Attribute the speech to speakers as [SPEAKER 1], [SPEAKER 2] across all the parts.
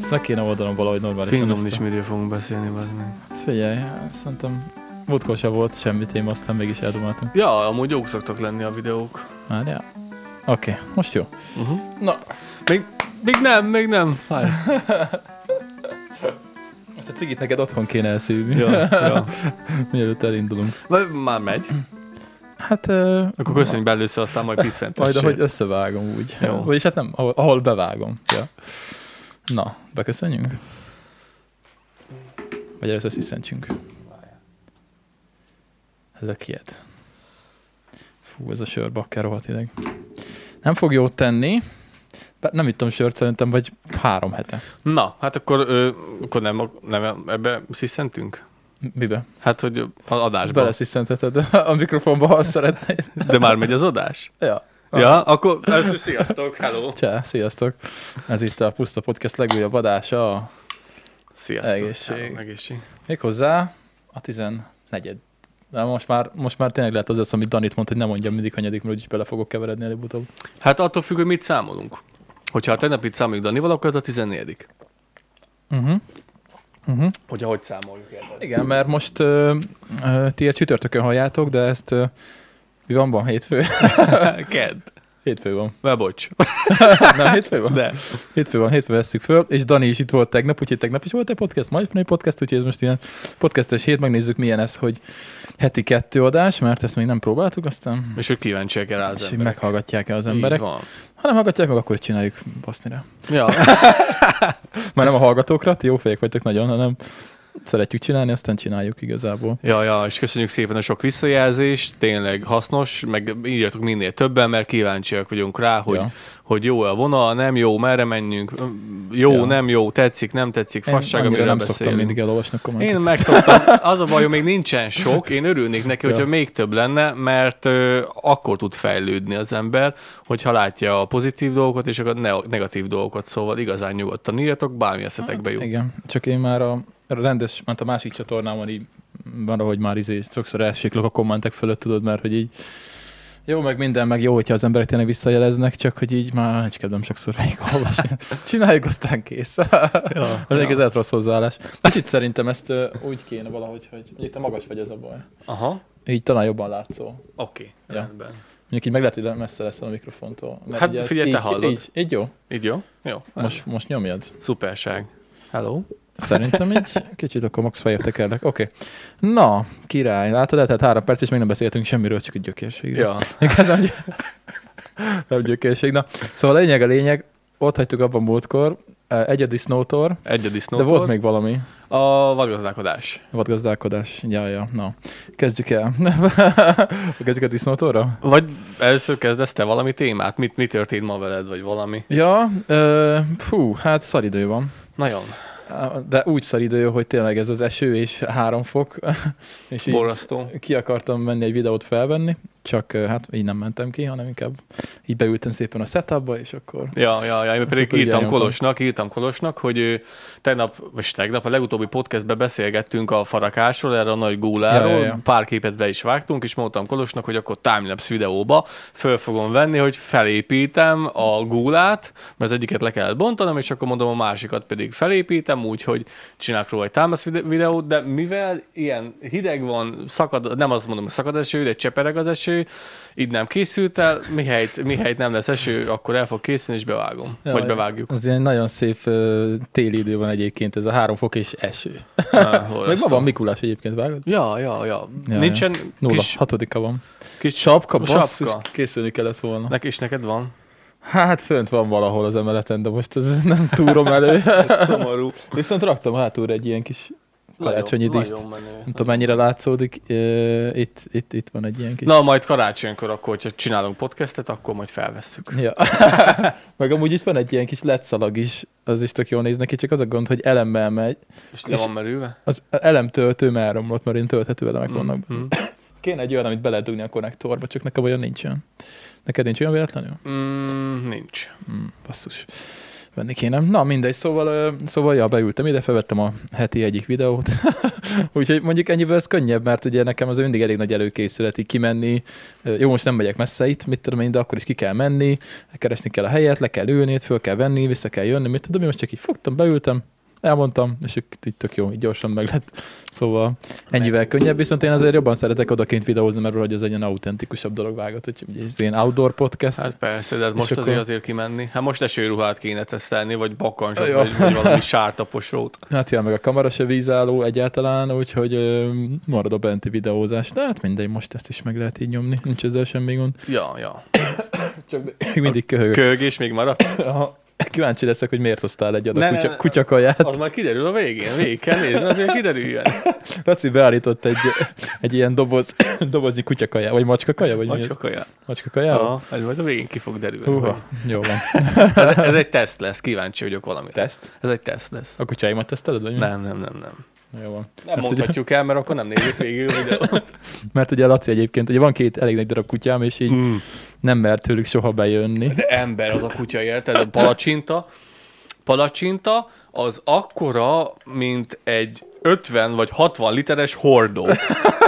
[SPEAKER 1] Ezt meg kéne oldanom valahogy normálisan.
[SPEAKER 2] Finoman
[SPEAKER 1] ezt
[SPEAKER 2] is
[SPEAKER 1] a-
[SPEAKER 2] miről fogunk beszélni, bazd meg.
[SPEAKER 1] Figyelj, hát szerintem múltkor sem volt semmi téma, aztán mégis eldomáltunk.
[SPEAKER 2] Ja, amúgy jók szoktak lenni a videók.
[SPEAKER 1] Már ja. Oké, okay, most jó.
[SPEAKER 2] Uh-huh.
[SPEAKER 1] Na.
[SPEAKER 2] Még, még nem, még nem. Fáj.
[SPEAKER 1] Most a cigit neked otthon kéne elszívni,
[SPEAKER 2] Ja, ja.
[SPEAKER 1] mielőtt elindulunk.
[SPEAKER 2] Vagy Már megy.
[SPEAKER 1] Hát, uh,
[SPEAKER 2] Akkor köszönjük be először, aztán majd piszentessél.
[SPEAKER 1] majd ahogy összevágom úgy.
[SPEAKER 2] Jó.
[SPEAKER 1] Vagyis hát nem, ahol, ahol bevágom. Ja. Na, beköszönjünk? Vagy először sziszentsünk. Lökiet. Fú, ez a sör bakker rohadt ideg. Nem fog jót tenni. Be- Nem ittam sört szerintem, vagy három hete.
[SPEAKER 2] Na, hát akkor, ö, akkor nem, nem ebbe sziszentünk?
[SPEAKER 1] M- Mibe?
[SPEAKER 2] Hát, hogy az adásba.
[SPEAKER 1] Beleszisszenteted a mikrofonba, ha azt szeretnéd.
[SPEAKER 2] De már megy az adás?
[SPEAKER 1] Ja.
[SPEAKER 2] Ja, akkor Ah. először sziasztok, hello.
[SPEAKER 1] Csá, sziasztok. Ez itt a Puszta Podcast legújabb adása.
[SPEAKER 2] Sziasztok.
[SPEAKER 1] Egészség.
[SPEAKER 2] Hello, egészség.
[SPEAKER 1] Méghozzá a 14. De most már, most már tényleg lehet az lesz, amit Danit mondta, hogy nem mondjam mindig hanyadik, mert úgyis bele fogok keveredni előbb-utóbb.
[SPEAKER 2] Hát attól függ, hogy mit számolunk. Hogyha a tegnapit számoljuk Danival, akkor ez a 14. Mhm.
[SPEAKER 1] Uh-huh. Uh-huh.
[SPEAKER 2] Hogy ahogy számoljuk érted.
[SPEAKER 1] Igen, mert most ö, ö, ti ezt csütörtökön halljátok, de ezt ö, mi van, van hétfő?
[SPEAKER 2] Kedd.
[SPEAKER 1] Hétfő van.
[SPEAKER 2] Well, bocs.
[SPEAKER 1] Nem, hétfő van?
[SPEAKER 2] De.
[SPEAKER 1] Hétfő van, hétfő veszük föl, és Dani is itt volt tegnap, úgyhogy tegnap is volt egy podcast, majd van egy podcast, úgyhogy ez most ilyen podcastes hét, megnézzük milyen ez, hogy heti kettő adás, mert ezt még nem próbáltuk, aztán
[SPEAKER 2] És hogy kíváncsiak erre az
[SPEAKER 1] és hogy
[SPEAKER 2] emberek.
[SPEAKER 1] meghallgatják-e az
[SPEAKER 2] Így
[SPEAKER 1] emberek.
[SPEAKER 2] van.
[SPEAKER 1] Ha nem hallgatják meg, akkor csináljuk basznira.
[SPEAKER 2] Ja.
[SPEAKER 1] Már nem a hallgatókra, ti jó fejek vagytok nagyon, hanem szeretjük csinálni, aztán csináljuk igazából.
[SPEAKER 2] ja, ja, és köszönjük szépen a sok visszajelzést, tényleg hasznos, meg írjatok minél többen, mert kíváncsiak vagyunk rá, hogy,
[SPEAKER 1] Ja.
[SPEAKER 2] ja. hogy jó-e a vonal, nem jó, merre menjünk, jó,
[SPEAKER 1] Ja.
[SPEAKER 2] ja. nem jó, tetszik, nem tetszik, fasság,
[SPEAKER 1] Én annyira
[SPEAKER 2] amiről
[SPEAKER 1] nem
[SPEAKER 2] beszélünk.
[SPEAKER 1] szoktam mindig elolvasni a kommentet.
[SPEAKER 2] Én megszoktam. Az a baj, hogy még nincsen sok. Én örülnék neki,
[SPEAKER 1] Ja.
[SPEAKER 2] hogyha még több lenne, mert ö, akkor tud fejlődni az ember, hogyha látja a pozitív dolgokat és a ne- negatív dolgokat. Szóval igazán nyugodtan írjatok, bármi eszetekbe jut.
[SPEAKER 1] Hát, Igen, csak én már a rendes, mert a másik csatornámon így van, ahogy már izé, sokszor elsiklok a kommentek fölött, tudod, mert hogy így jó, meg minden, meg jó, hogyha az emberek tényleg visszajeleznek, csak hogy így már nincs kedvem sokszor még olvasni. Csináljuk, aztán kész.
[SPEAKER 2] Ja,
[SPEAKER 1] Ez egy rossz hozzáállás. Kicsit szerintem ezt ö, úgy kéne valahogy, hogy hogy te magas vagy az a baj.
[SPEAKER 2] Aha,
[SPEAKER 1] Így talán jobban látszol.
[SPEAKER 2] oké.
[SPEAKER 1] Ja.
[SPEAKER 2] Rendben.
[SPEAKER 1] Mondjuk így meg lehet, hogy messze leszel a mikrofontól. Mert
[SPEAKER 2] Hát
[SPEAKER 1] ugye ezt
[SPEAKER 2] figyelj, te
[SPEAKER 1] így,
[SPEAKER 2] hallod. Hát.
[SPEAKER 1] Így, így jó?
[SPEAKER 2] Így jó? Jó. Most
[SPEAKER 1] Most, most nyomjad.
[SPEAKER 2] szuperság. Hello.
[SPEAKER 1] Szerintem így kicsit akkor max fejjel tekerlek. Oké. Okay. Na, király, látod, eltelt három perc, és még nem beszéltünk semmiről, csak egy gyökérségről.
[SPEAKER 2] Ja.
[SPEAKER 1] Igazán, hogy... nem gyökérség. Na, szóval a lényeg a lényeg, ott hagytuk abban múltkor, eh, egyedi Snowtor,
[SPEAKER 2] Egyedi
[SPEAKER 1] de
[SPEAKER 2] sznótor.
[SPEAKER 1] volt még valami
[SPEAKER 2] A vadgazdálkodás.
[SPEAKER 1] vadgazdálkodás. Ja, ja, na. Kezdjük el. Kezdjük a disznótorra?
[SPEAKER 2] Vagy először kezdesz te valami témát? Mit, mi történt ma veled, vagy valami?
[SPEAKER 1] Ja, ö, fú, hát szaridő van.
[SPEAKER 2] Nagyon.
[SPEAKER 1] De úgy szar idő, hogy tényleg ez az eső és három fok, és így
[SPEAKER 2] Borrasztó.
[SPEAKER 1] ki akartam menni egy videót felvenni, csak eh, hát így nem mentem ki, hanem inkább így beültem szépen a setupba, és akkor
[SPEAKER 2] Ja, ja, ja, én
[SPEAKER 1] akkor
[SPEAKER 2] pedig
[SPEAKER 1] ugye
[SPEAKER 2] írtam
[SPEAKER 1] elnyomtam.
[SPEAKER 2] Kolosnak, írtam Kolosnak, hogy ő, tegnap, vagy tegnap a legutóbbi podcastben beszélgettünk a farakásról, erre a nagy góláról,
[SPEAKER 1] Ja,
[SPEAKER 2] ja,
[SPEAKER 1] ja, ja.
[SPEAKER 2] pár képet be is vágtunk, és mondtam Kolosnak, hogy akkor timelapse videóba föl fogom venni, hogy felépítem a gólát, mert az egyiket le kellett bontanom, és akkor mondom a másikat pedig felépítem, úgyhogy csinálok róla egy timelapse vide- videót, de mivel ilyen hideg van, szakad, nem azt mondom, hogy szakad eső, de csepereg az eső, így nem készült el, mihelyt, mihelyt nem lesz eső, akkor el fog készülni, és bevágom.
[SPEAKER 1] Ja,
[SPEAKER 2] vagy
[SPEAKER 1] ja.
[SPEAKER 2] bevágjuk.
[SPEAKER 1] az ilyen nagyon szép ö, téli idő van egyébként, ez a három fok és eső.
[SPEAKER 2] Ah,
[SPEAKER 1] Meg ma
[SPEAKER 2] borzasztó.
[SPEAKER 1] van Mikulás egyébként, vágod?
[SPEAKER 2] Ja, ja, ja.
[SPEAKER 1] Ja,
[SPEAKER 2] ja Nincsen
[SPEAKER 1] Nulla,
[SPEAKER 2] kis,
[SPEAKER 1] Kis... hatodika van.
[SPEAKER 2] kis
[SPEAKER 1] Sapka,
[SPEAKER 2] sapka.
[SPEAKER 1] basszus, sapka. készülni kellett volna.
[SPEAKER 2] Neki is neked van.
[SPEAKER 1] Hát fönt van valahol az emeleten, de most ez nem túrom elő.
[SPEAKER 2] Szomorú.
[SPEAKER 1] Viszont raktam hátulra egy ilyen kis karácsonyi díszt. Nem tudom, mennyire látszódik, ö, itt, itt, itt van egy ilyen kis...
[SPEAKER 2] Na, majd karácsonykor akkor, csak csinálunk podcastet, akkor majd felvesszük.
[SPEAKER 1] Ja. Meg amúgy itt van egy ilyen kis letszalag is, az is tök jól néz neki, csak az a gond, hogy elemmel megy.
[SPEAKER 2] És le
[SPEAKER 1] És-
[SPEAKER 2] van merülve?
[SPEAKER 1] Az elemtöltőm elromlott, mert én tölthető elemek mm.
[SPEAKER 2] Mm,
[SPEAKER 1] vannak. benne.
[SPEAKER 2] mm.
[SPEAKER 1] Kéne egy olyan, amit bele lehet dugni a konnektorba, csak nekem olyan nincsen. Neked nincs olyan véletlenül?
[SPEAKER 2] Mm, Mm-hmm. nincs.
[SPEAKER 1] Mm, Hmm, basszus. venni kéne. Na mindegy, szóval, ö, szóval ja, beültem ide, felvettem a heti egyik videót. Úgyhogy mondjuk ennyiből ez könnyebb, mert ugye nekem az mindig elég nagy előkészület így kimenni. Ö, Jó, most nem megyek messze itt, mit tudom én, de akkor is ki kell menni, keresni kell a helyet, le kell ülni, föl kell venni, vissza kell jönni, mit tudom én, most csak így fogtam, beültem, elmondtam, és így- így tök jó, így gyorsan meg lett. Szóval ennyivel könnyebb, viszont én azért jobban szeretek odakint videózni, mert hogy ez egy ilyen autentikusabb dolog vágott, hogy ugye ez ilyen outdoor podcast.
[SPEAKER 2] Hát persze, de hát
[SPEAKER 1] És
[SPEAKER 2] most azért
[SPEAKER 1] akkor-
[SPEAKER 2] azért kimenni. Hát most esőruhát kéne tesztelni, vagy bakancsot,
[SPEAKER 1] Jó.
[SPEAKER 2] vagy, vagy valami sártaposót.
[SPEAKER 1] Hát ja, meg a kamera se vízálló egyáltalán, úgyhogy ö, marad a benti videózás. De hát mindegy, most ezt is meg lehet így nyomni, nincs ezzel semmi gond.
[SPEAKER 2] Ja, ja.
[SPEAKER 1] Csak még mindig köhögök.
[SPEAKER 2] Kölgés még maradt?
[SPEAKER 1] Aha. Kíváncsi leszek, hogy miért hoztál egy
[SPEAKER 2] Ne,
[SPEAKER 1] adag
[SPEAKER 2] ne,
[SPEAKER 1] kutya,
[SPEAKER 2] ne.
[SPEAKER 1] kutyakaját.
[SPEAKER 2] Az már kiderül a végén, végig kell nézni, azért kiderüljön.
[SPEAKER 1] Laci beállított egy, egy ilyen doboz, dobozni kutyakaját, vagy macskakaja, vagy mi
[SPEAKER 2] Vagy
[SPEAKER 1] ez?
[SPEAKER 2] csak olyan.
[SPEAKER 1] Macskakaja?
[SPEAKER 2] Ja, ez majd a végén ki fog derülni. hogy-
[SPEAKER 1] Húha, jó van.
[SPEAKER 2] Ez, ez, egy teszt lesz, kíváncsi vagyok valamire.
[SPEAKER 1] Teszt?
[SPEAKER 2] Ez egy teszt lesz.
[SPEAKER 1] A kutyáimat teszteled, vagy mi?
[SPEAKER 2] Nem, nem, nem, nem.
[SPEAKER 1] Jó van.
[SPEAKER 2] Nem
[SPEAKER 1] Hát, ugye-
[SPEAKER 2] mondhatjuk el, mert akkor nem nézzük végig a videót.
[SPEAKER 1] Mert ugye Laci egyébként, ugye van két elég nagy darab kutyám, és így
[SPEAKER 2] Mm.
[SPEAKER 1] nem mert tőlük soha bejönni.
[SPEAKER 2] De ember az a kutya érted, a palacsinta. Palacsinta az akkora, mint egy 50 vagy 60 literes hordó.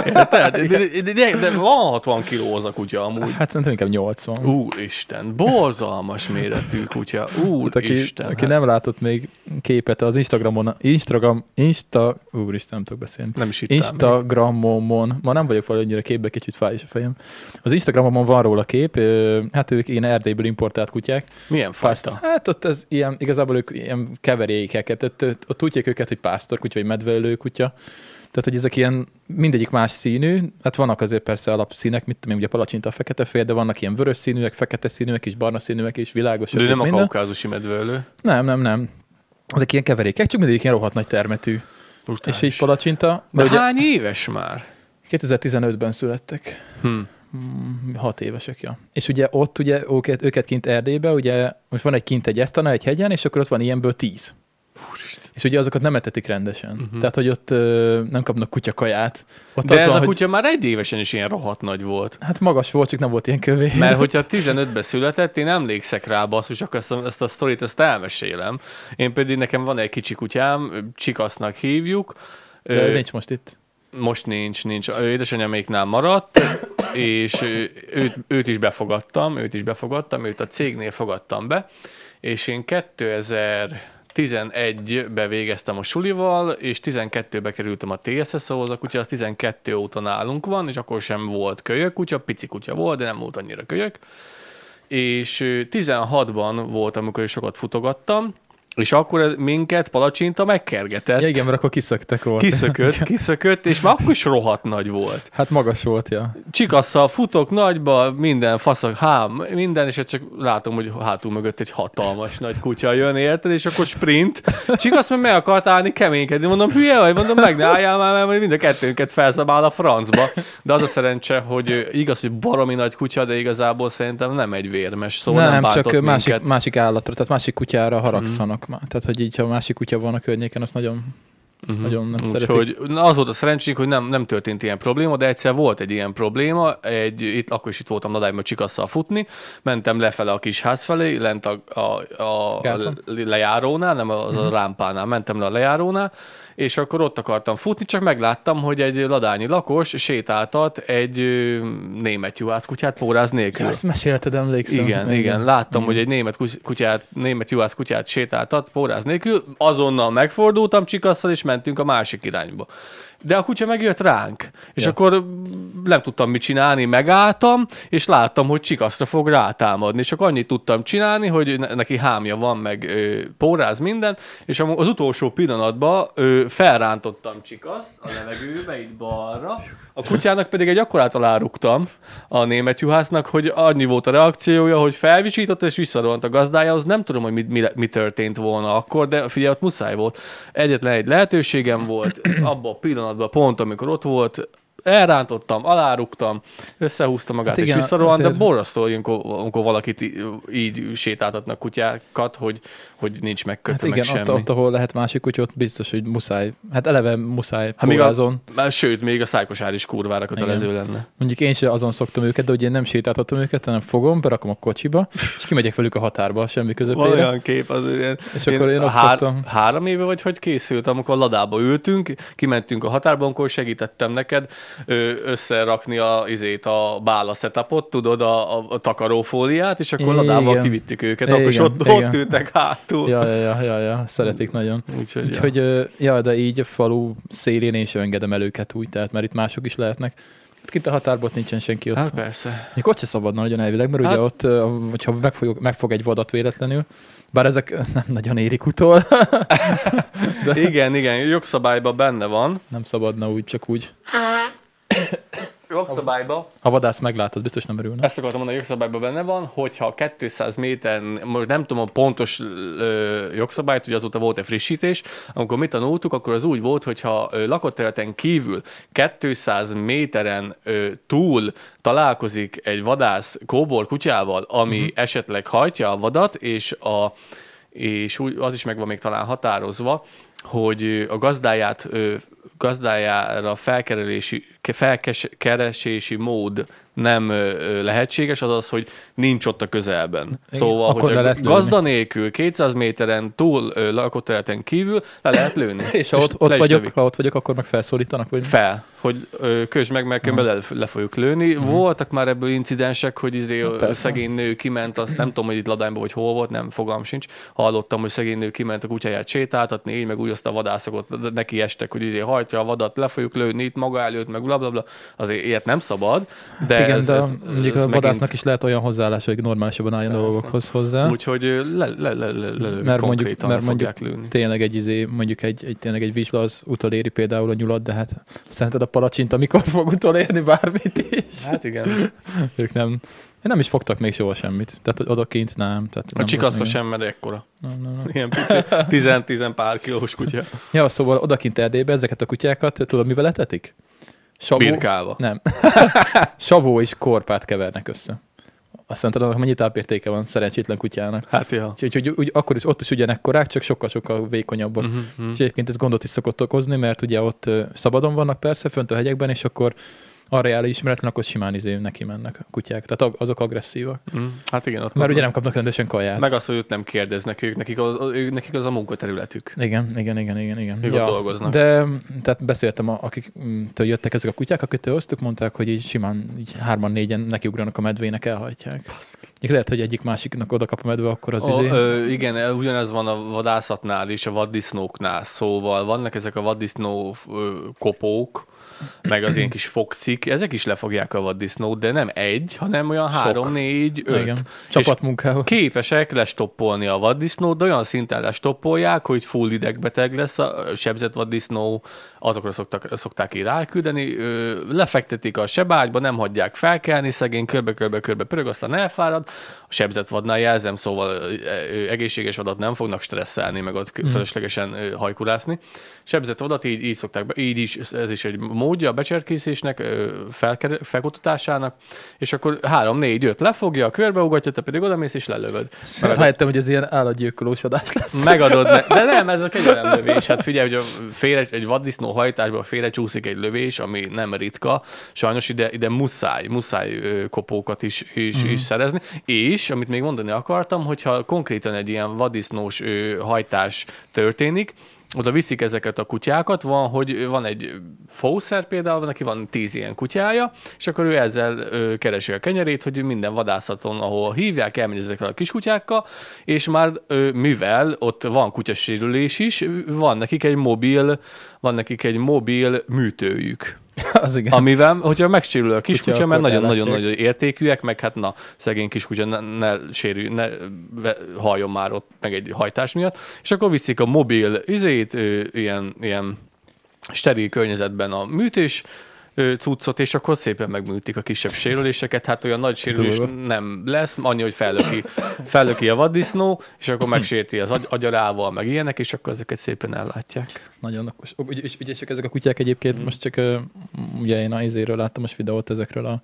[SPEAKER 2] Érted? De, de, de, de van 60 kiló az a kutya amúgy.
[SPEAKER 1] Hát szerintem inkább 80.
[SPEAKER 2] Úristen, borzalmas méretű kutya.
[SPEAKER 1] Hát, aki,
[SPEAKER 2] Úristen.
[SPEAKER 1] aki nem látott még képet, az Instagramon, Instagram, Insta, úristen, nem tudok beszélni.
[SPEAKER 2] nem is hittem.
[SPEAKER 1] Instagramomon, ma nem vagyok valamennyire képbe, kicsit fáj is a fejem. Az Instagramomon van róla kép, ö, hát ők ilyen Erdélyből importált kutyák.
[SPEAKER 2] Milyen
[SPEAKER 1] Pászt,
[SPEAKER 2] fajta?
[SPEAKER 1] hát ott ez ilyen, igazából ők ilyen keverékeket, ott, ott, ott tudják őket, hogy pásztor kutya, vagy medvelő kutya. Tehát, hogy ezek ilyen mindegyik más színű, hát vannak azért persze alapszínek, mit tudom én, ugye palacsinta a fekete fél, de vannak ilyen vörös színűek, fekete színűek és barna színűek és világos.
[SPEAKER 2] De ő
[SPEAKER 1] sötét,
[SPEAKER 2] nem a
[SPEAKER 1] minden.
[SPEAKER 2] kaukázusi medvelő.
[SPEAKER 1] Nem, nem, nem. Ezek ilyen keverékek, csak mindig ilyen rohadt nagy termetű.
[SPEAKER 2] Brutális.
[SPEAKER 1] És így palacsinta,
[SPEAKER 2] De
[SPEAKER 1] de ugye
[SPEAKER 2] hány éves már?
[SPEAKER 1] 2015-ben születtek,
[SPEAKER 2] Hm.
[SPEAKER 1] Mm, hat évesek, ja. És ugye ott ugye őket, őket kint Erdélybe, ugye most van egy kint egy esztana, egy hegyen, és akkor ott van ilyenből tíz. És ugye azokat nem etetik rendesen. Uh-huh. Tehát, hogy ott ö, nem kapnak kutyakaját. Ott
[SPEAKER 2] Mhm. De
[SPEAKER 1] az
[SPEAKER 2] ez
[SPEAKER 1] van,
[SPEAKER 2] a
[SPEAKER 1] hogy-
[SPEAKER 2] kutya már egy évesen is ilyen rohadt nagy volt.
[SPEAKER 1] Hát magas volt, csak nem volt ilyen kövé.
[SPEAKER 2] Mert hogyha 15-ben született, én emlékszek rá, basszus, akkor ezt, a- ezt a sztorit ezt elmesélem. Én pedig nekem van egy kicsi kutyám, Csikasznak hívjuk.
[SPEAKER 1] De
[SPEAKER 2] Ö,
[SPEAKER 1] ő nincs most itt.
[SPEAKER 2] Most nincs, nincs. Ö, Édesanyáméknál maradt, és ö, őt, őt is befogadtam, őt is befogadtam, őt a cégnél fogadtam be, és én 2011-be végeztem a sulival, és 12-be kerültem a TSS-hoz, a kutya az 12 óta nálunk van, és akkor sem volt kölyök kutya, pici kutya volt, de nem volt annyira kölyök. És ö, 16-ban volt, amikor is sokat futogattam, és akkor ez- minket palacsinta megkergetett.
[SPEAKER 1] Ja, igen, mert akkor kiszöktek róla.
[SPEAKER 2] Kiszökött, kiszökött, és már akkor is rohadt nagy volt.
[SPEAKER 1] Hát magas volt, ja.
[SPEAKER 2] Csikasszal futok nagyba, minden faszak, hám, minden, és hát csak látom, hogy hátul mögött egy hatalmas nagy kutya jön, érted, és akkor sprint. Csikasz meg meg akart állni, keménykedni, mondom, hülye vagy, mondom, meg ne álljál már, mert majd mind a kettőnket felszabál a francba. De az a szerencse, hogy ö, igaz, hogy baromi nagy kutya, de igazából szerintem nem egy vérmes, szóval nem, nem
[SPEAKER 1] csak
[SPEAKER 2] bántott
[SPEAKER 1] ö, másik,
[SPEAKER 2] minket. Mm.
[SPEAKER 1] másik állatra, tehát másik kutyára haragszanak már. Tehát, hogy így, ha másik kutya van a környéken, azt nagyon, azt nagyon nem szeretik.
[SPEAKER 2] Mhm. Úgyhogy na, az volt a szerencsénk, hogy nem, nem történt ilyen probléma, de egyszer volt egy ilyen probléma, egy, itt, akkor is itt voltam nadályban csikasszal futni, mentem lefele a kis ház felé, lent a, a, a
[SPEAKER 1] Gáton?
[SPEAKER 2] le- lejárónál, nem az a rámpánál, mentem le a lejárónál, és akkor ott akartam futni, csak megláttam, hogy egy ladányi lakos sétáltat egy ö, német juhászkutyát póráz nélkül.
[SPEAKER 1] Ja, ezt mesélted, emlékszem.
[SPEAKER 2] Igen, igen. Láttam, hogy egy német kus- kutyát, német juhász kutyát sétáltat póráz nélkül, azonnal megfordultam csikasszal, és mentünk a másik irányba. De a kutya megjött ránk, és
[SPEAKER 1] Ja.
[SPEAKER 2] akkor nem tudtam mit csinálni, megálltam, és láttam, hogy csikaszra fog rátámadni, csak annyit tudtam csinálni, hogy ne- neki hámja van, meg ö, póráz minden, és am- az utolsó pillanatban ö, felrántottam csikaszt a levegőbe, itt balra, a kutyának pedig egy akkorát alárugtam a német juhásznak, hogy annyi volt a reakciója, hogy felvisított és visszarohant a gazdájához. Nem tudom, hogy mi, mi, mi történt volna akkor, de figyelj, ott muszáj volt. Egyetlen egy lehetőségem volt, abban a pillanatban, pont amikor ott volt, elrántottam, aláruktam, összehúzta magát
[SPEAKER 1] Hát
[SPEAKER 2] hát igen,
[SPEAKER 1] igen,
[SPEAKER 2] és visszarohan, de
[SPEAKER 1] azért-
[SPEAKER 2] borzasztó, hogy amikor, amikor valakit í- így sétáltatnak kutyákat, hogy, hogy nincs
[SPEAKER 1] Hát
[SPEAKER 2] megkötve hát
[SPEAKER 1] igen,
[SPEAKER 2] meg
[SPEAKER 1] ott,
[SPEAKER 2] semmi.
[SPEAKER 1] ott, ahol lehet másik kutya, ott biztos, hogy muszáj. Hát eleve muszáj
[SPEAKER 2] Hát még a-
[SPEAKER 1] túrázon.
[SPEAKER 2] Már Sőt, még a szájkosár is kurvára kötelező lenne.
[SPEAKER 1] Mondjuk én sem azon szoktam őket, de ugye én nem sétáltatom őket, hanem fogom, berakom a kocsiba, és kimegyek velük a határba, semmi
[SPEAKER 2] Van
[SPEAKER 1] közepére.
[SPEAKER 2] olyan kép, az ilyen,
[SPEAKER 1] És akkor én ott
[SPEAKER 2] hár,
[SPEAKER 1] szoktam.
[SPEAKER 2] Három éve vagy hogy készült, amikor ladába ültünk, kimentünk a határbankon, segítettem neked ö, összerakni a, izét, a bála setupot, tudod, a, a, a takarófóliát, és akkor
[SPEAKER 1] Igen.
[SPEAKER 2] ladában kivittük őket, akkor is
[SPEAKER 1] Igen,
[SPEAKER 2] ott,
[SPEAKER 1] igen.
[SPEAKER 2] ott ültek hátul.
[SPEAKER 1] Ja, ja, ja, ja, ja, szeretik nagyon.
[SPEAKER 2] Úgyhogy, ja.
[SPEAKER 1] Úgyhogy, ö, ja, de így a falu szélén én sem engedem el őket úgy, tehát mert itt mások is lehetnek. Hát kint a határban ott nincsen senki ott.
[SPEAKER 2] Hát persze.
[SPEAKER 1] Még ott se szabadna nagyon elvileg, mert hát, ugye
[SPEAKER 2] Hát-
[SPEAKER 1] ott, ö, hogyha megfog, megfog egy vadat véletlenül, bár ezek nem nagyon érik utol,
[SPEAKER 2] De... Igen, igen, jogszabályban benne van.
[SPEAKER 1] nem szabadna úgy, csak úgy.
[SPEAKER 2] Jogszabályban
[SPEAKER 1] Ha vadász meglát, az biztos nem örülne.
[SPEAKER 2] Ezt akartam mondani, a jogszabályban benne van, hogyha 200 méter, most nem tudom a pontos ö, jogszabályt, hogy azóta volt-e frissítés, amikor mi tanultuk, akkor az úgy volt, hogyha ö, lakott területen kívül 200 méteren ö, túl találkozik egy vadász kóbor kutyával, ami uh-huh. esetleg hajtja a vadat, és a és úgy, az is meg van még talán határozva, hogy ö, a gazdáját, ö, gazdájára felkerelési, ke- felkeresési mód nem ö, ö, lehetséges, az az, hogy nincs ott a közelben. Igen, szóval,
[SPEAKER 1] akkor
[SPEAKER 2] hogy
[SPEAKER 1] le
[SPEAKER 2] a
[SPEAKER 1] lehet lőni.
[SPEAKER 2] gazda nélkül 200 méteren túl ö, lakott területen kívül le lehet lőni.
[SPEAKER 1] És ha ott,
[SPEAKER 2] le
[SPEAKER 1] ott
[SPEAKER 2] is
[SPEAKER 1] vagyok,
[SPEAKER 2] lövik.
[SPEAKER 1] ha ott vagyok, akkor meg felszólítanak, vagy
[SPEAKER 2] Fel, hogy ö, kösd meg, mert különben le, le fogjuk lőni. Voltak már ebből incidensek, hogy izé ö,
[SPEAKER 1] Mhm. persze.
[SPEAKER 2] szegény nő kiment, azt nem tudom, hogy itt Ladányban vagy hol volt, nem, fogalm sincs. Hallottam, hogy szegény nő kiment a kutyáját sétáltatni, így meg úgy azt a vadászokat de neki estek, hogy izé hajtja a vadat, le fogjuk lőni itt maga előtt, meg blablabla. Bla, bla. Azért ilyet nem szabad, de
[SPEAKER 1] Hát Igen,
[SPEAKER 2] ez,
[SPEAKER 1] de
[SPEAKER 2] ez,
[SPEAKER 1] mondjuk
[SPEAKER 2] ez
[SPEAKER 1] a vadásznak
[SPEAKER 2] megint-
[SPEAKER 1] is lehet olyan hozzáállás, hogy normálisabban álljon
[SPEAKER 2] Persze.
[SPEAKER 1] dolgokhoz hozzá.
[SPEAKER 2] Úgyhogy ö, le, le, le, le, le, le
[SPEAKER 1] mert mondjuk,
[SPEAKER 2] konkrétan
[SPEAKER 1] mert
[SPEAKER 2] le
[SPEAKER 1] mondjuk
[SPEAKER 2] fogják lőni.
[SPEAKER 1] tényleg egy izé, mondjuk egy, egy, tényleg egy vizsla az utoléri például a nyulat, de hát szerinted a palacsint, amikor fog utolérni bármit is?
[SPEAKER 2] Hát igen.
[SPEAKER 1] Ők nem, nem is fogtak még soha semmit. Tehát odakint nem. Tehát
[SPEAKER 2] A
[SPEAKER 1] nem
[SPEAKER 2] csikaszka
[SPEAKER 1] igen.
[SPEAKER 2] sem, mert ekkora.
[SPEAKER 1] Nem, nem, nem.
[SPEAKER 2] Ilyen pici, 10-10 pár kilós kutya.
[SPEAKER 1] Ja, szóval odakint Erdélybe ezeket a kutyákat, tudod, mivel etetik? Savó,
[SPEAKER 2] Birkálva.
[SPEAKER 1] Nem. Savó és korpát kevernek össze. Azt mondtad, annak mennyi tápértéke van szerencsétlen kutyának.
[SPEAKER 2] Hát ja.
[SPEAKER 1] Úgyhogy úgy, úgy, akkor is ott is ugyanekkorák, csak sokkal-sokkal vékonyabbak. Mm.
[SPEAKER 2] Uh-huh.
[SPEAKER 1] És egyébként ez gondot is szokott okozni, mert ugye ott ö, szabadon vannak persze, fönt a hegyekben, és akkor arra jár ismeretlen, akkor simán izé neki mennek a kutyák. Tehát ag- azok agresszívak.
[SPEAKER 2] Hát igen, ott
[SPEAKER 1] Mert ugye nem kapnak rendesen kaját.
[SPEAKER 2] Meg az, hogy őt nem kérdeznek ők, nekik az, ők, nekik az a munkaterületük.
[SPEAKER 1] Igen, igen, igen, igen, igen.
[SPEAKER 2] Ők ott dolgoznak.
[SPEAKER 1] De mm, tehát beszéltem, a- akiktől jöttek ezek a kutyák, akiktől hoztuk, mondták, hogy így simán így hárman, négyen nekiugranak a medvének, elhajtják. Még lehet, hogy egyik másiknak oda kap a medve, akkor az
[SPEAKER 2] Az o,
[SPEAKER 1] izé.
[SPEAKER 2] ö, igen, e, ugyanez van a vadászatnál és a vaddisznóknál, szóval vannak ezek a vaddisznó ö, kopók, meg az ilyen kis foxik, ezek is lefogják a vaddisznót, de nem egy, hanem olyan
[SPEAKER 1] Sok.
[SPEAKER 2] három, négy, öt.
[SPEAKER 1] igen,
[SPEAKER 2] És
[SPEAKER 1] csapatmunkával.
[SPEAKER 2] képesek lestoppolni a vaddisznót, de olyan szinten lestoppolják, hogy full idegbeteg lesz a sebzett vaddisznó, azokra szoktak, szokták így ráküldeni, ö, lefektetik a sebágyba, nem hagyják felkelni, szegény körbe-körbe-körbe pörög, aztán elfárad, a sebzett vadnál jelzem, szóval ö, ö, egészséges vadat nem fognak stresszelni, meg ott kö- fölöslegesen ö, hajkurászni. Sebzett vadat így, így szokták, be, így is, ez is egy módja a becserkészésnek, ö, felker- felkutatásának, és akkor három, négy, öt lefogja, körbeugatja, te pedig odamész és lelövöd. Megadod,
[SPEAKER 1] Rájöttem, hogy ez ilyen állatgyilkolós adás lesz.
[SPEAKER 2] megadod ne- de nem, ez a kegyelemlövés. Hát figyelj, hogy a félre, egy vaddisznó hajtásban félre csúszik egy lövés, ami nem ritka. Sajnos ide, ide muszáj, muszáj ö, kopókat is, is, mm. is szerezni. És, amit még mondani akartam, hogyha konkrétan egy ilyen vaddisznós ö, hajtás történik, oda viszik ezeket a kutyákat, van, hogy van egy fószer például, neki van tíz ilyen kutyája, és akkor ő ezzel ö, keresi a kenyerét, hogy minden vadászaton, ahol hívják, elmegy ezekkel a kiskutyákkal, és már ö, mivel ott van kutyasérülés is, van nekik egy mobil, van nekik egy mobil műtőjük.
[SPEAKER 1] Az igen.
[SPEAKER 2] Amivel, hogyha megsérül a kiskutya,
[SPEAKER 1] Kutya,
[SPEAKER 2] kutya, mert
[SPEAKER 1] akkor ellátják.
[SPEAKER 2] nagyon-nagyon-nagyon értékűek, meg hát na, szegény kiskutya ne, ne sérül, ne ve- halljon már ott meg egy hajtás miatt, és akkor viszik a mobil izét, ö, ilyen, ilyen steril környezetben a műtés, ö, cuccot, és akkor szépen megműtik a kisebb sérüléseket. Hát olyan nagy sérülés
[SPEAKER 1] Durva.
[SPEAKER 2] nem lesz, annyi, hogy fellöki, fellöki a vaddisznó, és akkor megsérti az agy- agyarával, meg ilyenek, és akkor ezeket szépen ellátják.
[SPEAKER 1] Nagyon okos. Ug- Ugye, ugye csak ezek a kutyák
[SPEAKER 2] Mm.
[SPEAKER 1] egyébként, most csak ö, ugye én a izéről láttam most videót ezekről a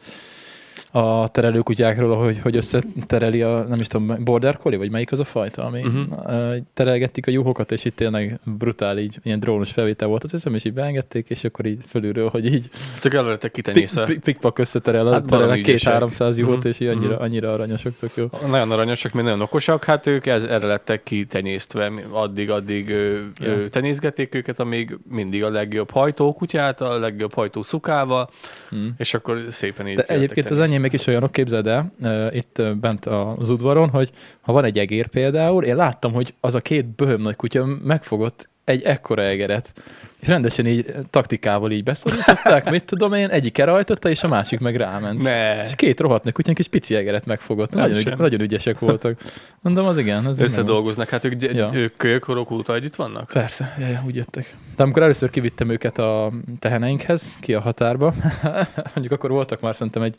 [SPEAKER 1] a terelő kutyákról, hogy, hogy összetereli a, nem is tudom, border collie, vagy melyik az a fajta, ami
[SPEAKER 2] Mhm.
[SPEAKER 1] uh-huh. terelgettik a juhokat, és itt tényleg brutál így, ilyen drónos felvétel volt, azt hiszem, és így beengedték, és akkor így fölülről, hogy így
[SPEAKER 2] Csak előletek kitenni,
[SPEAKER 1] pik- pik- pikpak összeterel,
[SPEAKER 2] Hát
[SPEAKER 1] hát terelnek
[SPEAKER 2] valami ügyesek.
[SPEAKER 1] két-háromszáz juhot,
[SPEAKER 2] Mhm.
[SPEAKER 1] és így annyira,
[SPEAKER 2] Mhm.
[SPEAKER 1] annyira aranyosok, tök jó.
[SPEAKER 2] Nagyon aranyosak, még nagyon okosak, hát ők ez, erre lettek kitenyésztve, addig-addig
[SPEAKER 1] Ja.
[SPEAKER 2] ja. tenyészgették őket, amíg mindig a legjobb hajtókutyát, a legjobb hajtó szukával,
[SPEAKER 1] Mm.
[SPEAKER 2] és akkor szépen így
[SPEAKER 1] De
[SPEAKER 2] jöttek
[SPEAKER 1] egyébként az
[SPEAKER 2] tenyészteni.
[SPEAKER 1] enyémek is olyanok, képzeld el, ö, itt ö, bent a- az udvaron, hogy ha van egy egér például, én láttam, hogy az a két böhöm nagy kutya megfogott egy ekkora egeret. És rendesen így ö, taktikával így beszorították, mit tudom én, egyik elrajtotta, és a másik meg ráment.
[SPEAKER 2] Ne.
[SPEAKER 1] És a két rohadt nagy kutyán kis pici egeret megfogott.
[SPEAKER 2] Nem
[SPEAKER 1] Nagyon, ügy,
[SPEAKER 2] semmi.
[SPEAKER 1] nagyon ügyesek voltak. Mondom, az igen. Az megvan.
[SPEAKER 2] Összedolgoznak, hát ők,
[SPEAKER 1] Ja.
[SPEAKER 2] ja. ők kölyökorok óta együtt vannak?
[SPEAKER 1] Persze, ja, ja, úgy jöttek. De amikor először kivittem őket a teheneinkhez, ki a határba, mondjuk akkor voltak már szerintem egy,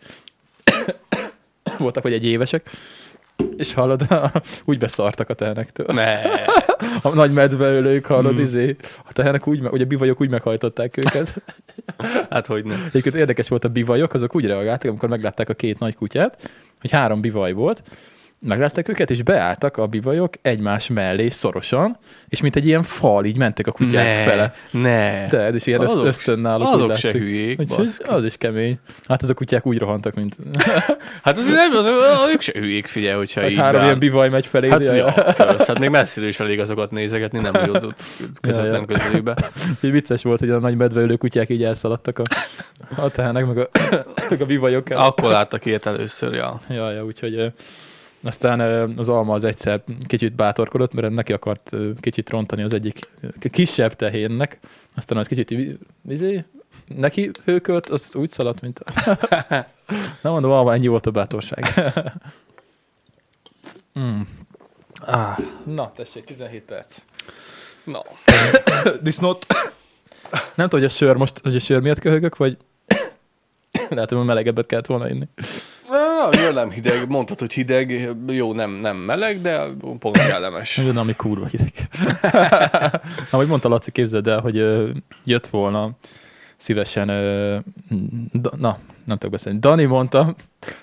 [SPEAKER 1] voltak vagy egy évesek, és hallod, úgy beszartak a tehenektől.
[SPEAKER 2] Ne.
[SPEAKER 1] A nagy medveölők, hallod,
[SPEAKER 2] Mm.
[SPEAKER 1] mm. izé. A tehenek úgy, me- ugye a bivajok úgy meghajtották őket.
[SPEAKER 2] Hát hogy nem.
[SPEAKER 1] Egyébként érdekes volt a bivajok, azok úgy reagáltak, amikor meglátták a két nagy kutyát, hogy három bivaj volt, meglátták őket, és beálltak a bivajok egymás mellé szorosan, és mint egy ilyen fal, így mentek a kutyák
[SPEAKER 2] ne.
[SPEAKER 1] fele.
[SPEAKER 2] Ne.
[SPEAKER 1] Te, ez is ilyen
[SPEAKER 2] Azok
[SPEAKER 1] azok,
[SPEAKER 2] se-
[SPEAKER 1] ösztön náluk. úgy
[SPEAKER 2] Azok se
[SPEAKER 1] látszik.
[SPEAKER 2] hülyék,
[SPEAKER 1] Úgyhogy
[SPEAKER 2] baszki.
[SPEAKER 1] az is kemény. Hát azok kutyák úgy rohantak, mint
[SPEAKER 2] Hát azért nem, az, az, ők se hülyék, figyelj, hogyha
[SPEAKER 1] hát
[SPEAKER 2] így
[SPEAKER 1] három
[SPEAKER 2] beáll-
[SPEAKER 1] ilyen bivaj megy felé.
[SPEAKER 2] Hát,
[SPEAKER 1] ugye?
[SPEAKER 2] ja, persze, hát még messziről is elég azokat nézegetni, nem úgy ott- ott közvetlen
[SPEAKER 1] ja.
[SPEAKER 2] közelébe.
[SPEAKER 1] Úgyhogy vicces volt, hogy a nagy medveölő kutyák így elszaladtak a, a tehenek, meg a, meg a bivajok el.
[SPEAKER 2] Akkor láttak ilyet először, ja.
[SPEAKER 1] Ja, ja, úgyhogy ö, aztán ö, az alma az egyszer kicsit bátorkodott, mert neki akart ö, kicsit rontani az egyik ö, kisebb tehénnek, aztán az kicsit így, izé, neki hőkölt, az úgy szaladt, mint... Nem mondom, alma, ennyi volt a bátorság. mm. ah. Na, tessék, 17 perc.
[SPEAKER 2] Na,
[SPEAKER 1] Disznót. Nem tudom, hogy a sör most, hogy a sör miatt köhögök, vagy lehet, hogy melegebbet kellett volna inni.
[SPEAKER 2] jó, nem hideg, mondtad, hogy hideg, jó, nem, nem meleg, de pont kellemes.
[SPEAKER 1] Ugyan, ami kurva hideg. Ahogy mondta Laci, képzeld el, hogy ö, jött volna szívesen, ö, da, na, nem tudok beszélni, Dani mondta,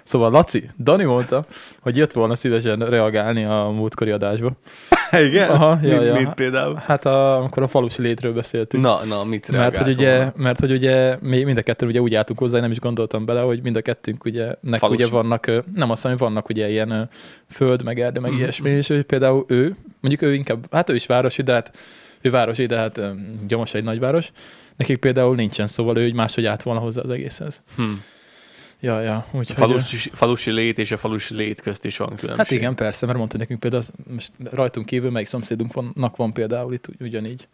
[SPEAKER 1] szóval Laci, Dani mondta, hogy jött volna szívesen reagálni a múltkori adásba.
[SPEAKER 2] Igen?
[SPEAKER 1] Aha,
[SPEAKER 2] mit,
[SPEAKER 1] ja, ja.
[SPEAKER 2] mit például?
[SPEAKER 1] Hát a, amikor a falusi létről beszéltünk.
[SPEAKER 2] Na, na, mit
[SPEAKER 1] Mert hogy,
[SPEAKER 2] reagált volna?
[SPEAKER 1] ugye, mert hogy ugye mi mind a ketten ugye úgy álltunk hozzá, én nem is gondoltam bele, hogy mind a kettőnk ugye, nek
[SPEAKER 2] Falusi.
[SPEAKER 1] ugye vannak, ö, nem azt mondom, vannak ugye ilyen ö, föld, meg erdő, meg
[SPEAKER 2] Mhm.
[SPEAKER 1] ilyesmi, és hogy például ő, mondjuk ő inkább, hát ő is városi, de hát ő városi, de hát ö, gyomos egy nagyváros, nekik például nincsen, szóval ő így máshogy állt volna hozzá az egészhez.
[SPEAKER 2] Hm.
[SPEAKER 1] Ja, ja, úgyhogy...
[SPEAKER 2] A falusi, falusi lét és a falusi lét közt is van különbség.
[SPEAKER 1] Hát igen, persze, mert mondta nekünk például, az- most rajtunk kívül melyik szomszédunk vannak van például itt ugy- ugyanígy,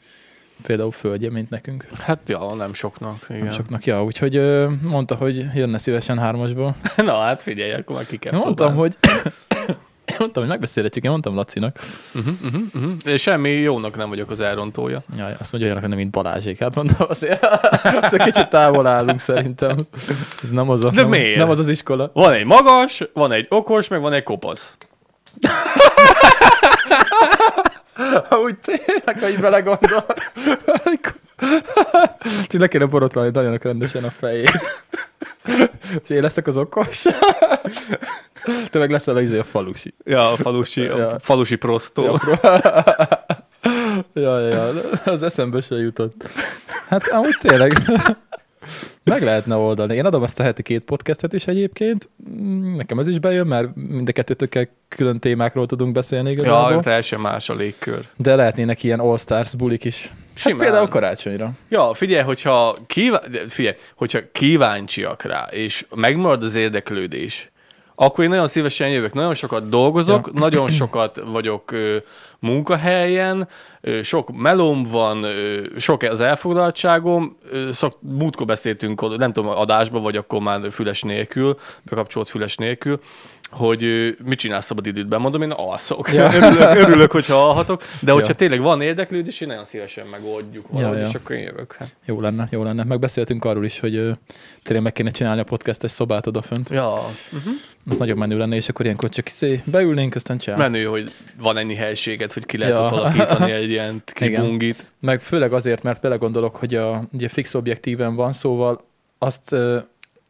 [SPEAKER 1] például földje, mint nekünk.
[SPEAKER 2] Hát ja, nem soknak, igen.
[SPEAKER 1] Nem soknak, ja, úgyhogy ö, mondta, hogy jönne szívesen hármasból.
[SPEAKER 2] Na hát figyelj, akkor már ki kell
[SPEAKER 1] Én mondtam,
[SPEAKER 2] próbálni.
[SPEAKER 1] hogy mondtam, hogy megbeszélhetjük, én mondtam Lacinak.
[SPEAKER 2] Uh-huh, uh-huh, uh-huh. És semmi jónak nem vagyok az elrontója.
[SPEAKER 1] Jaj, azt mondja, hogy nem mint Balázsék. Hát mondom, azért de kicsit távol állunk szerintem. Ez nem az, a,
[SPEAKER 2] De
[SPEAKER 1] nem,
[SPEAKER 2] miért?
[SPEAKER 1] nem az az iskola.
[SPEAKER 2] Van egy magas, van egy okos, meg van egy kopasz.
[SPEAKER 1] Úgy tényleg, hogy belegondol. Csak le kéne borotválni nagyon rendesen a fejét. És én leszek az okos. Te meg leszel az a falusi.
[SPEAKER 2] Ja, a falusi, ja.
[SPEAKER 1] Ja.
[SPEAKER 2] A falusi prostó. Ja.
[SPEAKER 1] Ja, ja, ja, az eszembe se jutott. Hát amúgy tényleg meg lehetne oldani. Én adom azt a heti két podcastet is egyébként. Mm, Nekem ez is bejön, mert mind a kettőtökkel külön témákról tudunk beszélni igazából.
[SPEAKER 2] Ja,
[SPEAKER 1] Ja,
[SPEAKER 2] teljesen más a légkör.
[SPEAKER 1] de lehetnének ilyen All Stars bulik is. Hát
[SPEAKER 2] Simán.
[SPEAKER 1] például karácsonyra.
[SPEAKER 2] Ja, figyelj, hogyha, kívá- de figyelj, hogyha kíváncsiak rá, és megmarad az érdeklődés, akkor én nagyon szívesen jövök. Nagyon sokat dolgozok, nagyon sokat vagyok ö, munkahelyen, ö, ö, sok melóm van, ö, sok az elfoglaltságom, ö, szok, múltkor beszéltünk, ott, nem tudom, adásba, vagy akkor már füles nélkül, bekapcsolt füles nélkül, hogy ö, mit csinálsz szabad idődben, mondom, én alszok. Ja. örülök, örülök, hogyha alhatok, de hogyha
[SPEAKER 1] Ja.
[SPEAKER 2] tényleg van érdeklődés, én nagyon szívesen megoldjuk valahogy, ja,
[SPEAKER 1] ja.
[SPEAKER 2] ja. és akkor én jövök. Hát.
[SPEAKER 1] Jó lenne, jó lenne. Megbeszéltünk arról is, hogy ö, tényleg meg kéne csinálni a podcastes szobát odafönt.
[SPEAKER 2] Ja,
[SPEAKER 1] Az nagyon menő lenne, és akkor ilyenkor csak izé, beülnénk, aztán csinálunk.
[SPEAKER 2] menő, hogy van ennyi helységet, hogy ki lehet ja.
[SPEAKER 1] Ja.
[SPEAKER 2] ott alakítani egy ilyen kis Igen.
[SPEAKER 1] Igen.
[SPEAKER 2] bungit.
[SPEAKER 1] Meg főleg azért, mert belegondolok, hogy a, ugye fix objektíven van, szóval azt ö,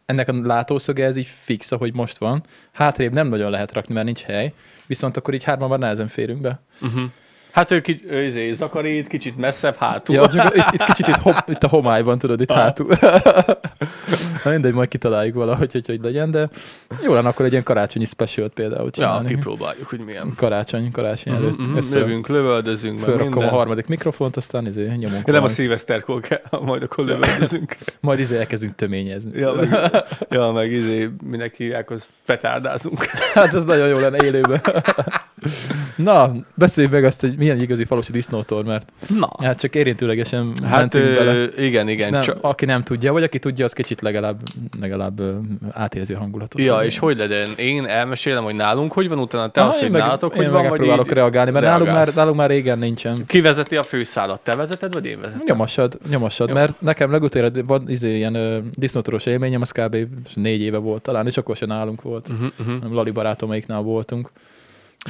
[SPEAKER 1] ennek a látószöge ez így fix, ahogy most van. Hátrébb nem nagyon lehet rakni, mert nincs hely. Viszont akkor így hárman már nehezen férünk be.
[SPEAKER 2] Uh-huh. Hát ő, ki, ő izé, zakarít, kicsit messzebb hátul.
[SPEAKER 1] Ja, csak itt, itt kicsit itt, hop, itt a homályban, tudod,
[SPEAKER 2] Ah.
[SPEAKER 1] itt hátul. Na mindegy, majd kitaláljuk valahogy, hogy hogy legyen, de jó lenne akkor egy ilyen karácsonyi specialt például
[SPEAKER 2] ja
[SPEAKER 1] csinálni.
[SPEAKER 2] kipróbáljuk, hogy milyen.
[SPEAKER 1] karácsony, karácsony előtt
[SPEAKER 2] Mhm, mhm.
[SPEAKER 1] össze
[SPEAKER 2] Lövünk, lövöldözünk, meg
[SPEAKER 1] fölrakom
[SPEAKER 2] minden.
[SPEAKER 1] a harmadik mikrofont, aztán izé, nyomunk.
[SPEAKER 2] Ja, nem a
[SPEAKER 1] valamit.
[SPEAKER 2] szilveszterkor kell, majd akkor lövöldözünk.
[SPEAKER 1] Majd izé elkezdünk töményezni.
[SPEAKER 2] ja, meg, ja, meg izé, minek hívják, az petárdázunk.
[SPEAKER 1] Hát ez nagyon jó lenne élőben. Na, beszéljük meg azt, hogy milyen igazi falusi disznótor, mert
[SPEAKER 2] Na.
[SPEAKER 1] hát csak érintőlegesen
[SPEAKER 2] Hát
[SPEAKER 1] mentünk bele.
[SPEAKER 2] ö, igen,
[SPEAKER 1] Igen,
[SPEAKER 2] igen.
[SPEAKER 1] nem,
[SPEAKER 2] csak-
[SPEAKER 1] Aki nem tudja, vagy aki tudja, az kicsit legalább, legalább ö, átérzi a hangulatot.
[SPEAKER 2] Ja,
[SPEAKER 1] Ami-
[SPEAKER 2] és hogy legyen? Én elmesélem, hogy nálunk hogy van, utána te
[SPEAKER 1] Aha,
[SPEAKER 2] azt,
[SPEAKER 1] én
[SPEAKER 2] hogy
[SPEAKER 1] meg-
[SPEAKER 2] nálatok,
[SPEAKER 1] én
[SPEAKER 2] hogy
[SPEAKER 1] meg
[SPEAKER 2] van, vagy
[SPEAKER 1] próbálok
[SPEAKER 2] így
[SPEAKER 1] reagálni, mert nálunk már,
[SPEAKER 2] reagálsz.
[SPEAKER 1] nálunk már régen nincsen.
[SPEAKER 2] ki vezeti a főszálat? Te vezeted, vagy én vezetem?
[SPEAKER 1] Nyomassad, nyomassad,
[SPEAKER 2] Jó.
[SPEAKER 1] mert nekem legutóbb van izé, ilyen ö, disznótoros élményem, az kb. négy éve volt talán, és akkor sem nálunk volt.
[SPEAKER 2] Uh-huh, uh-huh.
[SPEAKER 1] Nem Lali barátomaiknál voltunk.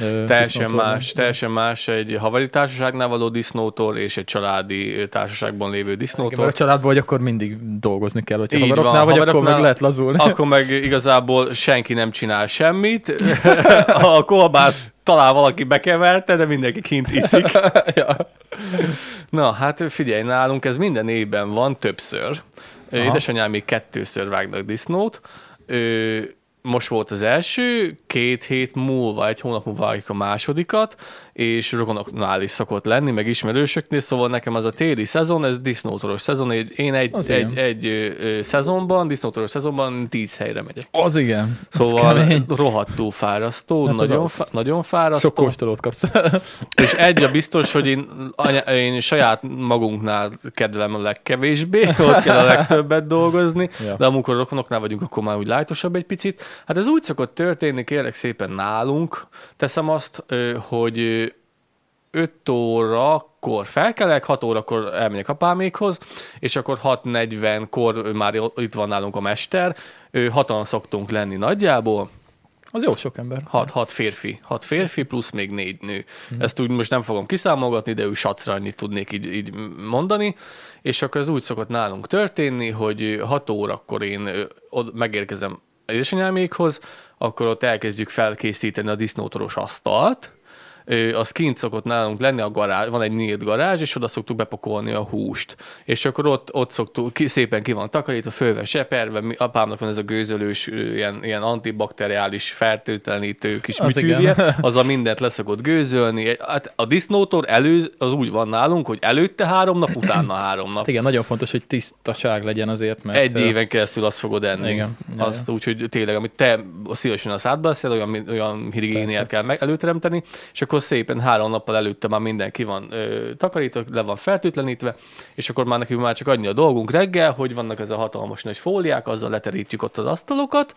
[SPEAKER 1] ö,
[SPEAKER 2] Teljesen
[SPEAKER 1] disznótorban.
[SPEAKER 2] más, teljesen más egy haveri társaságnál való disznótól és egy családi ö, társaságban lévő
[SPEAKER 1] Igen, mert
[SPEAKER 2] disznótól.
[SPEAKER 1] a családban vagy, akkor mindig dolgozni kell, hogyha
[SPEAKER 2] Így van,
[SPEAKER 1] haveroknál vagy, akkor
[SPEAKER 2] haveroknál-
[SPEAKER 1] meg lehet lazulni.
[SPEAKER 2] Akkor meg igazából senki nem csinál semmit. A kolbász talán valaki bekeverte, de mindenki kint iszik.
[SPEAKER 1] ja.
[SPEAKER 2] Na, hát figyelj, nálunk ez minden évben van többször. Aha.
[SPEAKER 1] Aha.
[SPEAKER 2] Édesanyám még kettőször vágnak disznót. Ö, most volt az első, két hét múlva, egy hónap múlva vágjuk a másodikat, és rokonoknál is szokott lenni, meg ismerősöknél, szóval nekem az a téli szezon, ez disznótoros szezon, Egy- én egy,
[SPEAKER 1] Az
[SPEAKER 2] egy,
[SPEAKER 1] igen.
[SPEAKER 2] egy ö, ö, szezonban, disznótoros szezonban tíz helyre megyek.
[SPEAKER 1] Az igen.
[SPEAKER 2] Szóval
[SPEAKER 1] az kemény.
[SPEAKER 2] rohadtul fárasztó,
[SPEAKER 1] Hát az
[SPEAKER 2] nagyon,
[SPEAKER 1] az.
[SPEAKER 2] fa- nagyon fárasztó.
[SPEAKER 1] sok kóstolót kapsz.
[SPEAKER 2] És egy a biztos, hogy én, anya, én saját magunknál kedvelem a legkevésbé, ott kell a legtöbbet dolgozni, ja.
[SPEAKER 1] Ja.
[SPEAKER 2] de amikor rokonoknál vagyunk, akkor már úgy lájtosabb egy picit. Hát ez úgy szokott történni, kérlek szépen nálunk, teszem azt, ö, hogy ö, 5 órakor felkelek, 6 órakor elmegyek apámékhoz, és akkor 6.40-kor már itt van nálunk a mester, Ö, hatan szoktunk lenni nagyjából,
[SPEAKER 1] Az jó sok ember.
[SPEAKER 2] Hat, hat férfi. Hat férfi, plusz még négy nő. Ezt úgy most nem fogom kiszámolgatni, de ő sacra annyit tudnék így, így mondani. És akkor ez úgy szokott nálunk történni, hogy 6 órakor én ö, od- megérkezem édesanyámékhoz, akkor ott elkezdjük felkészíteni a disznótoros asztalt, Ö, az kint szokott nálunk lenni a garázs, van egy nyílt garázs, és oda szoktuk bepakolni a húst. És akkor ott, ott szoktuk, ki, szépen ki van takarítva, fölve seperve, mi, apámnak van ez a gőzölős, ö, ilyen, ilyen antibakteriális fertőtlenítő kis
[SPEAKER 1] Az
[SPEAKER 2] műtűrje, az a mindent leszokott gőzölni. Egy- Hát a disznótor elő, az úgy van nálunk, hogy előtte három nap, utána három nap.
[SPEAKER 1] Hát igen, nagyon fontos, hogy tisztaság legyen azért, mert...
[SPEAKER 2] Egy
[SPEAKER 1] ö,
[SPEAKER 2] éven keresztül azt fogod enni. Igen.
[SPEAKER 1] Igen.
[SPEAKER 2] Azt úgy, hogy tényleg, amit te szívesen a szádba leszel, olyan, olyan higiéniát
[SPEAKER 1] Persze.
[SPEAKER 2] kell meg előteremteni, és akkor szépen három nappal előtte már mindenki van ö, takarítva, le van fertőtlenítve, és akkor már nekünk már csak annyi a dolgunk reggel, hogy vannak ez a hatalmas nagy fóliák, azzal leterítjük ott az asztalokat,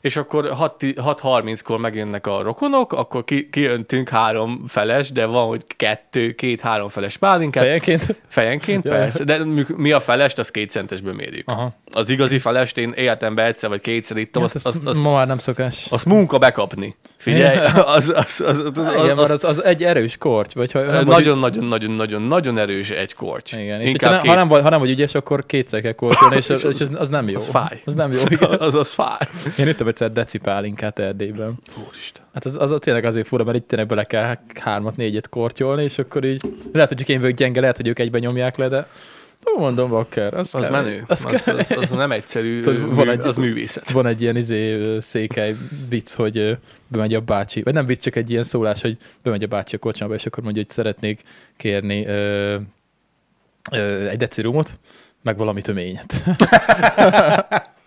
[SPEAKER 2] és akkor 6 6.30-kor megjönnek a rokonok, akkor ki, kijöntünk három feles, de van, hogy kettő, két-három feles pálinkát.
[SPEAKER 1] Fejenként?
[SPEAKER 2] Fejenként
[SPEAKER 1] Ja, ja.
[SPEAKER 2] persze, de mi- mi a felest, azt két centesből mérjük.
[SPEAKER 1] Aha.
[SPEAKER 2] Az igazi felest én életemben egyszer vagy kétszer ittam,
[SPEAKER 1] Hát
[SPEAKER 2] azt,
[SPEAKER 1] ez
[SPEAKER 2] azt, azt,
[SPEAKER 1] ma már nem szokás.
[SPEAKER 2] azt munka bekapni. Figyelj, az, az, az, az, az,
[SPEAKER 1] Az, igen,
[SPEAKER 2] az,
[SPEAKER 1] mert az, az egy erős korty, vagy ha nem vagy,
[SPEAKER 2] nagyon-nagyon-nagyon-nagyon erős egy korty.
[SPEAKER 1] igen, és hogyha
[SPEAKER 2] Inkább
[SPEAKER 1] nem,
[SPEAKER 2] két,
[SPEAKER 1] ha, nem vagy, ha nem vagy ügyes, akkor kétszer kell kortyolni, és, az,
[SPEAKER 2] az-
[SPEAKER 1] és az, az, nem jó.
[SPEAKER 2] az fáj.
[SPEAKER 1] Az nem jó, igen.
[SPEAKER 2] az, az fáj.
[SPEAKER 1] Én üttem egyszer decipálinkát Erdélyben.
[SPEAKER 2] Úristen.
[SPEAKER 1] Hát az, az tényleg azért fura, mert itt tényleg bele kell hármat, négyet kortyolni, és akkor így, lehet, hogy csak én vagyok gyenge, lehet, hogy ők egyben nyomják le, de ó, mondom, bakker, az,
[SPEAKER 2] Az
[SPEAKER 1] kemény.
[SPEAKER 2] menő. Az,
[SPEAKER 1] Az
[SPEAKER 2] az, az, az nem egyszerű,
[SPEAKER 1] Tudod,
[SPEAKER 2] mű,
[SPEAKER 1] van egy-
[SPEAKER 2] az művészet.
[SPEAKER 1] Van egy ilyen izé, ö, székely vicc, hogy ö, bemegy a bácsi, vagy nem vicc, csak egy ilyen szólás, hogy bemegy a bácsi a kocsmába, és akkor mondja, hogy szeretnék kérni ö, ö, egy decirumot, meg valami töményet.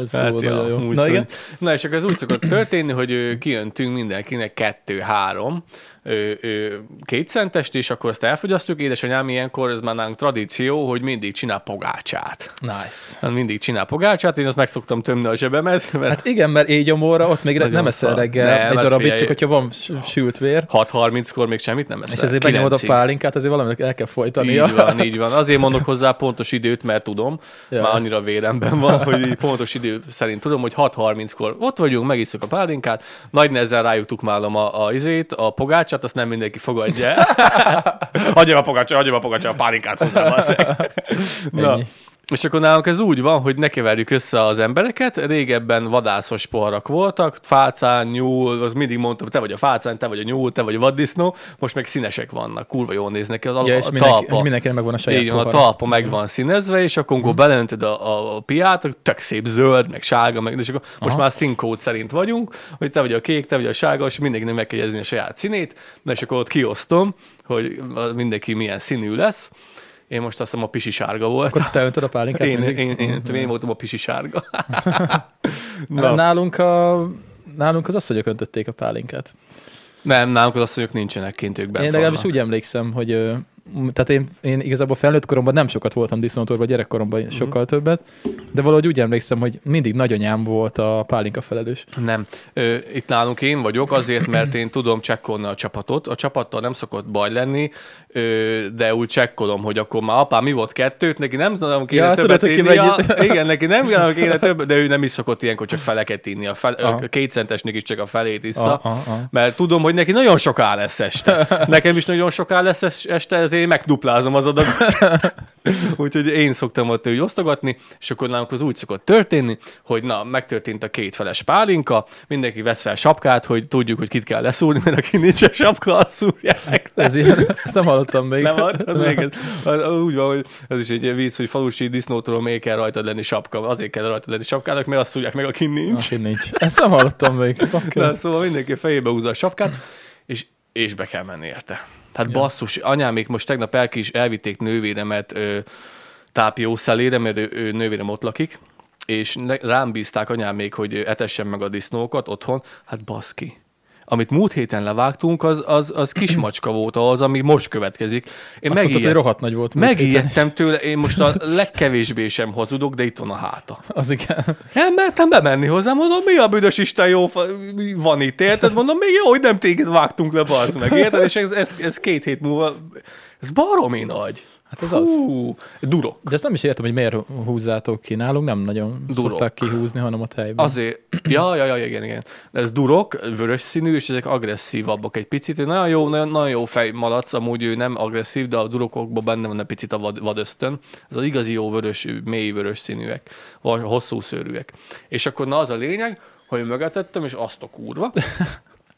[SPEAKER 1] Az
[SPEAKER 2] Hát
[SPEAKER 1] szóval
[SPEAKER 2] ja,
[SPEAKER 1] nagyon jó.
[SPEAKER 2] amúgy
[SPEAKER 1] Na igen,
[SPEAKER 2] szerint. Na és akkor ez úgy szokott történni, hogy ö, kijöntünk mindenkinek kettő-három ö, ö, két szentest, és akkor azt elfogyasztjuk. Édesanyám ilyenkor, ez már nálunk tradíció, hogy mindig csinál pogácsát.
[SPEAKER 1] nice.
[SPEAKER 2] Hát Mindig csinál pogácsát, én azt meg szoktam tömni a zsebemet, mert
[SPEAKER 1] Hát igen, mert így óra, ott még
[SPEAKER 2] Nagyon
[SPEAKER 1] nem eszel
[SPEAKER 2] szar.
[SPEAKER 1] reggel
[SPEAKER 2] Nem,
[SPEAKER 1] egy
[SPEAKER 2] hát
[SPEAKER 1] darabig,
[SPEAKER 2] figyelj.
[SPEAKER 1] csak hogyha van s- sült vér,
[SPEAKER 2] Hát- 6.30-kor még semmit nem eszel.
[SPEAKER 1] és ezért benyomod a
[SPEAKER 2] Kilencig.
[SPEAKER 1] pálinkát, azért valaminek el kell folytania.
[SPEAKER 2] Így van, így van. Azért mondok hozzá pontos időt, mert tudom,
[SPEAKER 1] Ja.
[SPEAKER 2] ja. már annyira véremben van, hogy így pontos idő szerint tudom, hogy 6.30-kor ott vagyunk, megiszok a pálinkát, nagy nehezen rájutuk már a, a, izét, a pogácsát, azt nem mindenki fogadja el. Hagyjam a pogácsa, hagyjam a pogácsa, a pálinkát hozzá. bazzeg. Na,
[SPEAKER 1] Ennyi.
[SPEAKER 2] és akkor nálunk ez úgy van, hogy ne keverjük össze az embereket. Régebben vadászos poharak voltak, fácán, nyúl, az mindig mondtam, te vagy a fácán, te vagy a nyúl, te vagy a vaddisznó, most meg színesek vannak, kurva jól néznek ki az al-
[SPEAKER 1] Ja,
[SPEAKER 2] a
[SPEAKER 1] és mindenki,
[SPEAKER 2] talpa.
[SPEAKER 1] mindenkinek megvan a saját Mhm.
[SPEAKER 2] Így van, a
[SPEAKER 1] pohara.
[SPEAKER 2] talpa meg van színezve, és akkor amikor beleöntöd a, a, a piát, akkor tök szép zöld, meg sárga, meg, és akkor most már színkód szerint vagyunk, hogy te vagy a kék, te vagy a sárga, és mindenkinek meg kell jegyezni a saját színét, na és akkor ott kiosztom, hogy mindenki milyen színű lesz. Én most azt hiszem a pisi sárga volt.
[SPEAKER 1] Akkor te öntöd a pálinkát
[SPEAKER 2] Én,
[SPEAKER 1] mindig?
[SPEAKER 2] én, én, én, én voltam a pisi sárga.
[SPEAKER 1] Na.
[SPEAKER 2] Na.
[SPEAKER 1] Nálunk, a, nálunk az asszonyok öntötték a pálinkát.
[SPEAKER 2] Nem, nálunk az asszonyok nincsenek kint, ők bent
[SPEAKER 1] én legalábbis
[SPEAKER 2] vannak.
[SPEAKER 1] úgy emlékszem, hogy ö, m- tehát én, én igazából felnőtt koromban nem sokat voltam disznótorban, gyerekkoromban
[SPEAKER 2] Mhm.
[SPEAKER 1] uh-huh. sokkal többet, de valahogy úgy emlékszem, hogy mindig nagyanyám volt a pálinka felelős.
[SPEAKER 2] Nem. Ö, itt nálunk én vagyok, azért, mert én tudom csekkolni a csapatot. A csapattal nem szokott baj lenni, ö, de úgy csekkolom, hogy akkor már apám mi volt kettőt, neki nem tudom kéne
[SPEAKER 1] Ja,
[SPEAKER 2] ja, többet
[SPEAKER 1] tudod, hogy ki
[SPEAKER 2] innia.
[SPEAKER 1] mennyit.
[SPEAKER 2] Igen, neki nem tudom kéne többet, de ő nem is szokott ilyenkor csak feleket inni. A, fel,
[SPEAKER 1] Aha.
[SPEAKER 2] a kétcentesnek is csak a felét
[SPEAKER 1] A,
[SPEAKER 2] issza.
[SPEAKER 1] a, a.
[SPEAKER 2] Mert tudom, hogy neki nagyon soká lesz este. Nekem is nagyon soká lesz es- este, ezért én megduplázom az adagot. Úgyhogy én szoktam ott úgy osztogatni, és akkor nálunk az úgy szokott történni, hogy na, megtörtént a kétfeles pálinka, mindenki vesz fel sapkát, hogy tudjuk, hogy kit kell leszúrni, mert aki nincs a sapka, azt szúrják meg.
[SPEAKER 1] Ez ilyen, ezt nem hallottam még.
[SPEAKER 2] Nem adtad még ez, az, úgy van, hogy ez is egy ilyen vicc, hogy falusi disznótól még kell rajtad lenni sapka. Azért kell rajtad lenni sapkának, mert azt szúrják meg, aki nincs.
[SPEAKER 1] Aki nincs. Ezt nem hallottam még. Okay.
[SPEAKER 2] Na, szóval mindenki fejébe húzza a sapkát, és, és be kell menni érte. Tehát ja. basszus, anyám még most tegnap el is elvitték nővéremet ö, tápjószelére, mert ő, ő nővérem ott lakik, és ne, rám bízták anyám még, hogy ö, etessem meg a disznókat otthon, hát baszki. Amit múlt héten levágtunk, az, az, az kismacska volt az, ami most következik. Én
[SPEAKER 1] Azt mondtad, hogy
[SPEAKER 2] megijedt,
[SPEAKER 1] rohadt nagy volt. múlt héten.
[SPEAKER 2] megijedtem tőle, én most a legkevésbé sem hazudok, de itt van a háta.
[SPEAKER 1] Az igen.
[SPEAKER 2] Nem mertem bemenni hozzá, mondom, mi a büdös Isten jó, fa- mi van itt, érted? Mondom, még jó, hogy nem téged vágtunk le, bazd meg, érted? És ez, ez, ez két hét múlva, ez baromi nagy. Hát
[SPEAKER 1] ez az.
[SPEAKER 2] Hú, durok.
[SPEAKER 1] De ezt nem is értem, hogy miért húzzátok ki. Nálunk nem nagyon
[SPEAKER 2] Duró.
[SPEAKER 1] szokták kihúzni, hanem ott helyben.
[SPEAKER 2] Azért, ja, ja, ja, igen, igen. Ez durok, vörös színű, és ezek agresszívabbak egy picit. Ő Nagyon jó, nagyon, nagyon jó fej malac, amúgy ő nem agresszív, de a durokokban benne van egy picit a vad, vadösztön. Ez az igazi jó vörös, mély vörös színűek, vagy hosszú szőrűek. És akkor na az a lényeg, hogy mögöttettem, és azt a kurva.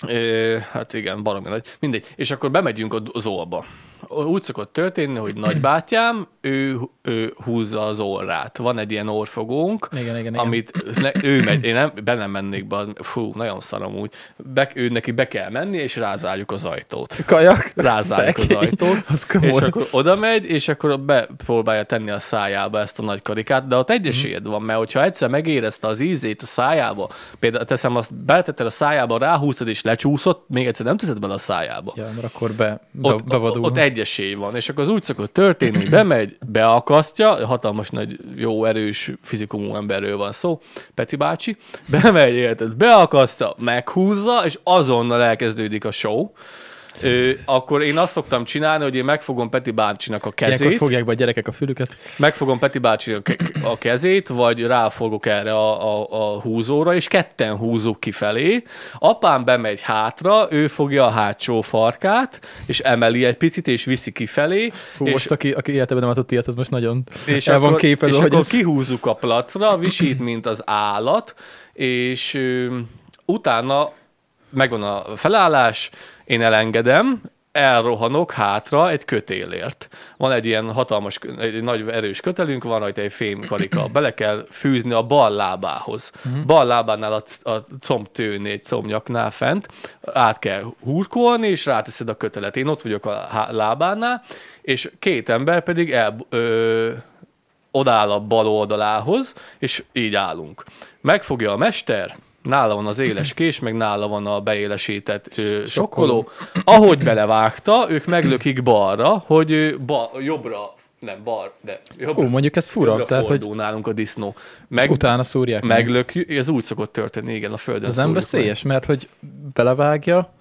[SPEAKER 2] Ö, hát igen, baromi nagy. Mindegy. És akkor bemegyünk a d- zóba. Úgy szokott történni, hogy nagybátyám, ő, ő húzza az orrát. Van egy ilyen orfogónk,
[SPEAKER 1] Igen, igen, igen.
[SPEAKER 2] amit ne, ő megy, én nem, be nem mennék be, fú, nagyon szarom úgy. Be, ő neki be kell menni, és rázárjuk az ajtót.
[SPEAKER 1] Kajak.
[SPEAKER 2] Rázárjuk az
[SPEAKER 1] Szekély.
[SPEAKER 2] ajtót,
[SPEAKER 1] Az komoly.
[SPEAKER 2] és akkor oda megy, és akkor bepróbálja tenni a szájába ezt a nagy karikát, de ott egy esélyed van, mert hogyha egyszer megérezte az ízét a szájába, például teszem azt, beletetted a szájába, ráhúztad és lecsúszott, még egyszer nem teszed bele a szájába
[SPEAKER 1] Ja, mert akkor be, be,
[SPEAKER 2] ott,
[SPEAKER 1] bevadul.
[SPEAKER 2] ott egy esély van, és akkor az úgy szokott történni, hogy bemegy, beakasztja, hatalmas nagy, jó, erős fizikumú emberről van szó, Peti bácsi, bemegy, érted, beakasztja, meghúzza, és azonnal elkezdődik a show. Ö, akkor én azt szoktam csinálni, hogy én megfogom Peti bácsinak a
[SPEAKER 1] Ilyenkor
[SPEAKER 2] kezét,
[SPEAKER 1] fogják be a gyerekek a fülüket.
[SPEAKER 2] megfogom Peti bácsi a ke- a kezét, vagy ráfogok erre a, a, a húzóra, és ketten húzzuk kifelé. Apám bemegy hátra, ő fogja a hátsó farkát, és emeli egy picit, és viszi kifelé.
[SPEAKER 1] Fú,
[SPEAKER 2] és
[SPEAKER 1] most aki, aki életében nem látott ilyet, az most nagyon
[SPEAKER 2] és
[SPEAKER 1] el
[SPEAKER 2] akkor,
[SPEAKER 1] van képelve,
[SPEAKER 2] és
[SPEAKER 1] hogy
[SPEAKER 2] akkor
[SPEAKER 1] ez...
[SPEAKER 2] kihúzzuk a placra, visít, mint az állat, és ö, utána megvan a felállás, én elengedem, elrohanok hátra egy kötélért. Van egy ilyen hatalmas, kö- egy nagy erős kötelünk, van rajta egy fémkarika, bele kell fűzni a bal lábához.
[SPEAKER 1] Mhm.
[SPEAKER 2] Bal lábánál a, c- a combtőnél, egy combnyaknál fent, át kell hurkolni, és ráteszed a kötelet. Én ott vagyok a há- lábánál, és két ember pedig el, ö, odáll a bal oldalához, és így állunk. Megfogja a mester, nála van az éles kés, meg nála van a beélesített ö, sokkoló. Ahogy belevágta, ők meglökik balra, hogy ö, ba, jobbra, nem bal, de jobbra,
[SPEAKER 1] Ó, mondjuk ez fura,
[SPEAKER 2] jobbra
[SPEAKER 1] tehát hogy
[SPEAKER 2] fordul nálunk a disznó.
[SPEAKER 1] meg,
[SPEAKER 2] Meg,
[SPEAKER 1] utána szúrják. meg.
[SPEAKER 2] meglökjük, ez úgy szokott történni, igen, a földön
[SPEAKER 1] Ez nem
[SPEAKER 2] szúrjuk meg.
[SPEAKER 1] veszélyes, mert hogy belevágja,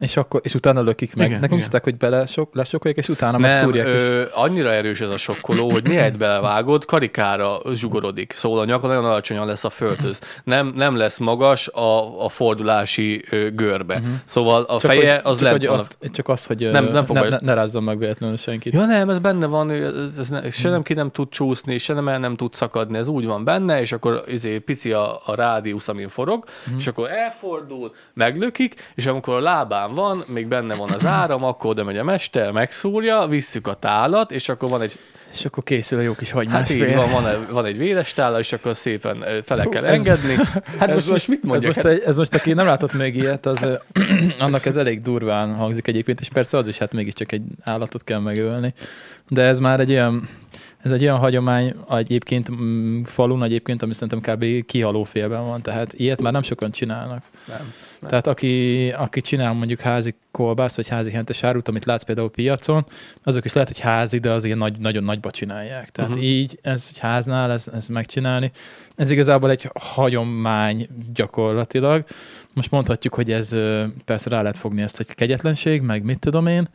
[SPEAKER 1] és, akkor, és utána lökik meg.
[SPEAKER 2] Igen,
[SPEAKER 1] Igen, Nekünk
[SPEAKER 2] igen.
[SPEAKER 1] szokták, hogy bele sok, lesokolják, és utána meg
[SPEAKER 2] Nem,
[SPEAKER 1] szúrják. Ö... És
[SPEAKER 2] ö, annyira erős ez a sokkoló, hogy mihelyt belevágod, karikára zsugorodik. Szóval a nyaka nagyon alacsonyan lesz a földhöz. Nem, nem lesz magas a, a fordulási ö, görbe. Uh-huh. Szóval a
[SPEAKER 1] Mhm. csak
[SPEAKER 2] feje
[SPEAKER 1] hogy-
[SPEAKER 2] az
[SPEAKER 1] csak,
[SPEAKER 2] lent
[SPEAKER 1] hogy,
[SPEAKER 2] van. A...
[SPEAKER 1] a- Csak az, hogy
[SPEAKER 2] Nem-
[SPEAKER 1] nem,
[SPEAKER 2] nem
[SPEAKER 1] nem
[SPEAKER 2] fog
[SPEAKER 1] ne,
[SPEAKER 2] baj.
[SPEAKER 1] ne, ne rázzon meg véletlenül senkit.
[SPEAKER 2] Ja nem, ez benne van, ez, ez ne, se nem ki nem tud csúszni, se nem el nem tud szakadni, ez úgy van benne, és akkor izé, pici a, a rádiusz, amin forog,
[SPEAKER 1] Mhm.
[SPEAKER 2] és akkor elfordul, meglökik, és amikor a lábán van, még benne van az áram, akkor oda megy a mester, megszúrja, visszük a tálat, és akkor van egy
[SPEAKER 1] És akkor készül a jó kis
[SPEAKER 2] Hát
[SPEAKER 1] hagymás.
[SPEAKER 2] így van, van, van egy véres tála, és akkor szépen ö, tele kell
[SPEAKER 1] ez-
[SPEAKER 2] engedni. Hát most, most mit
[SPEAKER 1] ez
[SPEAKER 2] mondjak?
[SPEAKER 1] most,
[SPEAKER 2] Hát,
[SPEAKER 1] egy, ez most, aki nem látott még ilyet, az, ö, annak ez elég durván hangzik egyébként, és persze az is, hát mégiscsak egy állatot kell megölni. De ez már egy olyan, ez egy olyan hagyomány egyébként mm, falun egyébként, ami szerintem kb. kihaló félben van, tehát ilyet már nem sokan csinálnak.
[SPEAKER 2] nem. Nem.
[SPEAKER 1] Tehát aki, aki csinál mondjuk házi kolbász, vagy házi hentes árut, amit látsz például piacon, azok is lehet, hogy házi, de az ilyen nagy, nagyon nagyba csinálják. Tehát
[SPEAKER 2] Mhm.
[SPEAKER 1] uh-huh. így, ez egy háznál, ez, ez megcsinálni. Ez igazából egy hagyomány gyakorlatilag. Most mondhatjuk, hogy ez ö, persze rá lehet fogni ezt, hogy kegyetlenség, meg mit tudom én.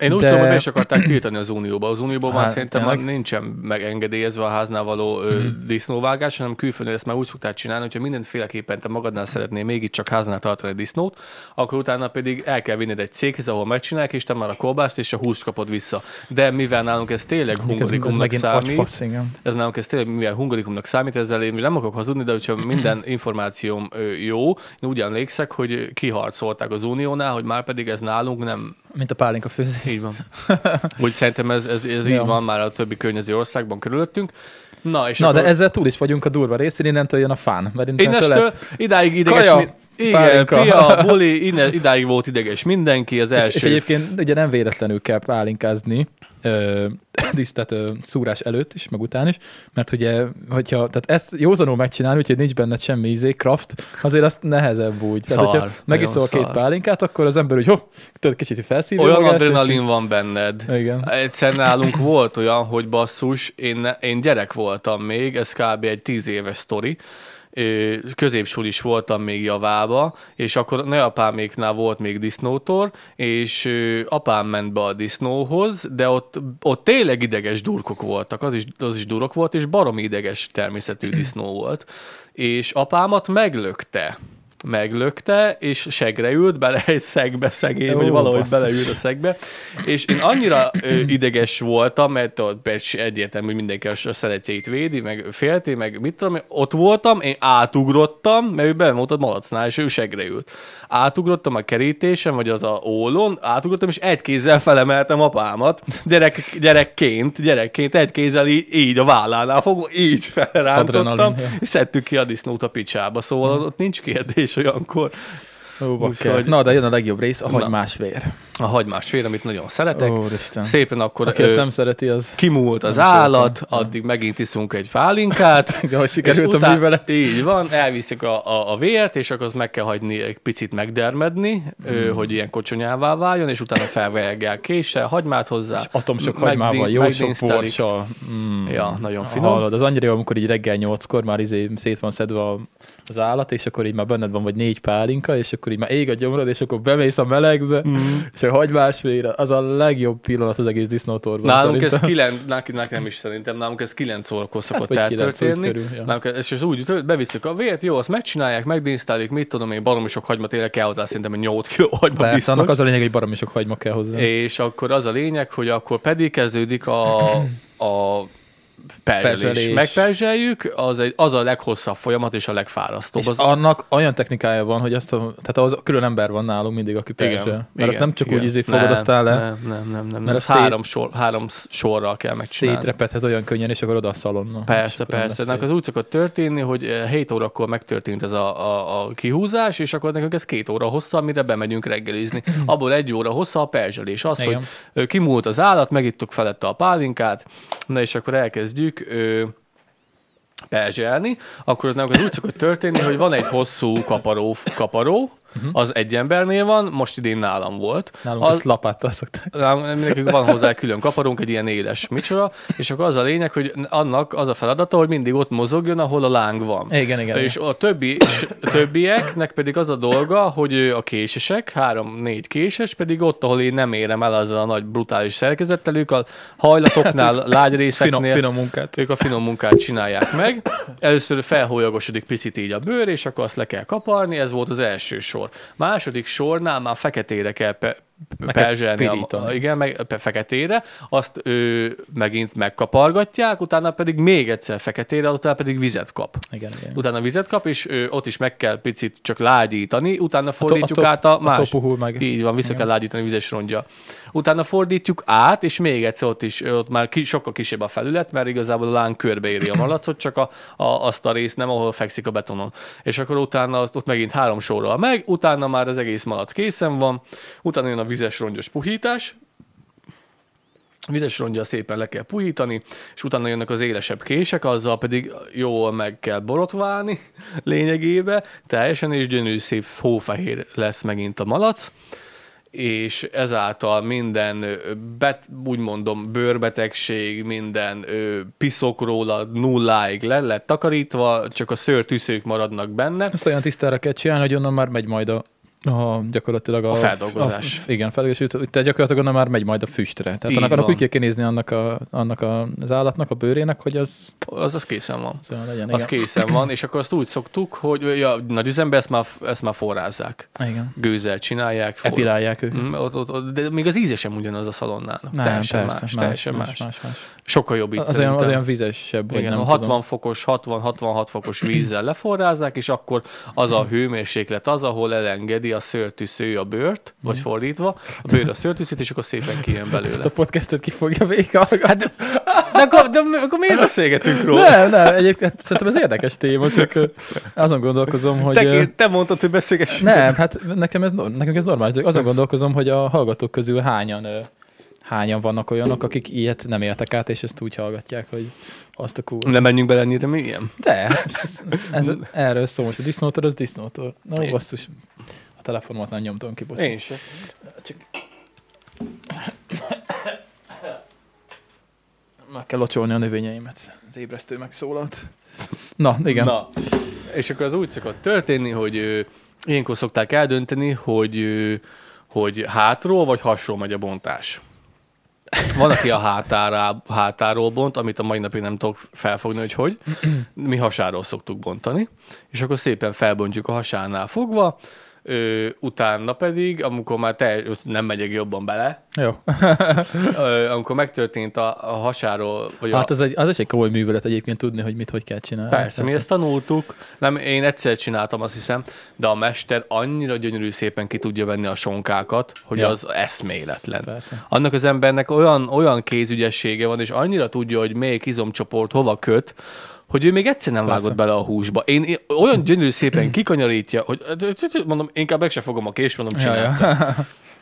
[SPEAKER 2] Én
[SPEAKER 1] Hát
[SPEAKER 2] úgy
[SPEAKER 1] de-
[SPEAKER 2] tudom, hogy be is akarták tiltani az Unióba. Az Unióban már
[SPEAKER 1] Hát,
[SPEAKER 2] szerintem már
[SPEAKER 1] tényleg? Mhm.
[SPEAKER 2] nincsen megengedélyezve a háznál való ö, disznóvágás, hanem külföldön ezt már úgy szokták csinálni, hogyha mindenféleképpen te magadnál szeretnél mégiscsak háznál tartani disznót, akkor utána pedig el kell vinned egy céghez, ahol megcsinálják, és te már a kolbászt és a húst kapod vissza. De mivel nálunk ez tényleg
[SPEAKER 1] Mondjuk Hát Ez, ez
[SPEAKER 2] hungarikumnak
[SPEAKER 1] megint
[SPEAKER 2] számít,
[SPEAKER 1] agyfasz, igen.
[SPEAKER 2] ez nálunk ez tényleg mivel hungarikumnak számít, ezzel én nem akarok hazudni, de hogyha minden információm ö, jó, én úgy emlékszek, hogy kiharcolták az Uniónál, hogy már pedig ez nálunk nem
[SPEAKER 1] Mint a pálinka főzés.
[SPEAKER 2] így van. Úgy szerintem ez, ez, ez így
[SPEAKER 1] Ja.
[SPEAKER 2] van már a többi környező országban körülöttünk. Na, és
[SPEAKER 1] Na,
[SPEAKER 2] akkor
[SPEAKER 1] de ezzel túl is vagyunk a durva részén, innentől jön a fán. Mert innentől
[SPEAKER 2] innestől
[SPEAKER 1] lesz-
[SPEAKER 2] idáig ideges...
[SPEAKER 1] Kaja,
[SPEAKER 2] mi- igen,
[SPEAKER 1] pálinka.
[SPEAKER 2] pia, buli, inne, idáig volt ideges mindenki, az első
[SPEAKER 1] És, és egyébként ugye nem véletlenül kell pálinkázni ö, disz- tehát ö, szúrás előtt is, meg után is, mert ugye, hogyha, tehát ezt józanul megcsinálni, úgyhogy nincs benne semmi izé, kraft, azért azt nehezebb úgy. Tehát,
[SPEAKER 2] Szar,
[SPEAKER 1] hogyha megiszol a
[SPEAKER 2] nagyon
[SPEAKER 1] két
[SPEAKER 2] szar.
[SPEAKER 1] pálinkát, akkor az ember úgy, hopp, tudod, kicsit így felszívja
[SPEAKER 2] Olyan
[SPEAKER 1] magát, és
[SPEAKER 2] adrenalin van benned.
[SPEAKER 1] így- Igen.
[SPEAKER 2] Egyszer nálunk volt olyan, hogy basszus, én, ne- én gyerek voltam még, ez kb. egy tíz éves sztori, Ö, középsulis voltam még javába, és akkor nagyapáméknál volt még disznótor, és ö, apám ment be a disznóhoz, de ott, ott tényleg ideges durkok voltak, az is, az is durok volt, és barom ideges természetű disznó volt. És apámat meglökte meglökte, és segre ült bele egy szegbe szegény,
[SPEAKER 1] Ó,
[SPEAKER 2] vagy valahogy
[SPEAKER 1] basszus.
[SPEAKER 2] beleült ült a szegbe, és én annyira ö, ideges voltam, mert ott persze egyértelmű, hogy mindenki a s- a szeretjeit védi, meg félti, meg mit tudom, én. ott voltam, én átugrottam, mert ő bemutatott malacnál, és ő segre ült. Átugrottam a kerítésen, vagy az a ólon, átugrottam, és egy kézzel felemeltem apámat, gyerek, gyerekként, gyerekként egy kézzel így, így a vállánál fogva, így felrántottam,
[SPEAKER 1] adrenalin, ja. Mhm.
[SPEAKER 2] és szedtük ki a disznót a picsába, szóval ott nincs kérdés olyankor.
[SPEAKER 1] Ó, bakker.
[SPEAKER 2] Úgyhogy-
[SPEAKER 1] Na, de jön a legjobb rész, a hagymás vér.
[SPEAKER 2] A hagymás vér, amit nagyon szeretek,
[SPEAKER 1] Ó, Isten.
[SPEAKER 2] Szépen akkor
[SPEAKER 1] Aki
[SPEAKER 2] ö,
[SPEAKER 1] ezt nem szereti, az
[SPEAKER 2] kimúlt az állat, addig megint iszunk egy pálinkát,
[SPEAKER 1] igen, hogy
[SPEAKER 2] és
[SPEAKER 1] sikerült a
[SPEAKER 2] után,
[SPEAKER 1] művelet.
[SPEAKER 2] így van, elviszik a, a, a vért, és akkor azt meg kell hagyni egy picit megdermedni,
[SPEAKER 1] Hmm.
[SPEAKER 2] mm. hogy ilyen kocsonyává váljon, és utána felvejelgel késsel, hagymát hozzá.
[SPEAKER 1] És atomsok
[SPEAKER 2] Megdin-
[SPEAKER 1] hagymával, jó sok
[SPEAKER 2] megdinsztelik.
[SPEAKER 1] borsa. Mm.
[SPEAKER 2] Ja, nagyon finom.
[SPEAKER 1] Hallod, az annyira jó, amikor így reggel nyolckor már izé szét van szedve a- az állat, és akkor így már benned van vagy négy pálinka, és akkor így már ég a gyomrod, és akkor bemész a melegbe,
[SPEAKER 2] Mhm.
[SPEAKER 1] mm. és a hagymás vér, az a legjobb pillanat az egész disznótorban.
[SPEAKER 2] Nálunk ez
[SPEAKER 1] szerintem.
[SPEAKER 2] kilenc, nálunk nem is szerintem, nálunk ez kilenc órakor szokott
[SPEAKER 1] vagy
[SPEAKER 2] hát,
[SPEAKER 1] kilenc, úgy
[SPEAKER 2] eltörténni.
[SPEAKER 1] körül, ja.
[SPEAKER 2] Nálunk ez, és ez úgy, hogy beviszük a vért, jó, azt megcsinálják, megdinsztálik, mit tudom én, baromi sok hagymát tényleg kell hozzá, szerintem egy 8 kiló hagyma
[SPEAKER 1] Persze,
[SPEAKER 2] biztos.
[SPEAKER 1] annak az a lényeg, hogy baromi sok hagyma kell hozzá. É,
[SPEAKER 2] És akkor az a lényeg, hogy akkor pedig kezdődik a, a perzselés.
[SPEAKER 1] Perzselés.
[SPEAKER 2] Megperzseljük, az, egy, az a leghosszabb folyamat és a legfárasztóbb.
[SPEAKER 1] és
[SPEAKER 2] az,
[SPEAKER 1] az... annak olyan technikája van, hogy azt a, tehát az külön ember van nálunk mindig, aki
[SPEAKER 2] Igen,
[SPEAKER 1] perzsel. Mert
[SPEAKER 2] igen,
[SPEAKER 1] azt nem csak
[SPEAKER 2] igen.
[SPEAKER 1] úgy izé fogod,
[SPEAKER 2] nem,
[SPEAKER 1] aztán le.
[SPEAKER 2] Nem, nem, nem, nem. Mert
[SPEAKER 1] Mert
[SPEAKER 2] az
[SPEAKER 1] a szét-
[SPEAKER 2] három, sor, három sorral kell megcsinálni.
[SPEAKER 1] Szétrepethet olyan könnyen, és akkor oda a szalonna. És
[SPEAKER 2] Persze,
[SPEAKER 1] akkor nem
[SPEAKER 2] persze.
[SPEAKER 1] lesz
[SPEAKER 2] Ennek az úgy szokott történni, hogy eh, 7 órakor megtörtént ez a, a, a kihúzás, és akkor nekünk ez két óra hossza, amire bemegyünk reggelizni. Abból egy óra hossza a perzselés. Az, Igen.
[SPEAKER 1] Igen.
[SPEAKER 2] hogy ö, kimúlt az állat, megittuk felette a pálinkát, na és akkor elkezd elkezdjük ö, perzselni, akkor az nálunk az úgy szokott történni, hogy van egy hosszú kaparó, kaparó az egy embernél van, most idén nálam volt.
[SPEAKER 1] Nálunk
[SPEAKER 2] Az-
[SPEAKER 1] az... ezt lapáttal szokták.
[SPEAKER 2] Rám- Mindenkinek van hozzá egy külön kaparunk, egy ilyen éles micsoda, és akkor az a lényeg, hogy annak az a feladata, hogy mindig ott mozogjon, ahol a láng van.
[SPEAKER 1] Igen, igen.
[SPEAKER 2] És a többi, és a többieknek pedig az a dolga, hogy ő a késesek, három-négy késes, pedig ott, ahol én nem érem el azzal a nagy brutális szerkezettel, ők a hajlatoknál, lágy
[SPEAKER 1] Hát, Finom,
[SPEAKER 2] részeknél,
[SPEAKER 1] finom munkát.
[SPEAKER 2] Hát, ők a finom munkát csinálják meg. Először felhólyagosodik picit így a bőr, és akkor azt le kell kaparni, ez volt az első sor. Második sornál már feketére kell pe-
[SPEAKER 1] Meg kell
[SPEAKER 2] perzselni. A,
[SPEAKER 1] pirítani.
[SPEAKER 2] igen, meg pe- feketére, azt ő megint megkapargatják, utána pedig még egyszer feketére, utána pedig vizet kap.
[SPEAKER 1] Igen, igen.
[SPEAKER 2] Utána vizet kap, és ö, ott is meg kell picit csak lágyítani, utána
[SPEAKER 1] to-
[SPEAKER 2] fordítjuk
[SPEAKER 1] a top-
[SPEAKER 2] át a
[SPEAKER 1] a
[SPEAKER 2] más.
[SPEAKER 1] topuhul meg.
[SPEAKER 2] Így van, vissza
[SPEAKER 1] Igen.
[SPEAKER 2] kell lágyítani a vizes rongya. Utána fordítjuk át, és még egyszer ott is, ö, ott már ki, sokkal kisebb a felület, mert igazából a láng körbeéri a malacot, csak a, a, azt a részt nem, ahol fekszik a betonon. És akkor utána azt- ott megint három sorral meg, utána már az egész malac készen van, utána jön a vizes rongyos puhítás, vizes rongyal szépen le kell puhítani, és utána jönnek az élesebb kések, azzal pedig jól meg kell borotválni lényegébe, teljesen, és gyönyörű szép hófehér lesz megint a malac, és ezáltal minden, ö, bet, úgy mondom, bőrbetegség, minden ö, piszok róla nulláig le lett takarítva, csak a szőrtűszők maradnak benne.
[SPEAKER 1] Ezt olyan tisztára kell csinálni, hogy onnan már megy majd a, a gyakorlatilag a,
[SPEAKER 2] A feldolgozás.
[SPEAKER 1] A, igen, feldolgozás. Úgy- Te gyakorlatilag onnan már megy majd a füstre. Tehát
[SPEAKER 2] Így
[SPEAKER 1] annak, annak
[SPEAKER 2] van.
[SPEAKER 1] úgy kell kinézni annak, a, annak a, az állatnak, a bőrének, hogy az,
[SPEAKER 2] Az, az készen van.
[SPEAKER 1] az olyan legyen. igen.
[SPEAKER 2] Az készen van, és akkor azt úgy szoktuk, hogy ja, nagy üzemben ezt már, ezt már forrázzák.
[SPEAKER 1] igen.
[SPEAKER 2] gőzzel csinálják. for-
[SPEAKER 1] Epilálják ők.
[SPEAKER 2] Mm, Ott, ott, ott, de még az íze sem ugyanaz a szalonnának.
[SPEAKER 1] Nem,
[SPEAKER 2] teljesen
[SPEAKER 1] persze,
[SPEAKER 2] más, teljesen más,
[SPEAKER 1] más, más.
[SPEAKER 2] Sokkal jobb itt
[SPEAKER 1] Az, olyan, az olyan vizesebb, vagy
[SPEAKER 2] igen,
[SPEAKER 1] nem
[SPEAKER 2] a 60 fokos, 60-66 fokos vízzel leforrázzák, és akkor az
[SPEAKER 1] Mhm.
[SPEAKER 2] a hőmérséklet az, ahol elengedi a szőrtűsző a bőrt, vagy fordítva, a bőr a szőrtűszét, és akkor szépen
[SPEAKER 1] tudom.
[SPEAKER 2] kijön
[SPEAKER 1] Mhm. Ezt
[SPEAKER 2] belőle.
[SPEAKER 1] a podcastet ki fogja végighallgatni.
[SPEAKER 2] Hát, de akkor, de akkor miért beszélgetünk róla?
[SPEAKER 1] Nem, nem, egyébként szerintem ez érdekes téma, csak ö, azon gondolkozom, hogy... ö,
[SPEAKER 2] Te, te mondtad, hogy beszélgessünk.
[SPEAKER 1] Nem, hát nekem ez, nor- nekünk ez normális, de azon gondolkozom, hogy a hallgatók közül hányan, ö, hányan vannak olyanok, akik ilyet nem éltek át, és ezt úgy hallgatják, hogy azt a kurva.
[SPEAKER 2] Nem menjünk bele ennyire mélyen.
[SPEAKER 1] De, most ez, ez, ez, erről szó most. A disznótól az disznótól. Na,
[SPEAKER 2] Én-
[SPEAKER 1] Én. basszus. A telefonomat nem nyomtam ki, bocs.
[SPEAKER 2] Én sem.
[SPEAKER 1] Meg kell locsolni a növényeimet. Az ébresztő megszólalt. Na, igen. Na.
[SPEAKER 2] Na, és akkor az úgy szokott történni, hogy ö, ilyenkor szokták eldönteni, hogy, ö, hogy hátról vagy hasról megy a bontás. Van, aki a hátára, hátáról bont, amit a mai napig nem tudok felfogni, hogy hogy. Mi hasáról szoktuk bontani, és akkor szépen felbontjuk a hasánál fogva, ö, utána pedig, amikor már te, nem megyek jobban bele,
[SPEAKER 1] Jó.
[SPEAKER 2] ö, amikor megtörtént a, a hasáról, vagy a,
[SPEAKER 1] Hát az, egy, az is egy komoly művelet egyébként tudni, hogy mit hogy kell csinálni.
[SPEAKER 2] Persze, mi ezt tanultuk. Nem, én egyszer csináltam, azt hiszem, de a mester annyira gyönyörű szépen ki tudja venni a sonkákat, hogy
[SPEAKER 1] Ja.
[SPEAKER 2] az eszméletlen.
[SPEAKER 1] Persze.
[SPEAKER 2] Annak az embernek olyan, olyan kézügyessége van, és annyira tudja, hogy melyik izomcsoport hova köt, hogy ő még egyszer nem
[SPEAKER 1] Persze.
[SPEAKER 2] vágott bele a húsba. Én, én olyan gyönyörű szépen kikanyarítja, hogy mondom, inkább meg se fogom a kést, mondom,
[SPEAKER 1] Ja,
[SPEAKER 2] csinálj.
[SPEAKER 1] ja.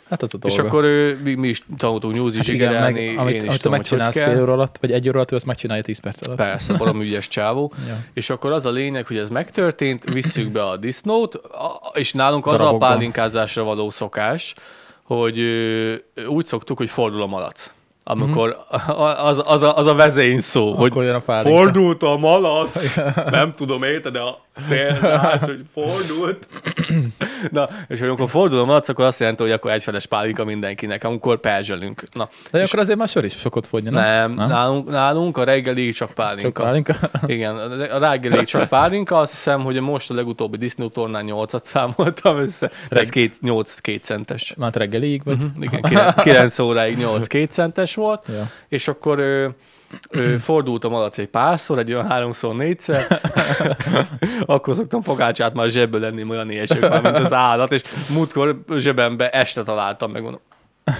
[SPEAKER 1] Hát az a dolga.
[SPEAKER 2] És akkor ő, mi, mi is tanultunk nyúzni, hát zsigerelni,
[SPEAKER 1] meg,
[SPEAKER 2] én
[SPEAKER 1] amit,
[SPEAKER 2] is
[SPEAKER 1] amit te
[SPEAKER 2] tudom, hogy hogy
[SPEAKER 1] megcsinálsz
[SPEAKER 2] kell.
[SPEAKER 1] fél óra alatt, vagy egy óra alatt, ő azt megcsinálja 10 perc alatt.
[SPEAKER 2] Persze, valami ügyes csávó.
[SPEAKER 1] Ja.
[SPEAKER 2] És akkor az a lényeg, hogy ez megtörtént, visszük be a disznót, a- és nálunk az a
[SPEAKER 1] Darabokban.
[SPEAKER 2] pálinkázásra való szokás, hogy ö, úgy szoktuk, hogy fordul a malac. Amikor a- az, az, a, az a vezény szó,
[SPEAKER 1] Mhm. Akkor
[SPEAKER 2] hogy
[SPEAKER 1] jön a pálinka.
[SPEAKER 2] fordult a malac, nem tudom érted, de a célzás, hogy fordult. Na, és amikor fordul a malac, akkor azt jelenti, hogy akkor egyfeles pálinka mindenkinek, amikor perzselünk. Na,
[SPEAKER 1] De akkor azért már sor is szokott fogyni, nem?
[SPEAKER 2] nem, nem. Nálunk, nálunk a reggeli csak pálinka.
[SPEAKER 1] Csak pálinka.
[SPEAKER 2] Igen, a rágeli csak pálinka, azt hiszem, hogy most a legutóbbi Disney tornán 8-at számoltam össze. Ez két, 8 két centes.
[SPEAKER 1] Már reggelig, vagy?
[SPEAKER 2] Igen, 9, 9 óráig 8 két centes volt,
[SPEAKER 1] Ja.
[SPEAKER 2] és akkor ő, ő fordult a malac egy párszor, egy olyan háromszor, négyszer, akkor szoktam pogácsát már zsebből lenni, olyan éhesek már, mint az állat, és múltkor zsebembe este találtam, meg mondom,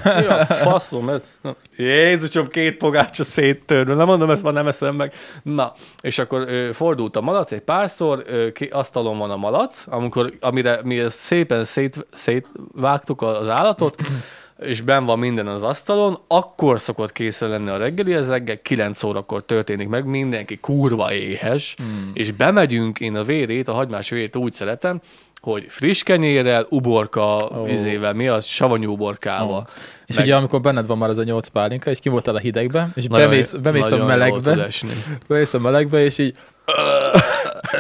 [SPEAKER 2] mi a faszom? ez? Na, Jézusom, két pogácsa széttörve. Nem mondom, ezt már nem eszem meg. Na, és akkor ö, fordult a malac egy párszor, ö, ki, asztalon van a malac, amikor, amire mi ezt szépen szét, szétvágtuk az állatot, ö, és ben van minden az asztalon, akkor szokott készen lenni a reggeli, ez reggel 9 órakor történik meg, mindenki kurva éhes, mm. és bemegyünk, én a vérét, a hagymás vérét úgy szeretem, hogy friss kenyérrel, uborka oh. izével, mi az, savanyú uborkával. Oh.
[SPEAKER 1] És meg... ugye amikor benned van már az a nyolc pálinka, és kivoltál a hidegbe, és bemész, bemész a
[SPEAKER 2] nagyon jól tud
[SPEAKER 1] melegbe,
[SPEAKER 2] esni.
[SPEAKER 1] bemész a melegbe, és így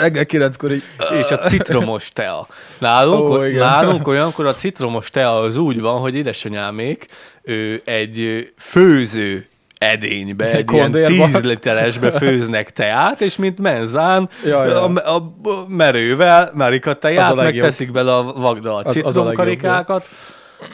[SPEAKER 1] reggel kilenckor így
[SPEAKER 2] és a citromos tea. Nálunk,
[SPEAKER 1] Ó,
[SPEAKER 2] oh,
[SPEAKER 1] igen.
[SPEAKER 2] nálunk olyankor a citromos tea az úgy van, hogy édesanyámék ő egy ö, főző edénybe,
[SPEAKER 1] Egy
[SPEAKER 2] egy ilyen
[SPEAKER 1] kondérba.
[SPEAKER 2] 10 literesbe főznek teát, és mint menzán
[SPEAKER 1] Ja, ja.
[SPEAKER 2] A, a, a merővel merik a
[SPEAKER 1] Az
[SPEAKER 2] teát,
[SPEAKER 1] a
[SPEAKER 2] meg
[SPEAKER 1] legjobb.
[SPEAKER 2] teszik bele a vagda a
[SPEAKER 1] az a
[SPEAKER 2] citromkarikákat.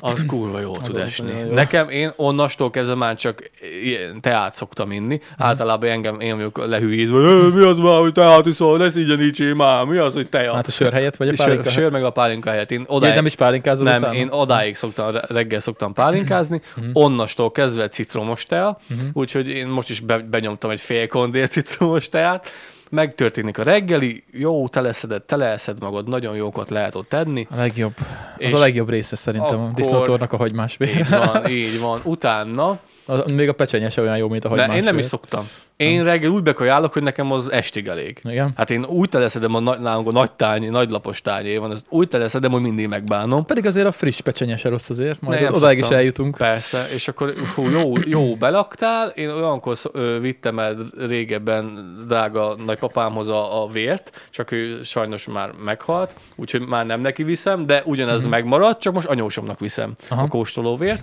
[SPEAKER 2] Az kurva jól tud
[SPEAKER 1] az
[SPEAKER 2] esni.
[SPEAKER 1] nagyon jó.
[SPEAKER 2] Nekem én onnastól kezdve már csak ilyen teát szoktam inni.
[SPEAKER 1] Mhm.
[SPEAKER 2] Általában engem én vagyok lehűízve, "Ö, mi az már, hogy teát iszol, ne szígyenítsé már, mi az, hogy teát.
[SPEAKER 1] Hát a sör helyett, vagy a
[SPEAKER 2] sör,
[SPEAKER 1] pálinka?
[SPEAKER 2] sör meg a pálinka helyett. Én
[SPEAKER 1] Én
[SPEAKER 2] odáig,
[SPEAKER 1] nem is pálinkázol
[SPEAKER 2] nem,
[SPEAKER 1] utána? Mhm.
[SPEAKER 2] én odáig szoktam, re- reggel szoktam pálinkázni, onnastól kezdve citromos tea, úgyhogy én most is be, benyomtam egy fél kondér citromos teát, megtörténik a reggeli, jó, teleszedett, teleeszed magad, nagyon jókat lehet ott tenni,
[SPEAKER 1] A legjobb.
[SPEAKER 2] És
[SPEAKER 1] Az a legjobb része szerintem a
[SPEAKER 2] akkor-
[SPEAKER 1] disznótornak a hagymás vér.
[SPEAKER 2] így van, így van, utána,
[SPEAKER 1] Az- Még a pecsenye se olyan jó, mint a hagymás
[SPEAKER 2] de én nem
[SPEAKER 1] vér.
[SPEAKER 2] is szoktam. Én reggel úgy bekajálok, hogy nekem az estig elég.
[SPEAKER 1] Igen.
[SPEAKER 2] Hát én úgy teleszedem, a nagy, nálunk a nagy tány, nagy lapos tányé van, az úgy teleszedem, hogy mindig megbánom.
[SPEAKER 1] Pedig azért a friss pecsenye se rossz azért, majd
[SPEAKER 2] Nem
[SPEAKER 1] odáig is
[SPEAKER 2] szoktam.
[SPEAKER 1] eljutunk.
[SPEAKER 2] Persze, és akkor hú, jó, jó belaktál, én olyankor sz- ö, vittem el régebben drága nagypapámhoz a, a vért, csak ő sajnos már meghalt, úgyhogy már nem neki viszem, de ugyanez megmaradt, csak most anyósomnak viszem Mhm. Aha.
[SPEAKER 1] Aha.
[SPEAKER 2] a kóstolóvért,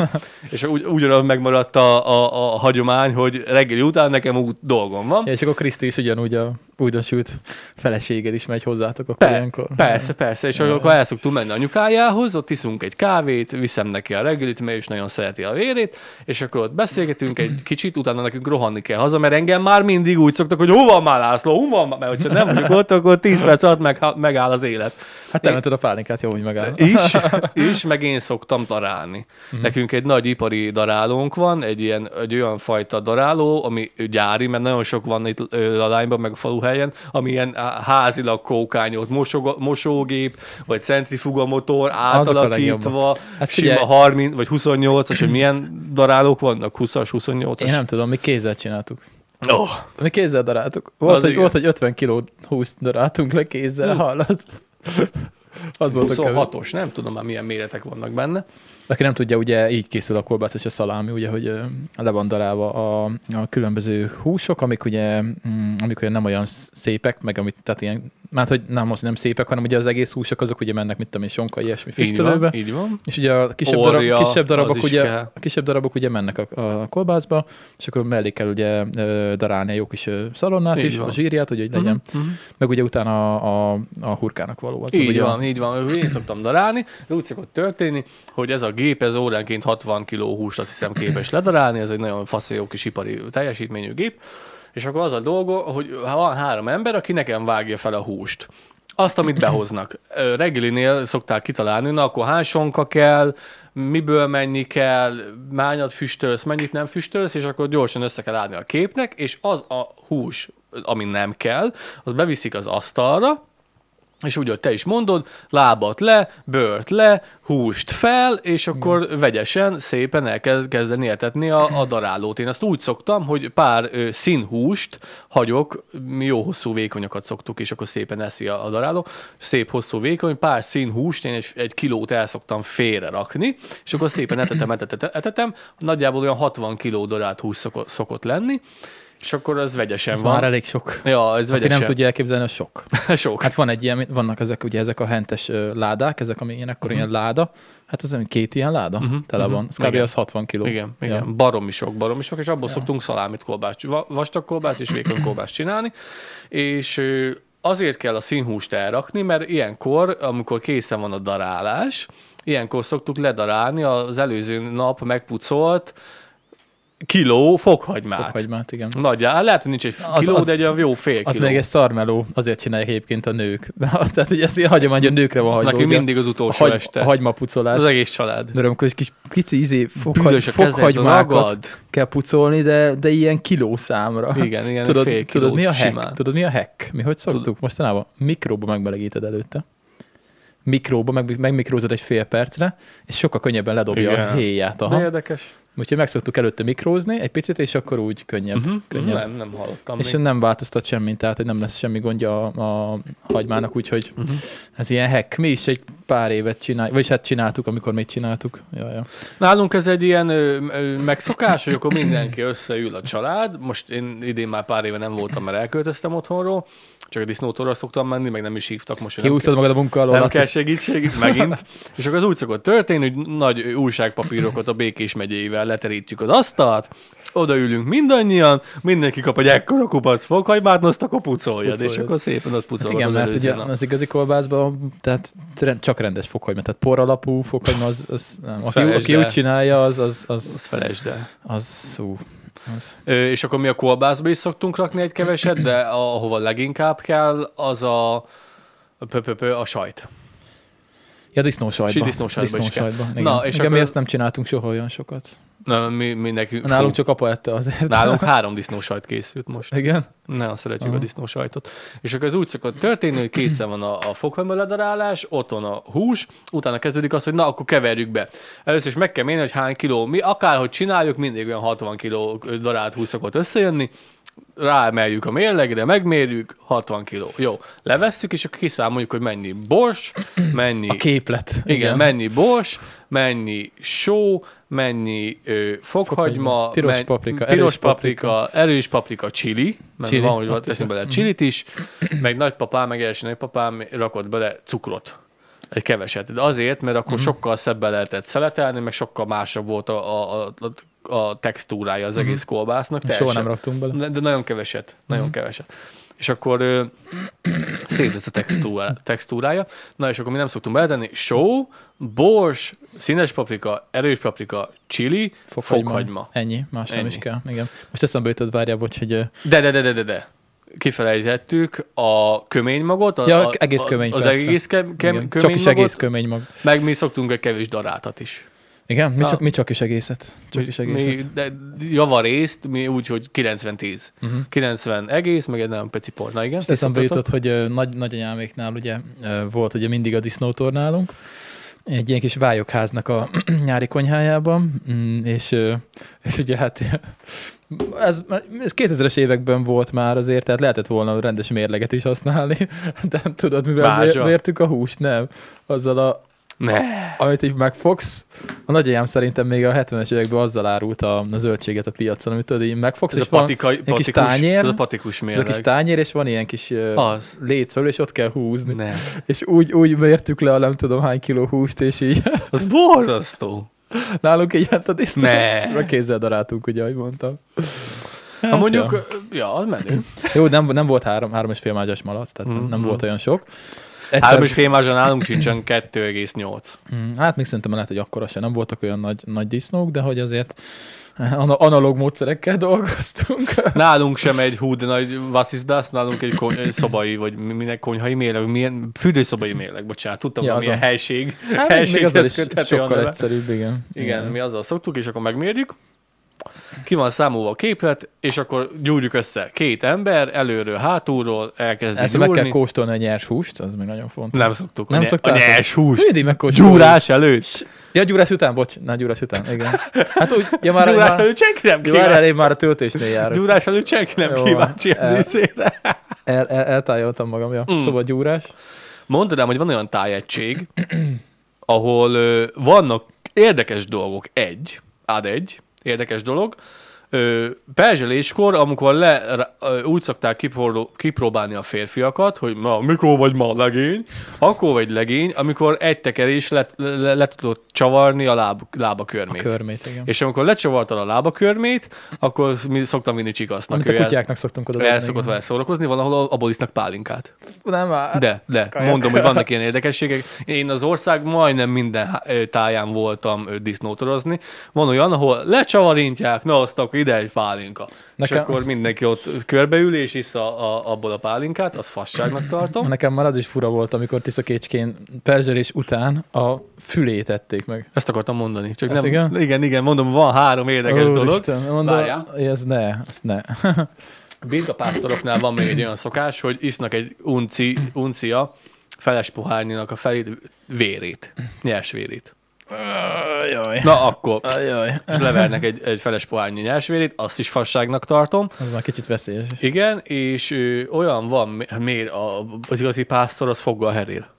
[SPEAKER 2] és ugy, ugyanaz megmaradt a, a, a hagyomány, hogy reggeli után nekem úgy dolgom van.
[SPEAKER 1] Ja, és akkor Kriszti is ugyanúgy a újdonsült feleséged is megy hozzátok akkor
[SPEAKER 2] Pe-
[SPEAKER 1] ilyenkor.
[SPEAKER 2] Persze, persze, és akkor el szoktunk menni anyukájához, ott iszunk egy kávét, viszem neki a reggelit, mert ő is nagyon szereti a vérét, és akkor ott beszélgetünk egy kicsit, utána nekünk rohanni kell haza, mert engem már mindig úgy szoktak, hogy hova van már László, hova van már, mert hogyha nem vagyok ott, akkor 10 perc alatt meg, megáll az élet.
[SPEAKER 1] Hát te mented a pálinkát, jó, hogy megáll.
[SPEAKER 2] Is, is, meg én szoktam darálni.
[SPEAKER 1] Mhm.
[SPEAKER 2] Nekünk egy nagy ipari darálónk van, egy, ilyen, egy olyan fajta daráló, ami gyári, mert nagyon sok van itt ö, a lányban, meg a faluhelyen, ami ilyen á, házilag kókányolt mosog, mosógép, vagy centrifugamotor átalakítva,
[SPEAKER 1] Hát
[SPEAKER 2] hát
[SPEAKER 1] figyelj-
[SPEAKER 2] sima 30 vagy 28-as, hogy milyen darálók vannak, 20-as, 28-as.
[SPEAKER 1] Én nem tudom, mi kézzel csináltuk.
[SPEAKER 2] Oh,
[SPEAKER 1] Mi kézzel daráltuk. Volt,
[SPEAKER 2] Az
[SPEAKER 1] hogy,
[SPEAKER 2] igen.
[SPEAKER 1] volt, hogy 50 kiló húst daráltunk le kézzel, hallod? Az volt a kemény.
[SPEAKER 2] 26-os, nem tudom már milyen méretek vannak benne.
[SPEAKER 1] Aki nem tudja, ugye így készül a kolbász és a szalámi, ugye, hogy ö, le van darálva a, a különböző húsok, amik ugye, mm, amik ugye nem olyan sz- szépek, meg amit, tehát ilyen, mert hogy nem az nem szépek, hanem ugye az egész húsok azok ugye mennek, mit tudom én, sonka, ilyesmi
[SPEAKER 2] Így van,
[SPEAKER 1] füstölőbe.
[SPEAKER 2] így van.
[SPEAKER 1] És ugye a kisebb,
[SPEAKER 2] Orja,
[SPEAKER 1] darab, kisebb,
[SPEAKER 2] az
[SPEAKER 1] darabok,
[SPEAKER 2] is
[SPEAKER 1] ugye,
[SPEAKER 2] kell.
[SPEAKER 1] a kisebb darabok ugye mennek a, a kolbászba, és akkor mellé kell ugye ö, darálni a jó kis ö, szalonnát
[SPEAKER 2] Így
[SPEAKER 1] is,
[SPEAKER 2] van.
[SPEAKER 1] a zsírját, hogy így legyen.
[SPEAKER 2] Mhm.
[SPEAKER 1] Meg ugye utána a, a, a hurkának való az. meg
[SPEAKER 2] Így
[SPEAKER 1] ugye
[SPEAKER 2] van, így van. Én szoktam darálni, de úgy szokott történni, hogy ez a gép, ez óránként 60 kg húst azt hiszem képes ledarálni, ez egy nagyon fasz, jó kis ipari teljesítményű gép, és akkor az a dolga, hogy ha van három ember, aki nekem vágja fel a húst. Azt, amit behoznak. Ö, Reggelinél szokták kitalálni, na akkor hány sonka kell, miből mennyi kell, mányat füstölsz, mennyit nem füstölsz, és akkor gyorsan össze kell állni a képnek, és az a hús, ami nem kell, az beviszik az asztalra, és úgy, ahogy te is mondod, lábat le, bőrt le, húst fel, és akkor Igen. vegyesen, szépen elkezd kezdeni etetni a, a darálót. Én azt úgy szoktam, hogy pár ö, színhúst hagyok, mi jó hosszú vékonyakat szoktuk, és akkor szépen eszi a, a daráló, szép hosszú vékony, pár színhúst, én egy, egy kilót el szoktam félre rakni, és akkor szépen etetem, etetem, etetem, nagyjából olyan 60 kiló darált hús szokott, szokott lenni, és akkor az vegyesen
[SPEAKER 1] Ez
[SPEAKER 2] van.
[SPEAKER 1] már elég sok.
[SPEAKER 2] Ja, ez
[SPEAKER 1] Aki
[SPEAKER 2] vegyesen.
[SPEAKER 1] nem tudja elképzelni, a sok.
[SPEAKER 2] Sok.
[SPEAKER 1] Hát van egy ilyen, vannak ezek, ugye ezek a hentes ö, ládák, ezek, ami ilyen, akkor ilyen láda. Hát az olyan két ilyen láda
[SPEAKER 2] Mhm,
[SPEAKER 1] tele
[SPEAKER 2] mhm.
[SPEAKER 1] van. Ez kb.
[SPEAKER 2] Igen.
[SPEAKER 1] az 60 kiló.
[SPEAKER 2] Igen, igen.
[SPEAKER 1] Ja.
[SPEAKER 2] Ja. Baromi sok, baromi sok, és abból ja. szoktunk szalámit kolbászt, va- vastag kolbászt és vékony kolbászt csinálni, és ö, azért kell a színhúst elrakni, mert ilyenkor, amikor készen van a darálás, ilyenkor szoktuk ledarálni az előző nap megpucolt kiló fokhagymát. Fokhagy...
[SPEAKER 1] Fokhagymát, igen.
[SPEAKER 2] Nagyjából, lehet, hogy nincs egy
[SPEAKER 1] Az-
[SPEAKER 2] kiló, az,
[SPEAKER 1] az-
[SPEAKER 2] de egy olyan jó fél
[SPEAKER 1] Az
[SPEAKER 2] kiló.
[SPEAKER 1] még egy szarmeló, azért csinálják egyébként a nők. Tehát ugye ez ilyen hagyomány, hogy a nőkre van hagyva.
[SPEAKER 2] Nekünk
[SPEAKER 1] ugye
[SPEAKER 2] mindig az
[SPEAKER 1] a,
[SPEAKER 2] utolsó
[SPEAKER 1] hagy,
[SPEAKER 2] este.
[SPEAKER 1] a hagymapucolás.
[SPEAKER 2] Az egész család.
[SPEAKER 1] De amikor egy kis pici izé fokhagy,
[SPEAKER 2] Büdös a kezed,
[SPEAKER 1] fokhagymákat
[SPEAKER 2] ragad.
[SPEAKER 1] kell pucolni, de, de ilyen kilószámra.
[SPEAKER 2] Igen, igen,
[SPEAKER 1] tudod,
[SPEAKER 2] fél
[SPEAKER 1] tudod, mi a
[SPEAKER 2] kilót
[SPEAKER 1] hack?
[SPEAKER 2] simán.
[SPEAKER 1] Tudod, mi a hack? Mi hogy szoktuk? Mostanában mikróba megmelegíted előtte. mikróba, meg, megmikrózod egy fél percre, és sokkal könnyebben ledobja
[SPEAKER 2] Igen.
[SPEAKER 1] a héját.
[SPEAKER 2] De
[SPEAKER 1] Aha.
[SPEAKER 2] érdekes.
[SPEAKER 1] Úgyhogy megszoktuk előtte mikrózni egy picit, és akkor úgy könnyebb.
[SPEAKER 2] Uh-huh.
[SPEAKER 1] könnyebb.
[SPEAKER 2] Nem, nem hallottam
[SPEAKER 1] És
[SPEAKER 2] még.
[SPEAKER 1] nem változtat semmit, tehát hogy nem lesz semmi gondja a, a hagymának, úgyhogy
[SPEAKER 2] Mhm.
[SPEAKER 1] uh-huh. ez ilyen hack. Mi is egy pár évet csináljuk, vagyis hát csináltuk, amikor még csináltuk. Jaj, jaj.
[SPEAKER 2] Nálunk ez egy ilyen ö, ö, megszokás, hogy akkor mindenki összeül a család. Most én idén már pár éve nem voltam, mert elköltöztem otthonról. Csak a disznótorra szoktam menni, meg nem is hívtak most. hogy nem
[SPEAKER 1] Kiúsztad magad a munka alól,
[SPEAKER 2] Nem
[SPEAKER 1] Laci?
[SPEAKER 2] kell segítség, megint. És akkor az úgy szokott történni, hogy nagy újságpapírokat a Békés megyével leterítjük az asztalt, odaülünk mindannyian, mindenki kap egy ekkora kupac fokhagymát, azt akkor pucoljad, és
[SPEAKER 1] Pucoljad.
[SPEAKER 2] akkor szépen ott
[SPEAKER 1] Hát
[SPEAKER 2] pucolod
[SPEAKER 1] igen,
[SPEAKER 2] Szóval az
[SPEAKER 1] mert
[SPEAKER 2] előző
[SPEAKER 1] ugye
[SPEAKER 2] nap.
[SPEAKER 1] az igazi kolbászban, tehát rend- csak rendes fokhagyma, tehát poralapú fokhagyma, az, az nem. Aki,
[SPEAKER 2] Felejtsd
[SPEAKER 1] aki
[SPEAKER 2] el.
[SPEAKER 1] úgy csinálja, az, az, az,
[SPEAKER 2] Azt felejtsd el.
[SPEAKER 1] az szó. Az.
[SPEAKER 2] Ö, És akkor mi a kolbászba is szoktunk rakni egy keveset, de ahova leginkább kell, az a pö, pö, pö, a sajt.
[SPEAKER 1] Ja, disznósajtba.
[SPEAKER 2] Sí, disznósajtba is kell.
[SPEAKER 1] Disznósajtba,
[SPEAKER 2] Na,
[SPEAKER 1] igen.
[SPEAKER 2] és
[SPEAKER 1] igen, mi
[SPEAKER 2] akkor-
[SPEAKER 1] ezt nem csináltunk soha olyan sokat.
[SPEAKER 2] Na, mi, mi nekünk,
[SPEAKER 1] Nálunk
[SPEAKER 2] fú,
[SPEAKER 1] csak apa ette azért.
[SPEAKER 2] nálunk három disznósajt készült most.
[SPEAKER 1] Igen?
[SPEAKER 2] Nagyon szeretjük
[SPEAKER 1] Aha.
[SPEAKER 2] a disznó sajtot. És akkor ez úgy szokott történni, hogy készen van a, a fokhagyma ledarálás, ott van a hús, utána kezdődik az, hogy na, akkor keverjük be. Először is meg kell mérni, hogy hány kiló. Mi akárhogy csináljuk, mindig olyan 60 kiló darált hús szokott összejönni, ráemeljük a mérlegre, megmérjük, 60 kiló. Jó, levesszük, és akkor kiszámoljuk, hogy mennyi bors, mennyi...
[SPEAKER 1] A képlet.
[SPEAKER 2] Igen, igen, mennyi bors, mennyi só, mennyi ö, fokhagyma,
[SPEAKER 1] Piros
[SPEAKER 2] men-
[SPEAKER 1] paprika,
[SPEAKER 2] piros
[SPEAKER 1] erős
[SPEAKER 2] erős paprika, erős paprika, chili, mert
[SPEAKER 1] Chili,
[SPEAKER 2] chili, van, hogy
[SPEAKER 1] azt
[SPEAKER 2] ott teszünk
[SPEAKER 1] hiszem.
[SPEAKER 2] bele chilit is, meg nagypapám, meg első nagypapám rakott bele cukrot. Egy keveset. De azért, mert
[SPEAKER 1] Mhm.
[SPEAKER 2] akkor sokkal szebben lehetett szeletelni, meg sokkal másabb volt a, a, a, a- a textúrája az egész kolbásznak.
[SPEAKER 1] Mhm. Soha
[SPEAKER 2] teljesen.
[SPEAKER 1] nem raktunk bele.
[SPEAKER 2] De, de nagyon keveset, nagyon
[SPEAKER 1] Mhm.
[SPEAKER 2] mm. keveset. És akkor ö, szép lesz a textúra, textúrája. Na és akkor mi nem szoktunk beletenni só, bors, színes paprika, erős paprika, chili, fokhagyma. fokhagyma.
[SPEAKER 1] Ennyi, más nem is
[SPEAKER 2] Ennyi.
[SPEAKER 1] kell. Igen. Most eszembe jutott, várjál, bocs, hogy ö,
[SPEAKER 2] De, de, de, de, de, de. Kifelejtettük a köménymagot. A,
[SPEAKER 1] Ja,
[SPEAKER 2] a,
[SPEAKER 1] egész kömény,
[SPEAKER 2] a, Az
[SPEAKER 1] persze.
[SPEAKER 2] egész ke, ke,
[SPEAKER 1] igen,
[SPEAKER 2] köménymagot.
[SPEAKER 1] csak is egész kömény mag.
[SPEAKER 2] Meg mi szoktunk egy kevés darátat is.
[SPEAKER 1] Igen, mi
[SPEAKER 2] Na.
[SPEAKER 1] csak, mi csak is egészet. Csak is
[SPEAKER 2] mi,
[SPEAKER 1] egészet.
[SPEAKER 2] de javarészt, mi úgy, hogy 90-10.
[SPEAKER 1] Mhm.
[SPEAKER 2] 90 egész, meg egy nagyon pici por. Na igen,
[SPEAKER 1] Most
[SPEAKER 2] ti
[SPEAKER 1] eszembe
[SPEAKER 2] szoktatok?
[SPEAKER 1] jutott, hogy ö, nagy, nagyanyáméknál ugye ö, volt ugye mindig a disznótor nálunk, egy ilyen kis vályokháznak a nyári konyhájában, mm, és, ö, és ugye hát ez, ez 2000-es években volt már azért, tehát lehetett volna rendes mérleget is használni, de hát tudod, mivel
[SPEAKER 2] Mázsa.
[SPEAKER 1] mér- mértük a húst, nem? Azzal a,
[SPEAKER 2] Ne.
[SPEAKER 1] amit így megfogsz, a nagyanyám szerintem még a 70-es években azzal árult a, a zöldséget a piacon, amit tudod, így megfogsz,
[SPEAKER 2] Ez a
[SPEAKER 1] és van
[SPEAKER 2] patika,
[SPEAKER 1] kis
[SPEAKER 2] patikus,
[SPEAKER 1] tányér.
[SPEAKER 2] ez a patikus
[SPEAKER 1] ez a
[SPEAKER 2] mérleg.
[SPEAKER 1] kis tányér, és van ilyen kis ö,
[SPEAKER 2] Az.
[SPEAKER 1] léc felül, és ott kell húzni. Ne.
[SPEAKER 2] Nem.
[SPEAKER 1] És úgy, úgy mértük le a nem tudom hány kiló húst, és így
[SPEAKER 2] Az borzasztó.
[SPEAKER 1] nálunk hát egy ilyen tadiszt.
[SPEAKER 2] Ne.
[SPEAKER 1] Meg kézzel daráltunk, ugye, ahogy mondtam. Hát,
[SPEAKER 2] Ha mondjuk,
[SPEAKER 1] Ja.
[SPEAKER 2] ja, az menő.
[SPEAKER 1] Jó, nem, nem volt három, három és fél mázsas malac, tehát mm-hmm. nem
[SPEAKER 2] Mhm.
[SPEAKER 1] volt olyan sok. Egyszer,
[SPEAKER 2] Három és fél mázsa nálunk sincsen 2,8.
[SPEAKER 1] Mm, Hát még szerintem lehet, hogy akkora se nem voltak olyan nagy, nagy disznók, de hogy azért ana- analóg módszerekkel dolgoztunk.
[SPEAKER 2] Hát Nálunk sem egy hú, de nagy vasszizdász, nálunk egy, kony, egy szobai, vagy mi- minek konyhai méleg, milyen fürdőszobai méleg, bocsánat, tudtam,
[SPEAKER 1] Ja,
[SPEAKER 2] ja, milyen
[SPEAKER 1] azon.
[SPEAKER 2] helység.
[SPEAKER 1] Hát még- még
[SPEAKER 2] helység
[SPEAKER 1] azzal is sokkal egyszerűbb, igen.
[SPEAKER 2] Igen, mi azzal szoktuk, és akkor megmérjük. Ki van számolva a képlet, és akkor gyúrjuk össze. Két ember, előről, hátulról elkezdi
[SPEAKER 1] Ezt meg kell kóstolni a nyers húst, az még nagyon fontos.
[SPEAKER 2] Nem szoktuk.
[SPEAKER 1] Nem
[SPEAKER 2] a, nye- a
[SPEAKER 1] szoktátok?
[SPEAKER 2] nyers hús.
[SPEAKER 1] Mindig megkóstolni.
[SPEAKER 2] Gyúrás előtt.
[SPEAKER 1] Ja, gyúrás után, bocs. Na, gyúrás után, igen. Hát úgy, ja már,
[SPEAKER 2] Gyúrás
[SPEAKER 1] már,
[SPEAKER 2] előtt senki nem
[SPEAKER 1] jó, várjál,
[SPEAKER 2] kíváncsi.
[SPEAKER 1] én már a töltésnél járok.
[SPEAKER 2] Gyúrás előtt senki nem
[SPEAKER 1] Jó.
[SPEAKER 2] kíváncsi az
[SPEAKER 1] El-
[SPEAKER 2] üszére.
[SPEAKER 1] El, el, eltájoltam magam, ja.
[SPEAKER 2] Mm.
[SPEAKER 1] Mm. Szóval gyúrás.
[SPEAKER 2] Mondanám, hogy van olyan tájegység, ahol ö, vannak érdekes dolgok. Egy, ad egy, érdekes dolog. Ö, perzseléskor, amikor le, ra- ö, úgy szokták kiporló, kipróbálni a férfiakat, hogy ma, mikor vagy ma legény, akkor vagy legény, amikor egy tekerés le, le, le tudod csavarni a láb, lába körmét.
[SPEAKER 1] Körmét, igen.
[SPEAKER 2] És amikor lecsavartad a lába körmét, akkor mi szoktam vinni csikasznak.
[SPEAKER 1] Amit a
[SPEAKER 2] Ő el-
[SPEAKER 1] kutyáknak szoktunk oda.
[SPEAKER 2] el
[SPEAKER 1] dobni,
[SPEAKER 2] szokott
[SPEAKER 1] igen.
[SPEAKER 2] vele szórakozni, van, ahol a- abból isznak pálinkát.
[SPEAKER 1] Nem már.
[SPEAKER 2] De, de,
[SPEAKER 1] Hát, kajak.
[SPEAKER 2] mondom, hogy vannak ilyen érdekességek. Én az ország majdnem minden há- ö, táján voltam ö, disznótorozni. Van olyan, ahol lecsavarintják, na azt akkor ide egy pálinka. Nekem...
[SPEAKER 1] Nekem-
[SPEAKER 2] És akkor mindenki ott körbeül és issza a, abból a pálinkát, az fasságnak tartom.
[SPEAKER 1] Nekem már az is fura volt, amikor tiszakécskén perzselés után a fülét ették meg.
[SPEAKER 2] Ezt akartam mondani. Csak
[SPEAKER 1] Ezt
[SPEAKER 2] nem,
[SPEAKER 1] igen?
[SPEAKER 2] igen? igen, igen, mondom, van három érdekes dolog.
[SPEAKER 1] Isten, mondom,
[SPEAKER 2] Várjál.
[SPEAKER 1] ez ne, ez ne.
[SPEAKER 2] birkapásztoroknál van még egy olyan szokás, hogy isznak egy unci, uncia feles pohárnyinak a felét, vérét, nyers vérét.
[SPEAKER 1] Jaj.
[SPEAKER 2] Na akkor,
[SPEAKER 1] Ajaj.
[SPEAKER 2] és levernek egy, egy feles pohárnyi nyers vérét, azt is fasságnak tartom.
[SPEAKER 1] Az már kicsit veszélyes. is.
[SPEAKER 2] Igen, és ö, olyan van, mi- miért a, az igazi pásztor az foggal herél.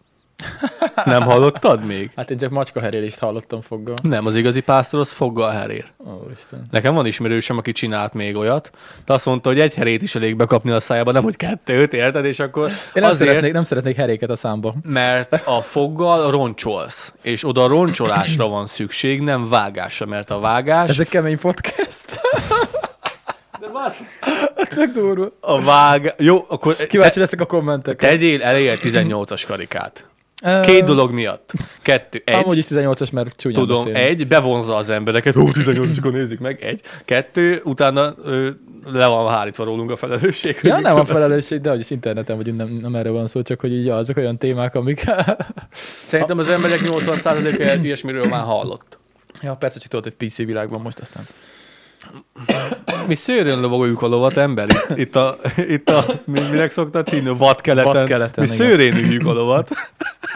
[SPEAKER 2] Nem hallottad még?
[SPEAKER 1] Hát én csak macska herélést hallottam foggal.
[SPEAKER 2] Nem, az igazi pásztor az foggal herél.
[SPEAKER 1] Ó, Isten.
[SPEAKER 2] Nekem van ismerősöm, aki csinált még olyat, de azt mondta, hogy egy herét is elég bekapni a szájába, nem hogy kettőt, érted? És akkor
[SPEAKER 1] Én nem,
[SPEAKER 2] azért,
[SPEAKER 1] szeretnék, nem szeretnék heréket a számba.
[SPEAKER 2] mert a foggal roncsolsz, és oda roncsolásra van szükség, nem vágásra, mert a vágás...
[SPEAKER 1] Ez egy kemény podcast.
[SPEAKER 2] De bassz,
[SPEAKER 1] Tök durva.
[SPEAKER 2] a vág... Jó, akkor
[SPEAKER 1] Kíváncsi leszek a kommentek.
[SPEAKER 2] tegyél eléje 18-as karikát. Két dolog miatt. Kettő, egy.
[SPEAKER 1] Amúgy is 18-as, mert csúnyán
[SPEAKER 2] Tudom,
[SPEAKER 1] beszél.
[SPEAKER 2] egy, bevonza az embereket, hú, 18 akkor nézik meg, egy. Kettő, utána ö, le van hárítva rólunk a felelősség. hogy
[SPEAKER 1] Ja,
[SPEAKER 2] mit
[SPEAKER 1] nem a
[SPEAKER 2] szólsz.
[SPEAKER 1] felelősség, de hogy is interneten vagyunk, nem, nem erről van szó, csak hogy így ja, azok olyan témák, amik...
[SPEAKER 2] Szerintem az emberek 80%-a ilyesmiről már hallott.
[SPEAKER 1] ja, persze, csak tudod, hogy PC világban most aztán.
[SPEAKER 2] Mi szőrön lovagoljuk a lovat, ember? Itt, itt a, itt a mi, minek szoktad hinni? Vadkeleten.
[SPEAKER 1] Vadkeleten,
[SPEAKER 2] Mi
[SPEAKER 1] igen.
[SPEAKER 2] szőrén üljük a lovat.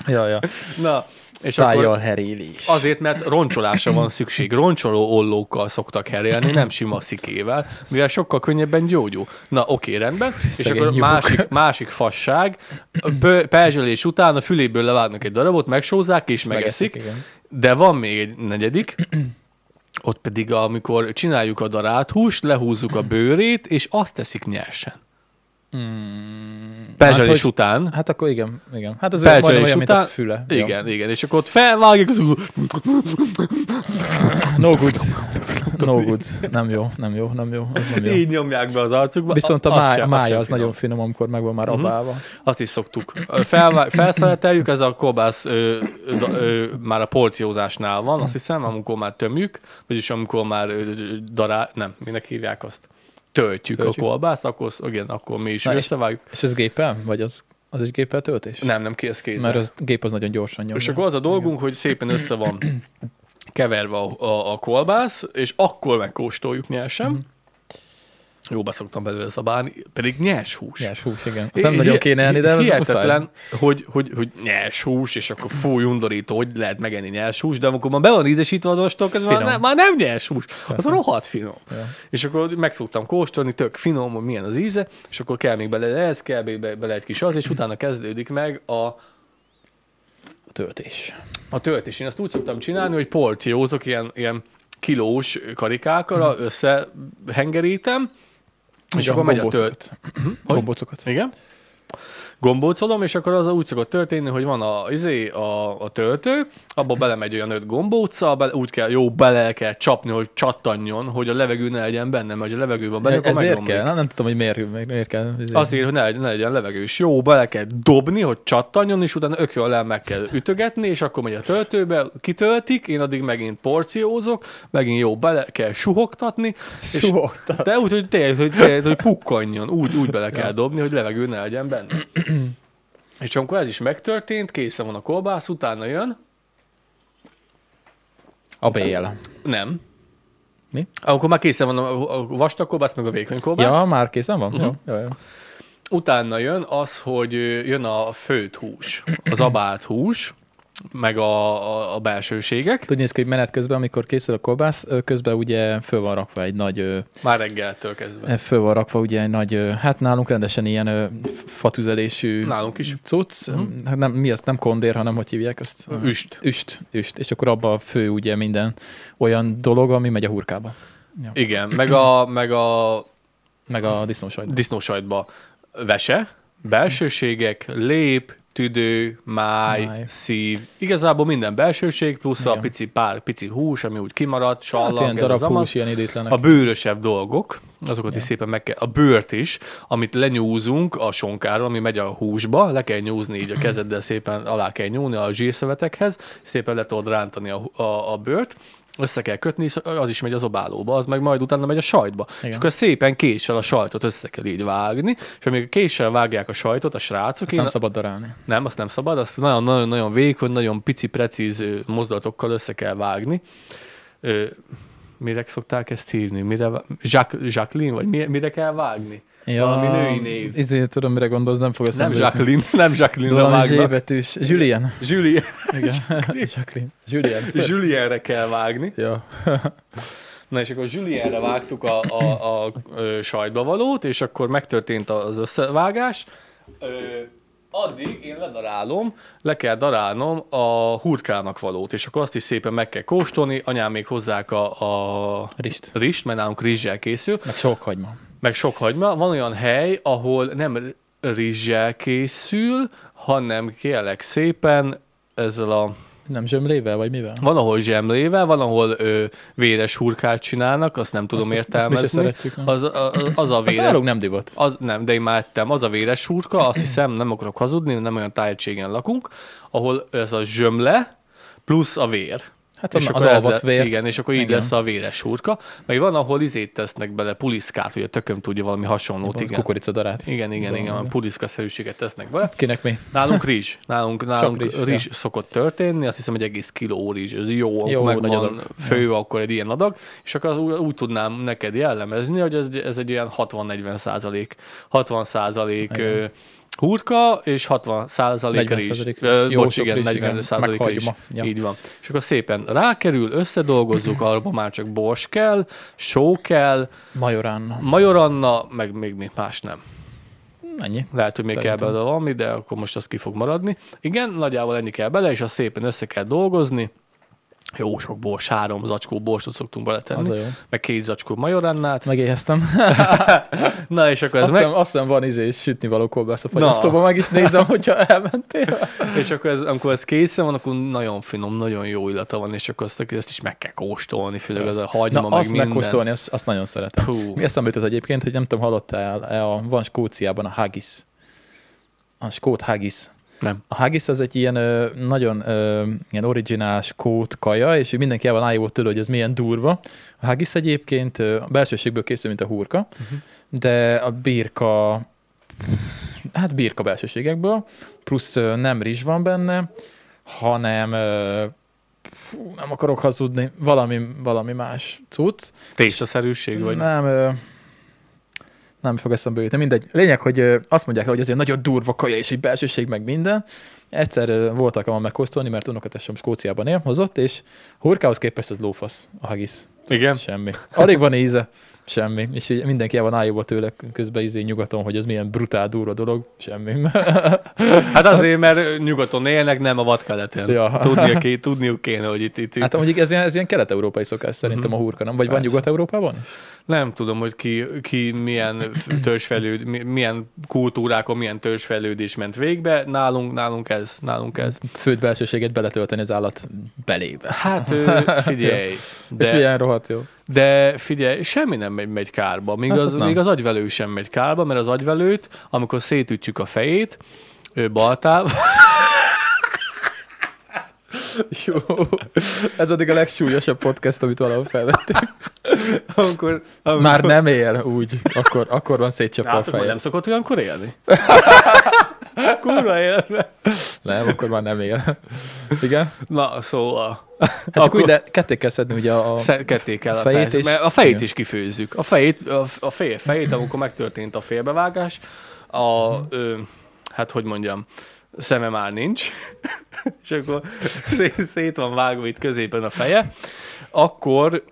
[SPEAKER 1] Ja, ja.
[SPEAKER 2] Na,
[SPEAKER 1] És
[SPEAKER 2] és
[SPEAKER 1] Szájjal
[SPEAKER 2] akkor
[SPEAKER 1] heréli.
[SPEAKER 2] azért, mert roncsolásra van szükség. Roncsoló ollókkal szoktak herélni, nem sima szikével, mivel sokkal könnyebben gyógyul. Na, oké, rendben. És
[SPEAKER 1] Szegény
[SPEAKER 2] akkor
[SPEAKER 1] lyuk.
[SPEAKER 2] másik, másik fasság, a pö- perzselés után a füléből levágnak egy darabot, megsózzák és megeszik.
[SPEAKER 1] igen.
[SPEAKER 2] De van még egy negyedik, ott pedig amikor csináljuk a darált húst, lehúzzuk a bőrét, és azt teszik nyersen.
[SPEAKER 1] Mm,
[SPEAKER 2] Perzselés
[SPEAKER 1] hát, hogy-
[SPEAKER 2] után.
[SPEAKER 1] Hát akkor igen, igen. Hát az
[SPEAKER 2] Perzselés
[SPEAKER 1] majdnem olyan, mint a
[SPEAKER 2] után-
[SPEAKER 1] füle. Jó.
[SPEAKER 2] Igen, igen, és akkor ott felvágjuk, az
[SPEAKER 1] No good. No good. Nem jó, nem jó, nem jó. Az nem jó.
[SPEAKER 2] így nyomják be az arcukba.
[SPEAKER 1] Viszont a,
[SPEAKER 2] az
[SPEAKER 1] máj,
[SPEAKER 2] sem-
[SPEAKER 1] a
[SPEAKER 2] az
[SPEAKER 1] mája
[SPEAKER 2] sem
[SPEAKER 1] az
[SPEAKER 2] finom.
[SPEAKER 1] nagyon finom, amikor meg van már
[SPEAKER 2] Mhm.
[SPEAKER 1] abálva.
[SPEAKER 2] Azt is szoktuk. Fel, felszeleteljük, ez a kolbász ö, ö, da- ö, már a porciózásnál van, azt hiszem, amikor már tömjük, vagyis amikor már ö, ö, dará... Nem, minek hívják azt? Töltjük,
[SPEAKER 1] Töltjük.
[SPEAKER 2] a kolbászt, akkor, igen, akkor mi is
[SPEAKER 1] Na, és-
[SPEAKER 2] összevágjuk.
[SPEAKER 1] És ez géppel? Vagy az, az is géppel töltés?
[SPEAKER 2] Nem, nem, kész kézzel.
[SPEAKER 1] Mert az gép az nagyon gyorsan nyomja.
[SPEAKER 2] És akkor az a dolgunk, hogy szépen össze van keverve a, a, a kolbász, és akkor megkóstoljuk nyersen.
[SPEAKER 1] Mhm.
[SPEAKER 2] Mm. Jó, beszoktam belőle szabálni, pedig nyers hús.
[SPEAKER 1] Nyers hús, igen. Azt nem
[SPEAKER 2] Hi-
[SPEAKER 1] nagyon
[SPEAKER 2] hi-
[SPEAKER 1] kéne enni,
[SPEAKER 2] hi-
[SPEAKER 1] de az muszáj.
[SPEAKER 2] Hihetetlen, hogy, hogy, hogy nyers hús, és akkor fúj, undorító, hogy lehet megenni nyers hús, de amikor már be van ízesítve az ostok, az már,
[SPEAKER 1] Finom.
[SPEAKER 2] ne, már nem nyers hús, az rohadt finom.
[SPEAKER 1] Ja.
[SPEAKER 2] És akkor meg szoktam kóstolni, tök finom, hogy milyen az íze, és akkor kell még bele ez, kell még be- bele egy kis az, és utána kezdődik meg a,
[SPEAKER 1] Töltés.
[SPEAKER 2] a töltés. Én azt úgy szoktam csinálni, hogy porciózok ilyen, ilyen kilós
[SPEAKER 1] Mhm.
[SPEAKER 2] karikákra, összehengerítem, és
[SPEAKER 1] Igen,
[SPEAKER 2] akkor megy a tölt.
[SPEAKER 1] gombócokat.
[SPEAKER 2] Hogy?
[SPEAKER 1] Gombócokat.
[SPEAKER 2] Igen. Gombócolom, és akkor az úgy szokott történni, hogy van a, izé, a, a töltő, abba belemegy olyan öt gombóca, bele, úgy kell, jó, bele kell csapni, hogy csattanjon, hogy a levegő ne legyen benne, mert ha a levegő van benne, akkor
[SPEAKER 1] Ezért
[SPEAKER 2] megromlik.
[SPEAKER 1] kell? Na, nem tudom, hogy miért, miért, miért kell. Ezért.
[SPEAKER 2] Azért, hogy ne legyen, ne legyen levegő, és jó, bele kell dobni, hogy csattanjon, és utána ök jól el meg kell ütögetni, és akkor megy a töltőbe, kitöltik, én addig megint porciózok, megint jó, bele kell suhogtatni, és
[SPEAKER 1] Suhogtat.
[SPEAKER 2] de úgy, hogy tényleg, hogy, tényleg, hogy pukkanjon, úgy, úgy bele kell dobni, hogy levegő ne legyen benne. És amikor ez is megtörtént, készen van a kolbász, utána jön,
[SPEAKER 1] A bél.
[SPEAKER 2] nem.
[SPEAKER 1] Mi?
[SPEAKER 2] Akkor már készen van a, a vastag kolbász, meg a vékony kolbász.
[SPEAKER 1] Ja, már készen van? Jó, jó, jó.
[SPEAKER 2] Utána jön az, hogy ö, jön a főt hús, az abált hús, meg a, a, a belsőségek,
[SPEAKER 1] Úgy néz ki, hogy menet közben, amikor készül a kolbász, ö, közben ugye föl van rakva egy nagy, ö, e,
[SPEAKER 2] már reggeltől kezdve.
[SPEAKER 1] föl van rakva ugye egy nagy, ö, hát nálunk rendesen ilyen ö, fatüzelésű
[SPEAKER 2] Nálunk is. Mhm.
[SPEAKER 1] cucc. Hát nem, mi azt nem kondér, hanem hogy hívják azt?
[SPEAKER 2] Üst.
[SPEAKER 1] Üst, üst. És akkor abba fő ugye minden olyan dolog, ami megy a hurkába.
[SPEAKER 2] Igen, meg a, meg a
[SPEAKER 1] Meg a disznósajt.
[SPEAKER 2] disznósajtba vese, belsőségek, lép, tüdő, máj,
[SPEAKER 1] Máj.
[SPEAKER 2] máj, szív. Igazából minden belsőség, plusz Igen. a
[SPEAKER 1] Igen.
[SPEAKER 2] pici pár pici hús, ami úgy kimaradt,
[SPEAKER 1] Hát
[SPEAKER 2] sallang,
[SPEAKER 1] ilyen
[SPEAKER 2] ez az
[SPEAKER 1] darab
[SPEAKER 2] amaz.
[SPEAKER 1] hús, ilyen idétlenek.
[SPEAKER 2] A bőrösebb dolgok, azokat is szépen meg kell, a bőrt is, amit lenyúzunk a sonkáról, ami megy a húsba, le kell nyúzni így a kezeddel szépen, alá kell nyúlni a zsírszövetekhez, szépen le tudod rántani a, a, a bőrt, össze kell kötni, és az is megy az obálóba, az meg majd utána megy a sajtba.
[SPEAKER 1] Igen.
[SPEAKER 2] Igen. És akkor szépen késsel a sajtot össze kell így vágni, és amíg késsel vágják a sajtot, a srácok,
[SPEAKER 1] Ezt nem szabad darálni.
[SPEAKER 2] nem, azt nem szabad, azt nagyon-nagyon-nagyon vékony, nagyon pici, precíz ö, mozdulatokkal össze kell vágni. Ö, mire szokták ezt hívni? Mire, vá- Jacques, Jacqueline, vagy mire, mire kell vágni?
[SPEAKER 1] Ja,
[SPEAKER 2] Valami női név.
[SPEAKER 1] Izé, tudom, mire gondolsz, nem fog
[SPEAKER 2] Nem
[SPEAKER 1] eszembe jutni.
[SPEAKER 2] Jacqueline, nem Jacqueline a
[SPEAKER 1] Valami zsé
[SPEAKER 2] vágnak.
[SPEAKER 1] betűs. Julien.
[SPEAKER 2] Julien,
[SPEAKER 1] Igen. Jacqueline. Julien.
[SPEAKER 2] Julienre kell vágni.
[SPEAKER 1] Ja.
[SPEAKER 2] Na és akkor Julienre vágtuk a, a, a ö, sajtba valót, és akkor megtörtént az összevágás. Ö, addig én ledarálom, le kell darálnom a hurkának valót, és akkor azt is szépen meg kell kóstolni. Anyám még hozzák a, a
[SPEAKER 1] Rist.
[SPEAKER 2] rist, mert nálunk rizssel készül,
[SPEAKER 1] Meg sok hagyma.
[SPEAKER 2] meg sok hagyma. Van olyan hely, ahol nem rizssel készül, hanem kérlek szépen ezzel a
[SPEAKER 1] Nem zsömlével, vagy mivel?
[SPEAKER 2] valahol zsemlével, valahol ö, véres hurkát csinálnak, azt nem tudom
[SPEAKER 1] Azt- azt- azt mi se
[SPEAKER 2] értelmezni.
[SPEAKER 1] szeretjük, nem?
[SPEAKER 2] az, a, a- az a
[SPEAKER 1] Azt
[SPEAKER 2] véres...
[SPEAKER 1] nálunk nem divott.
[SPEAKER 2] Az, nem, de én már ettem. Az a véres hurka, azt hiszem, nem akarok hazudni, nem olyan tájegységen lakunk, ahol ez a zsömle plusz a vér.
[SPEAKER 1] Hát
[SPEAKER 2] és
[SPEAKER 1] az
[SPEAKER 2] akkor ez
[SPEAKER 1] alvat
[SPEAKER 2] le-
[SPEAKER 1] vért.
[SPEAKER 2] Igen, és akkor így
[SPEAKER 1] Igen.
[SPEAKER 2] lesz a véres hurka. Meg van, ahol izét tesznek bele, puliszkát, hogy a tököm tudja valami hasonlót.
[SPEAKER 1] Ott
[SPEAKER 2] Igen,
[SPEAKER 1] Kukoricadarát.
[SPEAKER 2] igen, igen, igen, van puliszkaszerűséget tesznek bele.
[SPEAKER 1] Kinek mi?
[SPEAKER 2] Nálunk rizs. Nálunk, nálunk
[SPEAKER 1] rizs,
[SPEAKER 2] rizs,
[SPEAKER 1] ja.
[SPEAKER 2] rizs szokott történni, azt hiszem egy egész kiló rizs. Ez jó,
[SPEAKER 1] Jó,
[SPEAKER 2] jó meg
[SPEAKER 1] nagy
[SPEAKER 2] van
[SPEAKER 1] adag.
[SPEAKER 2] fő, akkor egy ilyen adag, és akkor az úgy, úgy tudnám neked jellemezni, hogy ez, ez egy ilyen 60-40 százalék. 60 százalék
[SPEAKER 1] Igen.
[SPEAKER 2] ö, hurka, és 60 százalék
[SPEAKER 1] 40
[SPEAKER 2] rizs.
[SPEAKER 1] százalék
[SPEAKER 2] Ö,
[SPEAKER 1] rizs. Jó
[SPEAKER 2] Bocs,
[SPEAKER 1] sok
[SPEAKER 2] igen,
[SPEAKER 1] rizs,
[SPEAKER 2] 40
[SPEAKER 1] igen.
[SPEAKER 2] százalék
[SPEAKER 1] Meg
[SPEAKER 2] rizs.
[SPEAKER 1] hagyma. Ja.
[SPEAKER 2] Így van. És akkor szépen rákerül, összedolgozzuk, arra már csak bors kell, só kell,
[SPEAKER 1] Majorán.
[SPEAKER 2] major Anna, meg még mi más nem.
[SPEAKER 1] Ennyi.
[SPEAKER 2] Lehet, hogy még kell
[SPEAKER 1] Szerintem.
[SPEAKER 2] bele valami, de akkor most az ki fog maradni. Igen, nagyjából ennyi kell bele, és azt szépen össze kell dolgozni. Jó sok bors, három zacskó borsot szoktunk
[SPEAKER 1] Az a
[SPEAKER 2] beletenni,
[SPEAKER 1] jó.
[SPEAKER 2] meg két zacskó majorannát.
[SPEAKER 1] Megéheztem.
[SPEAKER 2] Na és akkor, ez
[SPEAKER 1] Azt
[SPEAKER 2] meg,
[SPEAKER 1] hiszem, azt hiszem van izé, sütni való kolbász a fagyasztóban,
[SPEAKER 2] fagyasztóban.
[SPEAKER 1] meg is nézem, hogyha elmentél.
[SPEAKER 2] és akkor ez, amikor ez készen van, akkor nagyon finom, nagyon jó illata van, és akkor azt, ezt is meg kell kóstolni, főleg az a hagyma,
[SPEAKER 1] Na,
[SPEAKER 2] meg
[SPEAKER 1] azt
[SPEAKER 2] minden.
[SPEAKER 1] megkóstolni, azt, azt nagyon szeretem.
[SPEAKER 2] Hú.
[SPEAKER 1] Mi eszembe jutott egyébként, hogy nem tudom, hallottál-e, a, van Skóciában a haggis. A skót haggis.
[SPEAKER 2] Nem.
[SPEAKER 1] A haggis az egy ilyen ö, nagyon ö, ilyen originál skót kaja, és mindenki el van állva tőle, hogy ez milyen durva. A haggis egyébként ö, a belsőségből készül, mint a hurka, uh-huh. de a birka, hát birka belsőségekből, plusz ö, nem rizs van benne, hanem ö, fú, nem akarok hazudni, valami, valami más cucc,
[SPEAKER 2] Téstaszerűség vagy?
[SPEAKER 1] Mm, nem, ö, nem fog eszembe jutni. Mindegy. Lényeg, hogy ö, azt mondják, hogy azért nagyon durva kaja és egy belsőség meg minden. Egyszer ö, volt alkalmam megkóstolni, mert unokatestem Skóciában él, hozott, és hurkához képest az lófasz, a haggis.
[SPEAKER 2] Igen.
[SPEAKER 1] Semmi. Alig van íze. Semmi. És így mindenki el van ájóba tőle közben izé nyugaton, hogy ez milyen brutál durva dolog. Semmi.
[SPEAKER 2] Hát azért, mert nyugaton élnek, nem a vadkeleten.
[SPEAKER 1] Ja.
[SPEAKER 2] Tudniuk, ké- tudniuk kéne, hogy itt, itt, itt
[SPEAKER 1] hát mondjuk ez ilyen, ez ilyen kelet-európai szokás szerintem a hurka, nem? Vagy van
[SPEAKER 2] Mhm. Persze.
[SPEAKER 1] Nyugat-Európában?
[SPEAKER 2] Nem tudom, hogy ki, ki milyen törzsfejlőd, mi- milyen kultúrákon, milyen törzsfejlődés ment végbe. Nálunk, nálunk ez, nálunk ez.
[SPEAKER 1] Főt belsőséget beletölteni az állat belébe.
[SPEAKER 2] Hát ö, figyelj,
[SPEAKER 1] De... És
[SPEAKER 2] de,
[SPEAKER 1] milyen rohadt jó.
[SPEAKER 2] de figyelj, semmi nem megy, megy kárba. Még,
[SPEAKER 1] Hát
[SPEAKER 2] az,
[SPEAKER 1] ott nem.
[SPEAKER 2] még az agyvelő sem megy kárba, mert az agyvelőt, amikor szétütjük a fejét, ő baltáv,
[SPEAKER 1] Jó. Ez addig a legsúlyosabb podcast, amit valahol felvettünk.
[SPEAKER 2] amikor, amikor
[SPEAKER 1] Már nem él úgy. Akkor, akkor van szétcsapva a
[SPEAKER 2] Látod, hogy
[SPEAKER 1] feje.
[SPEAKER 2] nem szokott olyankor élni? Kurva élve.
[SPEAKER 1] Nem, akkor már nem él. Igen?
[SPEAKER 2] Na, szóval...
[SPEAKER 1] Hát akkor... csak úgy, de ketté kell szedni ugye a...
[SPEAKER 2] Sze- Ketté kell a
[SPEAKER 1] fejét
[SPEAKER 2] fejét,
[SPEAKER 1] is-
[SPEAKER 2] és... mert a fejét
[SPEAKER 1] igen.
[SPEAKER 2] is kifőzzük. A fejét, a, a feje, fejét, amikor megtörtént a félbevágás, a, ö, hát hogy mondjam, szeme már nincs, és akkor szét, szét van vágva itt középen a feje, akkor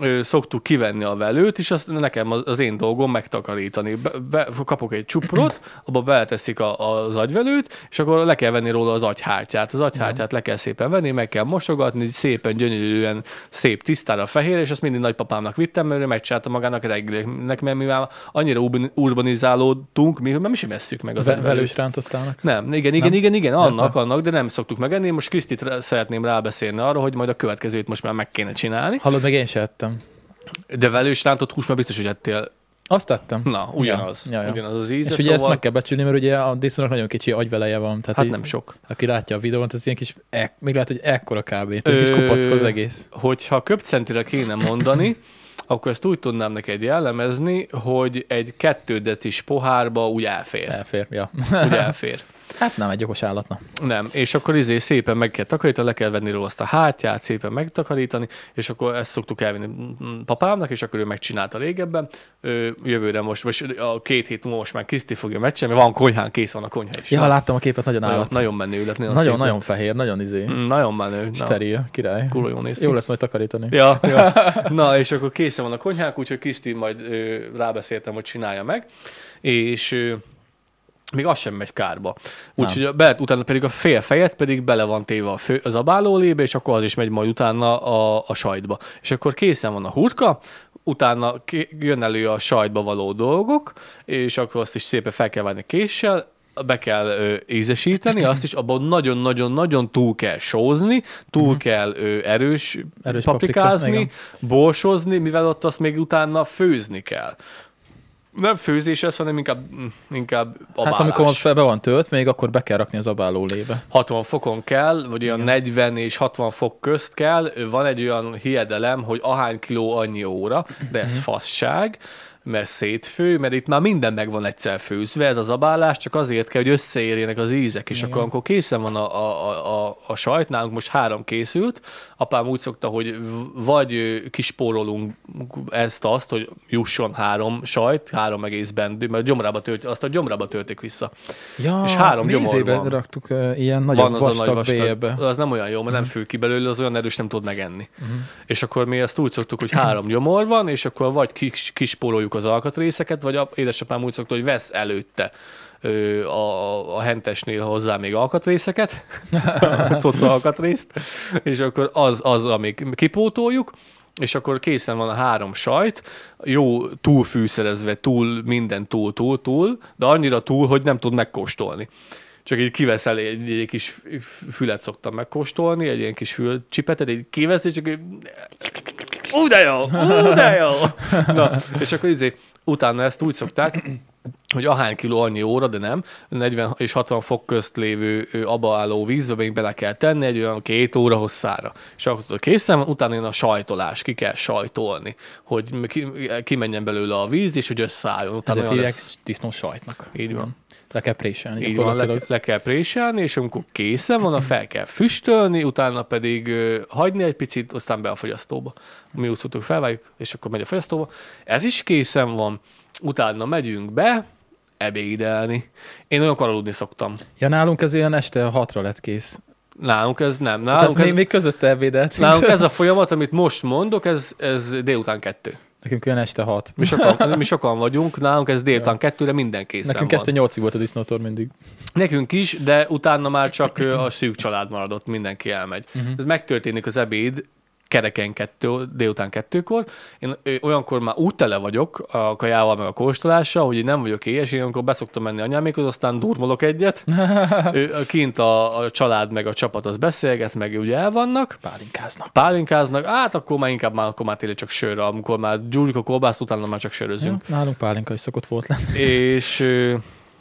[SPEAKER 2] ö, szoktuk kivenni a velőt, és azt nekem az, az én dolgom megtakarítani. Be, be, kapok egy csuprot, abba beleteszik a, az agyvelőt, és akkor le kell venni róla az agyhártyát. Az agyhártyát le kell szépen venni, meg kell mosogatni, szépen, gyönyörűen, szép, tisztára, fehér, és azt mindig nagypapámnak vittem, mert ő megcsinálta magának reggelnek, mert mi már annyira urban- urbanizálódtunk, mi nem is messzük meg az
[SPEAKER 1] Ve-
[SPEAKER 2] agyvelőt.
[SPEAKER 1] velős rántottának.
[SPEAKER 2] Nem, igen, igen, igen, igen, annak, annak, de nem szoktuk megenni. Most Krisztit rá- szeretném rábeszélni arra, hogy majd a következőt most már meg kéne csinálni.
[SPEAKER 1] Hallod, meg én se ettem.
[SPEAKER 2] De velős rántott hús már biztos, hogy ettél.
[SPEAKER 1] Azt ettem.
[SPEAKER 2] Na, ugyanaz.
[SPEAKER 1] Ja, ja, ja.
[SPEAKER 2] Ugyanaz az szóval íze,
[SPEAKER 1] És ugye ezt meg kell becsülni, mert ugye a disznónak nagyon kicsi agyveleje van. Tehát
[SPEAKER 2] hát
[SPEAKER 1] így-
[SPEAKER 2] nem sok.
[SPEAKER 1] Aki látja a videót, az ilyen kis, ek, még lehet, hogy ekkora kb. Tehát kis
[SPEAKER 2] Ö,
[SPEAKER 1] kupack az egész.
[SPEAKER 2] Hogyha köpcentire kéne mondani, akkor ezt úgy tudnám neked jellemezni, hogy egy kettő decis pohárba úgy elfér.
[SPEAKER 1] Elfér, ja.
[SPEAKER 2] Úgy elfér.
[SPEAKER 1] Hát nem egy okos állatna.
[SPEAKER 2] Nem, és akkor izé szépen meg kell takarítani, le kell venni róla azt a hátját, szépen megtakarítani, és akkor ezt szoktuk elvinni mm, papámnak, és akkor ő megcsinálta régebben. Ő, jövőre most, vagy a két hét múlva most már Kriszti fogja megcsinálni, mert van konyhán, kész van a konyha is.
[SPEAKER 1] Ja, láttam a képet, nagyon
[SPEAKER 2] nagyon,
[SPEAKER 1] állat.
[SPEAKER 2] nagyon menő lett.
[SPEAKER 1] Nagyon, nagyon fehér, nagyon izé.
[SPEAKER 2] nagyon. Nagyon menő. na.
[SPEAKER 1] Steril, király.
[SPEAKER 2] Kurva jól néz ki.
[SPEAKER 1] Jó lesz majd takarítani. Hát,
[SPEAKER 2] Ja, ja. Na, és akkor készen van a konyhák, úgyhogy Kriszti majd ö, rábeszéltem, hogy csinálja meg, és ö, még az sem megy kárba. Úgyhogy a- be, utána pedig a fél fejet pedig bele van téve a fő, az abálólébe, és akkor az is megy majd utána a, a sajtba. És akkor készen van a hurka, utána ki- jön elő a sajtba való dolgok, és akkor azt is szépen fel kell venni késsel, be kell ö, ízesíteni, azt is abban nagyon-nagyon-nagyon túl kell sózni, túl kell ö, erős,
[SPEAKER 1] Mhm. Erős
[SPEAKER 2] erős
[SPEAKER 1] paprika,
[SPEAKER 2] paprikázni,
[SPEAKER 1] igen.
[SPEAKER 2] borsozni, mivel ott azt még utána főzni kell. Nem főzés ez, hanem inkább, mm, inkább abálás.
[SPEAKER 1] Hát amikor fel be van tölt, még akkor be kell rakni az abáló lébe.
[SPEAKER 2] 60 fokon kell, vagy olyan 40 és 60 fok közt kell, van egy olyan hiedelem, hogy ahány kiló annyi óra, de ez fasság, mert szétfő, mert itt már minden meg van egyszer főzve, ez az abálás, csak azért kell, hogy összeérjenek az ízek, és akkor, amikor készen van a, a, a, a, a sajt, nálunk most három készült, apám úgy szokta, hogy v- vagy ö, kispórolunk ezt-azt, hogy jusson három sajt, három egész bendő, mert gyomrába tölt, azt a gyomrába töltik vissza.
[SPEAKER 1] Ja,
[SPEAKER 2] És három gyomor
[SPEAKER 1] mézébe
[SPEAKER 2] van.
[SPEAKER 1] raktuk uh, ilyen nagyon
[SPEAKER 2] az a nagy
[SPEAKER 1] vastag, Mhm. bélyebe.
[SPEAKER 2] Az nem olyan jó, mert nem fül ki belőle, az olyan erős, nem tud megenni.
[SPEAKER 1] Mhm.
[SPEAKER 2] És akkor mi ezt úgy szoktuk, hogy három gyomor van, és akkor vagy kis, kispóroljuk az alkatrészeket, vagy a, édesapám úgy szokta, hogy vesz előtte ö, a, a hentesnél hozzá még alkatrészeket, coca alkatrészt, és akkor az, az, amik kipótoljuk, és akkor készen van a három sajt, jó túlfűszerezve, túl minden túl, túl, túl, de annyira túl, hogy nem tud megkóstolni. Csak így kiveszel egy, egy kis f- fület szoktam megkóstolni, egy ilyen kis fülcsipetet, így kivesz, és csak így... Ú, de jó! Ú, de jó! Na, és akkor izé, utána ezt úgy szokták, hogy ahány kiló annyi óra, de nem, 40 és 60 fok közt lévő ö, abba álló vízbe még bele kell tenni egy olyan két óra hosszára. És akkor tudod, készen van, utána jön a sajtolás, ki kell sajtolni, hogy ki, kimenjen belőle a víz, és hogy összeálljon. Utána
[SPEAKER 1] Ezért
[SPEAKER 2] olyan
[SPEAKER 1] hívják
[SPEAKER 2] lesz-
[SPEAKER 1] disznó sajtnak.
[SPEAKER 2] Így van.
[SPEAKER 1] Le kell préselni.
[SPEAKER 2] így van, le, le kell préselni, és amikor készen van, fel kell füstölni, utána pedig ö, hagyni egy picit, aztán be a fogyasztóba. Mi úgy szoktuk felvágjuk, és akkor megy a fogyasztóba. Ez is készen van, utána megyünk be, ebédelni. Én olyankor aludni szoktam.
[SPEAKER 1] Ja, nálunk ez ilyen este hatra lett kész.
[SPEAKER 2] Nálunk ez nem.
[SPEAKER 1] Tehát
[SPEAKER 2] Nálunk,
[SPEAKER 1] még,
[SPEAKER 2] ez,
[SPEAKER 1] még közötte ebédelt.
[SPEAKER 2] nálunk ez a folyamat, amit most mondok, ez, ez délután kettő.
[SPEAKER 1] Nekünk olyan este hat.
[SPEAKER 2] Mi sokan, mi sokan vagyunk, nálunk ez délután kettőre minden készen
[SPEAKER 1] Nekünk
[SPEAKER 2] van.
[SPEAKER 1] este nyolcig volt a disznótor mindig.
[SPEAKER 2] Nekünk is, de utána már csak ö, a szűk család maradott, mindenki elmegy. Uh-huh. Ez megtörténik az ebéd kereken kettő, délután kettőkor. Én ö, olyankor már úttele vagyok a kajával, meg a kóstolással, hogy én nem vagyok éhes, én olyankor beszoktam menni anyámékhoz, aztán durmolok egyet. Ő, ö, kint a, a család, meg a csapat az beszélget, meg ugye el vannak.
[SPEAKER 1] Pálinkáznak.
[SPEAKER 2] Pálinkáznak, hát akkor már inkább már, akkor már tényleg csak sörre, amikor már gyúrjuk a kolbászt, utána már csak sörözünk.
[SPEAKER 1] Nálunk pálinka is szokott volt lenni.
[SPEAKER 2] És ö,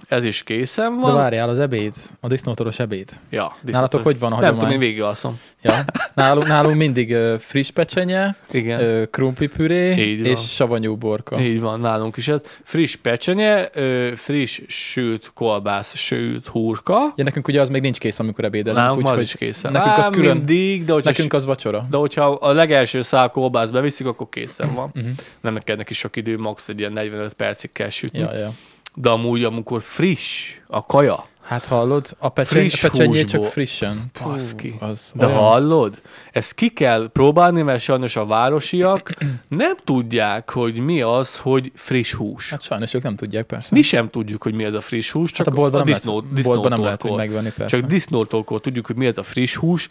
[SPEAKER 2] ez is készen
[SPEAKER 1] De
[SPEAKER 2] van.
[SPEAKER 1] várjál, az ebéd, a disznótoros ebéd.
[SPEAKER 2] ja,
[SPEAKER 1] Nálatok
[SPEAKER 2] diszletos.
[SPEAKER 1] hogy van a
[SPEAKER 2] Nem tudom,
[SPEAKER 1] hagyomány?
[SPEAKER 2] én végighalszom.
[SPEAKER 1] Ja. Nálunk, nálunk mindig ö, friss pecsenye,
[SPEAKER 2] Igen. Ö,
[SPEAKER 1] ö, krumplipüré
[SPEAKER 2] Így van.
[SPEAKER 1] és savanyú borka.
[SPEAKER 2] így van, nálunk is ez. Friss pecsenye, ö, friss sült kolbász, sült húrka.
[SPEAKER 1] Ja, nekünk ugye az még nincs kész, amikor ebédelünk.
[SPEAKER 2] nálunk már
[SPEAKER 1] úgyhogy
[SPEAKER 2] is készen.
[SPEAKER 1] Nekünk az
[SPEAKER 2] Á,
[SPEAKER 1] külön,
[SPEAKER 2] Mindig, de hogyha,
[SPEAKER 1] nekünk
[SPEAKER 2] nekünk...
[SPEAKER 1] az vacsora.
[SPEAKER 2] de hogyha a legelső szál kolbászt beviszik, akkor készen van.
[SPEAKER 1] Mhm.
[SPEAKER 2] Nem kell neki sok idő, max. egy ilyen 45 percig kell sütni.
[SPEAKER 1] Ja, ja.
[SPEAKER 2] De amúgy, amikor friss a kaja,
[SPEAKER 1] Hát hallod, a, pecseny, a
[SPEAKER 2] Friss
[SPEAKER 1] pecsenyét csak
[SPEAKER 2] húsból.
[SPEAKER 1] frissen. Pú,
[SPEAKER 2] Baszki.
[SPEAKER 1] Az
[SPEAKER 2] De
[SPEAKER 1] olyan-
[SPEAKER 2] hallod? Ezt ki kell próbálni, mert sajnos a városiak nem tudják, hogy mi az, hogy friss hús.
[SPEAKER 1] Hát sajnos ők nem tudják, persze.
[SPEAKER 2] Mi sem tudjuk, hogy mi ez a friss hús, csak
[SPEAKER 1] hát a boltban
[SPEAKER 2] a
[SPEAKER 1] nem,
[SPEAKER 2] disznó,
[SPEAKER 1] lehet, boltban nem lehet, hogy
[SPEAKER 2] disznótólkor.
[SPEAKER 1] megvenni, persze.
[SPEAKER 2] Csak disznótólkor tudjuk, hogy mi ez a friss hús,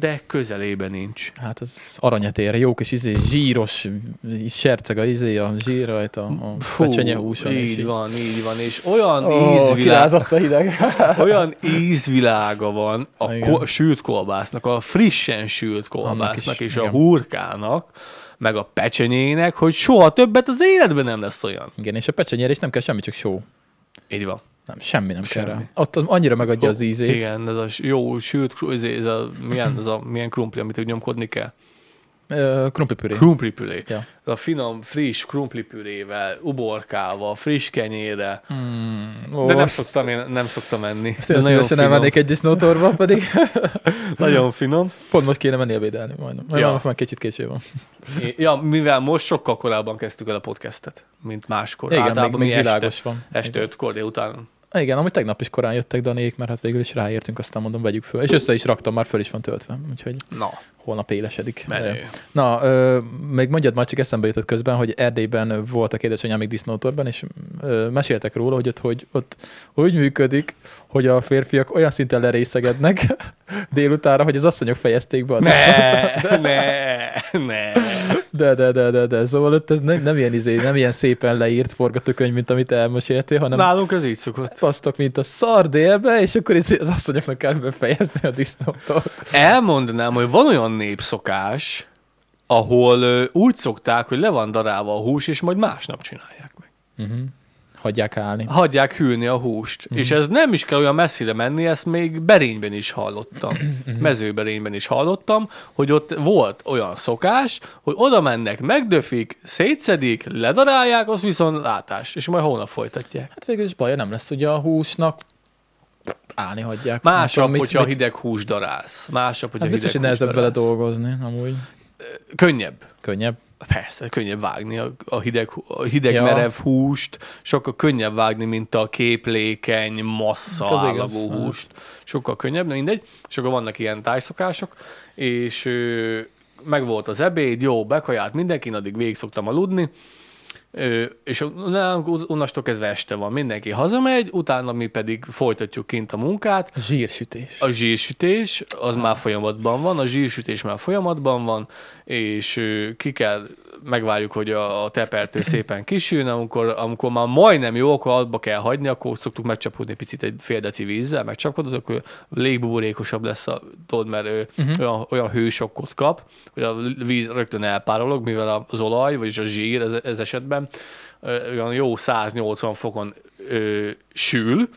[SPEAKER 2] de közelében nincs.
[SPEAKER 1] Hát az aranyatér, jó kis izé, zsíros serceg a izé, a zsír rajta, a
[SPEAKER 2] Fú,
[SPEAKER 1] pecsenyehúson. és
[SPEAKER 2] így van, így van, és olyan ízvilág,
[SPEAKER 1] kirázott a hideg.
[SPEAKER 2] olyan ízvilága van a
[SPEAKER 1] Igen.
[SPEAKER 2] ko- sült kolbásznak, a frissen sült kolbásznak
[SPEAKER 1] is,
[SPEAKER 2] és a
[SPEAKER 1] igen.
[SPEAKER 2] hurkának, meg a pecsenyének, hogy soha többet az életben nem lesz olyan.
[SPEAKER 1] Igen, és a pecsenyére is nem kell semmi, csak só.
[SPEAKER 2] Így van.
[SPEAKER 1] Nem, semmi nem semmi. kell
[SPEAKER 2] Semmi.
[SPEAKER 1] rá. Ott annyira megadja az ízét.
[SPEAKER 2] Igen, ez a s- jó sült, kru- ez ez a, milyen, ez a, milyen krumpli, amit úgy nyomkodni kell.
[SPEAKER 1] ö, krumplipüré.
[SPEAKER 2] Krumplipüré.
[SPEAKER 1] Ja.
[SPEAKER 2] A finom, friss krumplipürével, uborkával, friss kenyérrel.
[SPEAKER 1] Mm,
[SPEAKER 2] De nem szoktam, én nem szoktam enni. De nagyon
[SPEAKER 1] szívesen
[SPEAKER 2] finom.
[SPEAKER 1] elmennék egy disznótorba pedig.
[SPEAKER 2] Nagyon finom.
[SPEAKER 1] Pont most kéne menni ebédelni majdnem. Majd
[SPEAKER 2] Ja.
[SPEAKER 1] ja. már kicsit késő van.
[SPEAKER 2] É- Ja, mivel most sokkal korábban kezdtük el a podcastet, mint máskor.
[SPEAKER 1] Igen, még,
[SPEAKER 2] Általában
[SPEAKER 1] még
[SPEAKER 2] mi este-
[SPEAKER 1] világos van.
[SPEAKER 2] Este ötkor délután.
[SPEAKER 1] Igen, amúgy tegnap is korán jöttek Danék, mert hát végül is ráértünk, aztán mondom, vegyük föl. És össze is raktam, már föl is van töltve, úgyhogy
[SPEAKER 2] Na,
[SPEAKER 1] holnap élesedik.
[SPEAKER 2] menő.
[SPEAKER 1] Na, ö, még mondjad, már csak eszembe jutott közben, hogy Erdélyben voltak édesanyámig disznótorban, és ö, meséltek róla, hogy ott, hogy ott úgy működik, hogy a férfiak olyan szinten lerészegednek délutára, hogy az asszonyok fejezték be. a
[SPEAKER 2] Ne, ne, ne.
[SPEAKER 1] De, de, de, de, de. Szóval ott ez nem, nem ilyen izé, nem ilyen szépen leírt forgatókönyv, mint amit elmeséltél, hanem Na.
[SPEAKER 2] Nálunk ez így szokott.
[SPEAKER 1] basztok, mint a szar délbe, és akkor izé az asszonyoknak kell befejezni a disznótól.
[SPEAKER 2] Elmondanám, hogy van olyan népszokás, ahol ö, úgy szokták, hogy le van darálva a hús, és majd másnap csinálják meg.
[SPEAKER 1] Uh-huh. Hagyják állni.
[SPEAKER 2] Hagyják hűlni a
[SPEAKER 1] Mhm.
[SPEAKER 2] húst. Mm. És ez nem is kell olyan messzire menni, ezt még Berényben is hallottam.
[SPEAKER 1] Mhm.
[SPEAKER 2] Mezőberényben is hallottam, hogy ott volt olyan szokás, hogy oda mennek, megdöfik, szétszedik, ledarálják, az viszont látás, és majd holnap folytatják.
[SPEAKER 1] Hát végül is baja nem lesz, ugye a húsnak állni hagyják. Nem
[SPEAKER 2] Másabb,
[SPEAKER 1] tudom, mit-
[SPEAKER 2] hogyha
[SPEAKER 1] mit-
[SPEAKER 2] hideg hús darálsz. Másabb, hogyha
[SPEAKER 1] Hát biztos, hogy
[SPEAKER 2] hideg hús
[SPEAKER 1] nehezebb vele
[SPEAKER 2] darálsz.
[SPEAKER 1] dolgozni, amúgy.
[SPEAKER 2] Könnyebb.
[SPEAKER 1] Könnyebb.
[SPEAKER 2] Persze, könnyebb vágni a, a hideg, a hideg
[SPEAKER 1] Ja.
[SPEAKER 2] ja. merev húst, sokkal könnyebb vágni, mint a képlékeny, massza
[SPEAKER 1] Hát az igaz,
[SPEAKER 2] állagú
[SPEAKER 1] hát.
[SPEAKER 2] húst. Sokkal könnyebb, de mindegy. És akkor vannak ilyen tájszokások, és ö, meg volt az ebéd, jó, bekaját mindenkin, addig végig szoktam aludni, Ö, és nálunk un- onnastól kezdve este van, mindenki hazamegy, utána mi pedig folytatjuk kint a munkát,
[SPEAKER 1] Zsírsütés.
[SPEAKER 2] a zsírsütés, az már folyamatban van, a zsírsütés már folyamatban van, és ö, ki kell, megvárjuk, hogy a, a tepertő szépen kisüljön, amikor, amikor már majdnem jó, akkor abba kell hagyni, akkor szoktuk megcsapódni picit egy fél deci vízzel, megcsapkodod, akkor légbuborékosabb lesz a tudod, mert ő uh-huh. olyan, olyan hősokkot kap, hogy a víz rögtön elpárolog, mivel az olaj, vagyis a zsír ez, ez esetben ö, olyan jó 180 fokon ö, sül,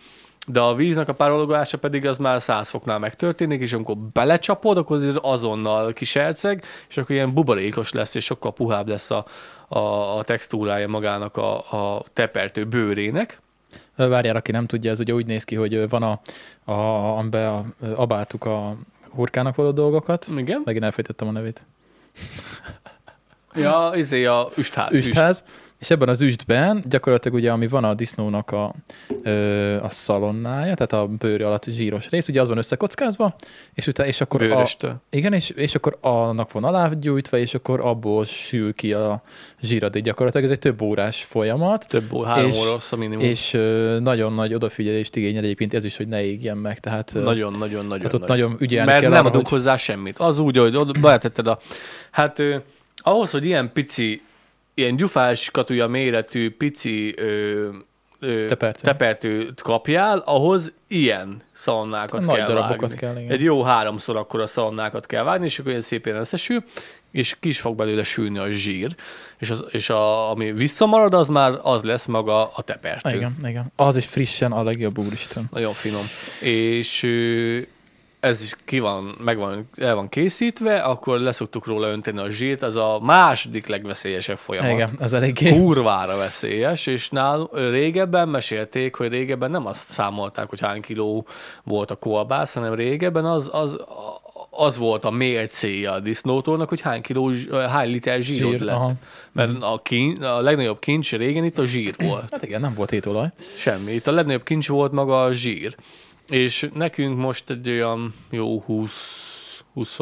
[SPEAKER 2] de a víznek a párologása pedig az már 100 foknál megtörténik, és amikor belecsapod, akkor az azonnal kiserceg, és akkor ilyen buborékos lesz, és sokkal puhább lesz a, a, a textúrája magának a, a tepertő bőrének.
[SPEAKER 1] Ö, Várjál, aki nem tudja, ez ugye úgy néz ki, hogy ö, van a, a amiben a, ö, abártuk a hurkának való dolgokat.
[SPEAKER 2] Igen.
[SPEAKER 1] Megint elfejtettem a nevét.
[SPEAKER 2] Ja, izé a üstház.
[SPEAKER 1] Üstház. És ebben az üstben gyakorlatilag ugye, ami van a disznónak a, ö, a szalonnája, tehát a bőr alatt zsíros rész, ugye az van összekockázva, és, utána, és akkor a,
[SPEAKER 2] Bőröstől.
[SPEAKER 1] Igen, és, és akkor annak van alágyújtva, és akkor abból sül ki a zsíradék gyakorlatilag. Ez egy több órás folyamat,
[SPEAKER 2] Több óra, három
[SPEAKER 1] És-
[SPEAKER 2] óra rossz a minimum.
[SPEAKER 1] és ö, nagyon nagy odafigyelést igényel egyébként ez is, hogy ne égjen meg. Tehát, ö,
[SPEAKER 2] Nagyon-nagyon-nagyon.
[SPEAKER 1] tehát ott nagyon ügyelni
[SPEAKER 2] Mert
[SPEAKER 1] kell
[SPEAKER 2] nem
[SPEAKER 1] arra,
[SPEAKER 2] adunk
[SPEAKER 1] hogy
[SPEAKER 2] hozzá semmit. Az úgy, hogy oda beletetted a... Hát ö, ahhoz, hogy ilyen pici, ilyen gyufás katúja méretű pici ö, ö,
[SPEAKER 1] Tepertő.
[SPEAKER 2] tepertőt kapjál, ahhoz ilyen szalonnákat
[SPEAKER 1] Nagy
[SPEAKER 2] kell
[SPEAKER 1] darabokat
[SPEAKER 2] vágni.
[SPEAKER 1] kell, igen.
[SPEAKER 2] Egy jó háromszor akkor a szalonnákat kell vágni, és akkor ilyen szépen összesül, és ki is fog belőle sülni a zsír, és, az, és a, ami visszamarad, az már az lesz maga a tepertő.
[SPEAKER 1] Ah, igen, igen. Az is frissen a legjobb úristen.
[SPEAKER 2] Nagyon finom. És ö, ez is ki van, meg van, el van készítve, akkor leszoktuk róla önteni a zsírt, ez a második legveszélyesebb folyamat.
[SPEAKER 1] Igen, az eléggé.
[SPEAKER 2] Kurvára veszélyes, és nál, ö, régebben mesélték, hogy régebben nem azt számolták, hogy hány kiló volt a kolbász, hanem régebben az, az, az volt a mércéje a disznótornak, hogy hány kiló, zs- ö, hány liter zsírod
[SPEAKER 1] Zsír,
[SPEAKER 2] Zsír, lett.
[SPEAKER 1] aha.
[SPEAKER 2] Aha. Mert a, kin, a legnagyobb kincs régen itt a zsír volt.
[SPEAKER 1] Hát igen, nem volt étolaj.
[SPEAKER 2] Semmi. Itt a legnagyobb kincs volt maga a zsír. És nekünk most egy olyan jó 20, 20,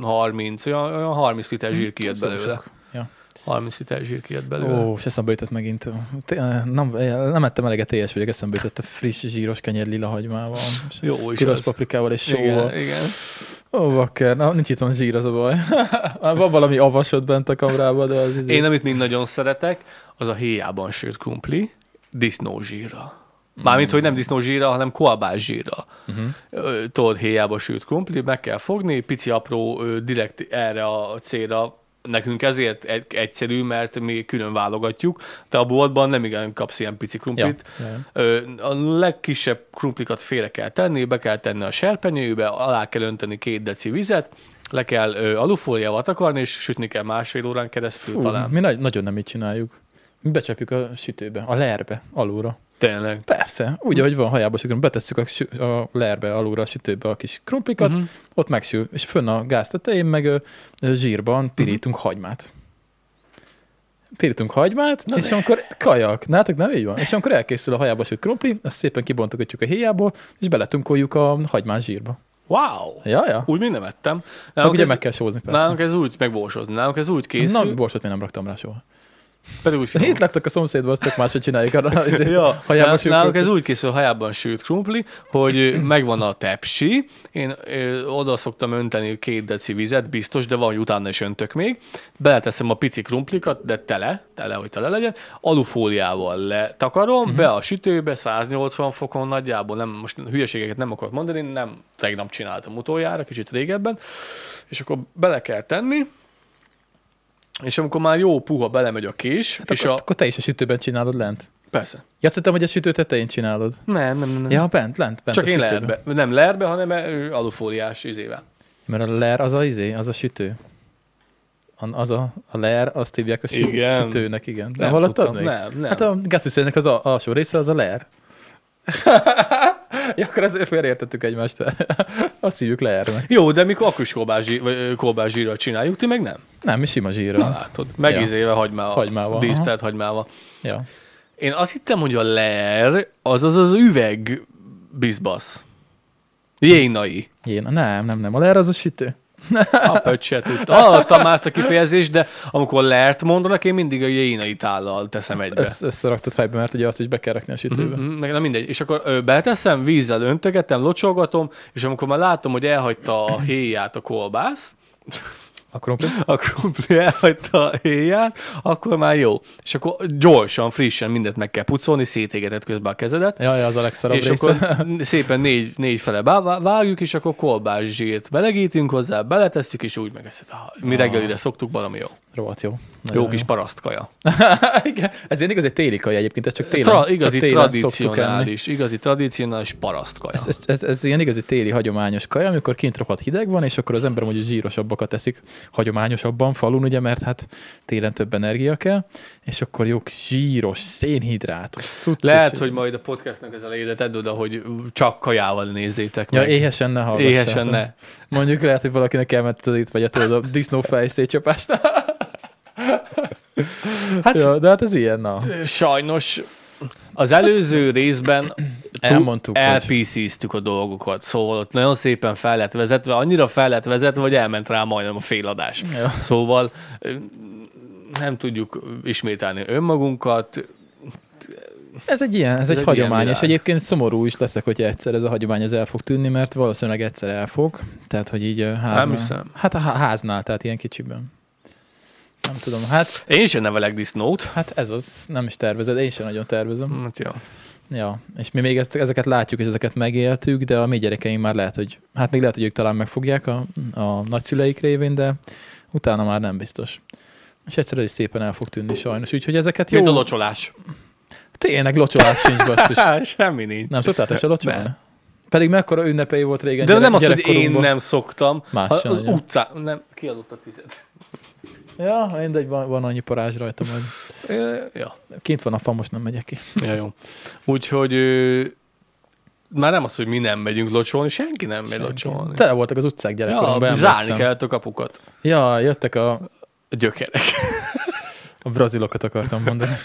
[SPEAKER 2] 30, olyan, olyan 30 liter zsír kijött
[SPEAKER 1] szóval
[SPEAKER 2] belőle.
[SPEAKER 1] sok. Ja.
[SPEAKER 2] 30 liter zsír kijött belőle.
[SPEAKER 1] Ó, és eszembe jutott megint. Té- Nem, nem ettem eleget teljes vagyok, eszembe jutott a friss zsíros kenyér lila hagymával,
[SPEAKER 2] jó is
[SPEAKER 1] piros
[SPEAKER 2] az.
[SPEAKER 1] paprikával és sóval.
[SPEAKER 2] Igen, igen.
[SPEAKER 1] Ó, bakker, na, nincs itthon zsír, az a baj. Már van valami avasod bent a kamrában, de az izé.
[SPEAKER 2] Én, amit mind nagyon szeretek, az a héjában sült krumpli, disznózsírra. Mármint, hogy nem disznózsírra, hanem koabás zsírra.
[SPEAKER 1] Mhm.
[SPEAKER 2] Uh-huh. Tudod, héjába sült krumpli, meg kell fogni, pici apró, ö, direkt erre a célra. Nekünk ezért egy- egyszerű, mert mi külön válogatjuk, de a boltban nem igen kapsz ilyen pici
[SPEAKER 1] ja.
[SPEAKER 2] krumplit.
[SPEAKER 1] ja.
[SPEAKER 2] Ö, A legkisebb krumplikat félre kell tenni, be kell tenni a serpenyőbe, alá kell önteni két deci vizet, le kell ö, alufóliával takarni, és sütni kell másfél órán keresztül
[SPEAKER 1] Fú,
[SPEAKER 2] Fú, talán. Mi?
[SPEAKER 1] Mi nagy, nagyon nem így csináljuk. Mi becsapjuk a sütőbe, a lerbe, alulra.
[SPEAKER 2] Tényleg.
[SPEAKER 1] Persze, úgy, ahogy van hajába sütőn, betesszük a, sü- a lerbe, alulra a sütőbe a kis krumplikat,
[SPEAKER 2] Mhm.
[SPEAKER 1] ott megsül, és fönn a gáz tetején meg ö, ö,
[SPEAKER 2] Mhm.
[SPEAKER 1] zsírban pirítunk hagymát. Pirítunk hagymát, Na és amikor kajak, nátok nem így van, és amikor elkészül a hajába sült krumpli, azt szépen kibontogatjuk a héjából, és beletunkoljuk a hagymás zsírba.
[SPEAKER 2] Wow!
[SPEAKER 1] Ja, ja.
[SPEAKER 2] Úgy még nem ettem.
[SPEAKER 1] Akkor
[SPEAKER 2] Nálunk,
[SPEAKER 1] Hát ugye
[SPEAKER 2] ez,
[SPEAKER 1] meg kell sózni persze.
[SPEAKER 2] nálunk ez úgy megbósozni, nálunk ez úgy készül,
[SPEAKER 1] Na,
[SPEAKER 2] Na,
[SPEAKER 1] borsot még nem raktam rá soha.
[SPEAKER 2] pedig úgy
[SPEAKER 1] De
[SPEAKER 2] finom.
[SPEAKER 1] itt laktak a szomszédban, azt tök máshogy csináljuk. Arra,
[SPEAKER 2] Ja,
[SPEAKER 1] hajába
[SPEAKER 2] nál-
[SPEAKER 1] sült
[SPEAKER 2] nálunk
[SPEAKER 1] krumpli.
[SPEAKER 2] ez úgy készül, hajában sült krumpli, hogy ö, megvan a tepsi, én ö, oda szoktam önteni két deci vizet, biztos, de van, hogy utána is öntök még, beleteszem a pici krumplikat, de tele, tele, hogy tele legyen, alufóliával
[SPEAKER 1] Mhm.
[SPEAKER 2] letakarom, uh-huh. be a sütőbe, 180 fokon nagyjából, nem, most hülyeségeket nem akarok mondani, nem tegnap csináltam utoljára, kicsit régebben, és akkor bele kell tenni, és amikor már jó puha belemegy a kés, hát és
[SPEAKER 1] Akkor,
[SPEAKER 2] a...
[SPEAKER 1] akkor te is a sütőben csinálod lent.
[SPEAKER 2] Persze.
[SPEAKER 1] Ja, azt hittem, hogy a sütő tetején csinálod.
[SPEAKER 2] Nem, nem, nem. nem.
[SPEAKER 1] Ja, bent, lent, bent
[SPEAKER 2] Mm. Csak
[SPEAKER 1] a
[SPEAKER 2] én
[SPEAKER 1] sütőben.
[SPEAKER 2] lerbe. Nem lerbe, hanem ö, alufóliás izével.
[SPEAKER 1] Mert a ler az a izé, az a sütő. A- Az a, a ler, azt hívják a sü-
[SPEAKER 2] Igen.
[SPEAKER 1] sütőnek, igen.
[SPEAKER 2] Nem
[SPEAKER 1] Nem hallottad
[SPEAKER 2] tudtam,
[SPEAKER 1] még?
[SPEAKER 2] nem, nem.
[SPEAKER 1] Hát a gázszűzőnek az a, alsó része az a ler. ja, akkor azért félreértettük egymást. azt hívjuk lernek.
[SPEAKER 2] Jó, de mi akkus kolbázsi, vagy ö, kolbázsírral csináljuk, ti meg nem?
[SPEAKER 1] Nem, mi sima zsírral.
[SPEAKER 2] Na látod, megizéve ja. hagymával.
[SPEAKER 1] Hagymával, aha.
[SPEAKER 2] Dísztelt hagymával.
[SPEAKER 1] Ja.
[SPEAKER 2] Én azt hittem, hogy a ler az az az üveg bizbasz. Jénai.
[SPEAKER 1] Én, nem, nem, nem. A ler az a sütő.
[SPEAKER 2] A pöt se tudta. Hallottam már ezt a kifejezést, de amikor lert mondanak, én mindig a jénai tállal teszem egybe.
[SPEAKER 1] Össz, összeraktad fejbe, mert ugye azt is be kell rakni a sütőbe.
[SPEAKER 2] Mhm, Meg nem mindegy. És akkor ö, beleteszem, vízzel öntögetem, locsolgatom, és amikor már látom, hogy elhagyta a héját a kolbász,
[SPEAKER 1] A krumpli.
[SPEAKER 2] a krumpli elhagyta a héját, akkor már jó. És akkor gyorsan, frissen mindent meg kell pucolni, szétégeted közben a kezedet,
[SPEAKER 1] Ja, ja, az a legszarabb
[SPEAKER 2] és
[SPEAKER 1] része.
[SPEAKER 2] akkor szépen négy, négy fele bá- vágjuk, és akkor kolbász zsírt belegítünk hozzá, beletesztjük, és úgy megeszed. Ah, Mi reggelire szoktuk, valami jó.
[SPEAKER 1] Rohadt jó. Nagyon
[SPEAKER 2] Jó kis parasztkaja.
[SPEAKER 1] Igen, ez én igazi téli kaja egyébként, ez csak télen,
[SPEAKER 2] Tra-
[SPEAKER 1] csak
[SPEAKER 2] igazi
[SPEAKER 1] télen szoktuk enni.
[SPEAKER 2] tradicionális, igazi tradicionális parasztkaja.
[SPEAKER 1] Ez, ez, ez, ez, ilyen igazi téli hagyományos kaja, amikor kint rohadt hideg van, és akkor az ember mondjuk zsírosabbakat eszik, hagyományosabban falun, ugye, mert hát télen több energia kell, és akkor jó kis zsíros, szénhidrátos, cuccos.
[SPEAKER 2] Lehet, hogy majd a podcastnak az elejére tedd oda, hogy csak kajával nézzétek
[SPEAKER 1] Ja,
[SPEAKER 2] meg.
[SPEAKER 1] éhesen ne hallgassátok.
[SPEAKER 2] Éhesen ne.
[SPEAKER 1] Mondjuk lehet, hogy valakinek elment az itt vagy a, tudod, a disznófej szétcsapást. Hát, ja, de hát ez ilyen, na.
[SPEAKER 2] Sajnos az előző részben
[SPEAKER 1] Elmondtuk, hogy-
[SPEAKER 2] elpc a dolgokat, szóval ott nagyon szépen fel lett vezetve, annyira fel lett vezetve, hogy elment rá majdnem a féladás.
[SPEAKER 1] Ja.
[SPEAKER 2] Szóval ö, nem tudjuk ismételni önmagunkat,
[SPEAKER 1] Ez egy ilyen, ez, ez egy,
[SPEAKER 2] egy
[SPEAKER 1] egy hagyomány,
[SPEAKER 2] ilyen
[SPEAKER 1] és
[SPEAKER 2] világ.
[SPEAKER 1] egyébként szomorú is leszek, hogy egyszer ez a hagyomány ez el fog tűnni, mert valószínűleg egyszer el fog. Tehát, hogy így ö, háznál.
[SPEAKER 2] hiszem.
[SPEAKER 1] Hát a há- háznál, tehát ilyen kicsiben. Nem tudom, hát,
[SPEAKER 2] Én sem nevelek disznót.
[SPEAKER 1] hát ez az, nem is tervezed, én sem nagyon tervezem.
[SPEAKER 2] Hát jó.
[SPEAKER 1] Ja, és mi még ezt, ezeket látjuk, és ezeket megéltük, de a mi gyerekeink már lehet, hogy, hát még lehet, hogy ők talán megfogják a, a nagyszüleik révén, de utána már nem biztos. És egyszerűen is szépen el fog tűnni sajnos, úgyhogy ezeket
[SPEAKER 2] Mint a
[SPEAKER 1] jó...
[SPEAKER 2] locsolás.
[SPEAKER 1] Tényleg locsolás sincs basszus.
[SPEAKER 2] Há, semmi nincs.
[SPEAKER 1] Nem szoktál te se locsolni?
[SPEAKER 2] Nem.
[SPEAKER 1] Pedig mekkora ünnepei volt régen
[SPEAKER 2] De
[SPEAKER 1] gyerek-
[SPEAKER 2] nem azt, hogy én
[SPEAKER 1] gyerekkorunkban.
[SPEAKER 2] nem szoktam.
[SPEAKER 1] Más
[SPEAKER 2] Ha-
[SPEAKER 1] sem
[SPEAKER 2] az
[SPEAKER 1] nagyon.
[SPEAKER 2] utcán, nem, kiadott a tüzet.
[SPEAKER 1] Ja, mindegy, van, van annyi parázs rajta majd.
[SPEAKER 2] Ö, Ja.
[SPEAKER 1] Kint van a fa, most nem megyek ki.
[SPEAKER 2] Ja, jó. Úgyhogy ö, már nem az, hogy mi nem megyünk locsolni, senki nem megy locsolni.
[SPEAKER 1] Tele voltak az utcák gyerekkoromban.
[SPEAKER 2] ja,
[SPEAKER 1] emlékszem.
[SPEAKER 2] zárni kellett a kapukat.
[SPEAKER 1] Ja, jöttek a,
[SPEAKER 2] A gyökerek.
[SPEAKER 1] a brazilokat akartam mondani.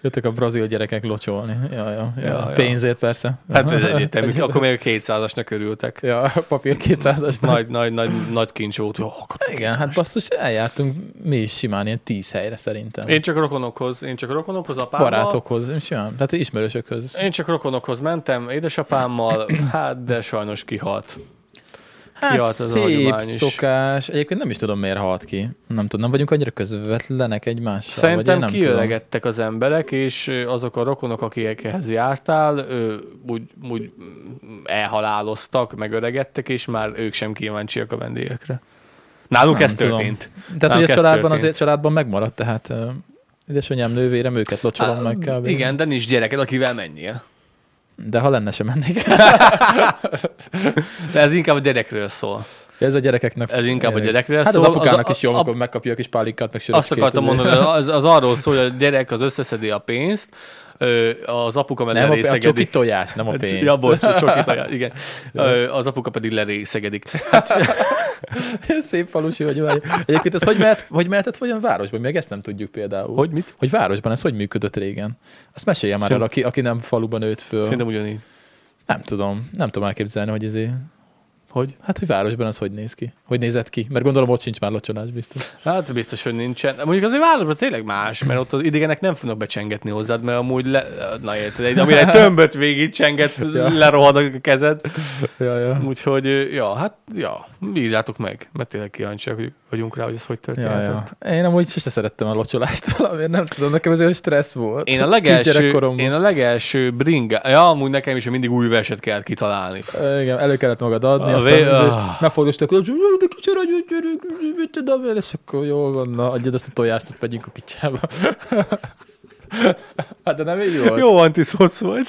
[SPEAKER 1] Jöttek a brazil gyerekek locsolni. Ja, ja, ja.
[SPEAKER 2] Ja, ja.
[SPEAKER 1] ja Pénzért persze.
[SPEAKER 2] Hát ez egyetemű. Akkor még a 200-asnak örültek.
[SPEAKER 1] Ja, a papír 200-as.
[SPEAKER 2] Nagy, nagy, nagy, nagy kincs volt. Jó, akkor
[SPEAKER 1] Igen, hát basszus, eljártunk mi is simán ilyen tíz helyre szerintem.
[SPEAKER 2] Én csak rokonokhoz, én csak rokonokhoz, apámmal.
[SPEAKER 1] Barátokhoz, én simán, tehát ismerősökhöz.
[SPEAKER 2] Én csak rokonokhoz mentem, édesapámmal, hát de sajnos kihalt.
[SPEAKER 1] Hát
[SPEAKER 2] Ja,
[SPEAKER 1] ja,
[SPEAKER 2] hát ez a
[SPEAKER 1] szép
[SPEAKER 2] hagyomány is.
[SPEAKER 1] szokás. Egyébként nem is tudom, miért halt ki. Nem tudom, nem vagyunk annyira közvetlenek egymással.
[SPEAKER 2] Szerintem
[SPEAKER 1] vagy Szóval, én nem tudom.
[SPEAKER 2] kiöregedtek az emberek, és ö, azok a rokonok, akikhez jártál, ö, úgy, úgy mm, elhaláloztak, megöregedtek, és már ők sem kíváncsiak a vendégekre. Nálunk
[SPEAKER 1] Nem
[SPEAKER 2] ez
[SPEAKER 1] tudom.
[SPEAKER 2] történt.
[SPEAKER 1] Tehát,
[SPEAKER 2] Nálunk
[SPEAKER 1] hogy a
[SPEAKER 2] ez
[SPEAKER 1] családban
[SPEAKER 2] történt.
[SPEAKER 1] azért családban megmaradt, tehát ö, édesanyám, nővérem, őket locsolom meg kb.
[SPEAKER 2] Igen, de nincs gyereked, akivel menjél.
[SPEAKER 1] De ha lenne, sem mennék.
[SPEAKER 2] De ez inkább a gyerekről szól.
[SPEAKER 1] Ez a gyerekeknek.
[SPEAKER 2] Ez inkább a
[SPEAKER 1] Tényleg.
[SPEAKER 2] gyerekre
[SPEAKER 1] Hát az
[SPEAKER 2] szól.
[SPEAKER 1] apukának
[SPEAKER 2] Az-
[SPEAKER 1] is jó,
[SPEAKER 2] a-
[SPEAKER 1] amikor megkapja a kis pálinkát, meg
[SPEAKER 2] Azt
[SPEAKER 1] söröcskét.
[SPEAKER 2] akartam
[SPEAKER 1] azért.
[SPEAKER 2] mondani, hogy az, az arról szól, hogy a gyerek az összeszedi a pénzt, ö, az apuka meg
[SPEAKER 1] Nem a, a csoki
[SPEAKER 2] lerészegedik.
[SPEAKER 1] tojás, nem
[SPEAKER 2] Hát,
[SPEAKER 1] a pénz.
[SPEAKER 2] Ja, bocs, a csoki tojás, igen. Ö, Az apuka pedig lerészegedik.
[SPEAKER 1] Szép falusi vagy vagy. Egyébként ez hogy, mehet, hogy mehetett olyan városban? Még ezt nem tudjuk például.
[SPEAKER 2] Hogy mit?
[SPEAKER 1] Hogy városban ez hogy működött régen? Azt mesélje már
[SPEAKER 2] Szerint-
[SPEAKER 1] el, aki, aki nem faluban nőtt föl.
[SPEAKER 2] Szerintem ugyanígy.
[SPEAKER 1] Nem tudom, nem tudom elképzelni, hogy izé...
[SPEAKER 2] Hogy?
[SPEAKER 1] Hát, hogy városban ez hogy néz ki? Hogy nézett ki? Mert gondolom ott sincs már locsolás biztos.
[SPEAKER 2] Hát biztos, hogy nincsen. Mondjuk azért városban tényleg más, mert ott az idegenek nem fognak becsengetni hozzád, mert amúgy le... Na érted, egy, amire egy tömböt végig csenget,
[SPEAKER 1] Ja.
[SPEAKER 2] lerohad a kezed.
[SPEAKER 1] Ja, ja.
[SPEAKER 2] Úgyhogy, ö, ja, hát, ja, bízzátok meg, mert tényleg kíváncsiak hogy- vagyunk rá, hogy ez hogy
[SPEAKER 1] Ja,
[SPEAKER 2] történt.
[SPEAKER 1] ja. Én amúgy sose szerettem a locsolást valamiért, nem tudom, nekem ez olyan stressz volt.
[SPEAKER 2] Én a legelső,
[SPEAKER 1] Kisgyerekkoromban.
[SPEAKER 2] én a legelső bringa, ja, amúgy nekem is mindig új verset kellett kitalálni.
[SPEAKER 1] Ö, Igen, elő kellett magad adni,
[SPEAKER 2] A
[SPEAKER 1] aztán
[SPEAKER 2] vé-
[SPEAKER 1] izé
[SPEAKER 2] Ah.
[SPEAKER 1] megfordultak, hogy "Jaj, de kicsi ragyó, gyerek, mit tudom én, és akkor jól van, na, adjad azt a tojást, azt megyünk a picsába. Hát de nem így volt.
[SPEAKER 2] Jó antiszoc vagy.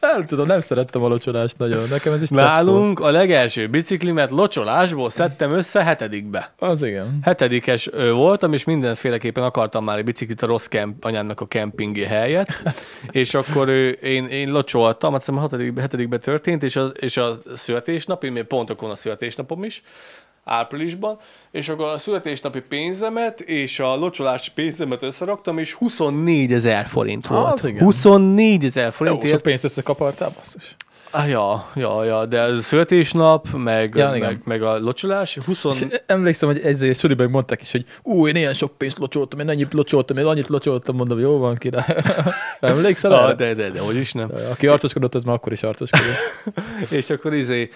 [SPEAKER 1] Nem tudom, nem szerettem a locsolást nagyon. Nekem ez is stressz volt.
[SPEAKER 2] Nálunk a legelső biciklimet locsolásból szedtem össze hetedikbe.
[SPEAKER 1] Az igen.
[SPEAKER 2] Hetedikes ö, voltam, és mindenféleképpen akartam már egy biciklit a rossz kemp, anyámnak a kempingi helyet, és akkor ö, én, én locsoltam, azt hiszem a hatedikbe, hetedikbe történt, és a, és a születésnapi, még pont akkor van a születésnapom is, áprilisban, és akkor a születésnapi pénzemet és a locsolási pénzemet összeraktam, és 24 ezer forint
[SPEAKER 1] Ah,
[SPEAKER 2] volt.
[SPEAKER 1] az igen.
[SPEAKER 2] 24 ezer
[SPEAKER 1] Jó,
[SPEAKER 2] forintért
[SPEAKER 1] sok pénzt összekapartál, basszus.
[SPEAKER 2] Ah, ja, ja, ja, de ez a születésnap, meg,
[SPEAKER 1] Ja, igen.
[SPEAKER 2] meg, meg a locsolás, 20...
[SPEAKER 1] És emlékszem, hogy ezért Suriben mondták is, hogy ú, én ilyen sok pénzt locsoltam, én ennyit locsoltam, én annyit locsoltam, mondom, jó van király. Emlékszel
[SPEAKER 2] Ah,
[SPEAKER 1] erre?
[SPEAKER 2] de, de, de, hogy is nem.
[SPEAKER 1] Aki arcoskodott, az már akkor is arcoskodott.
[SPEAKER 2] És akkor izé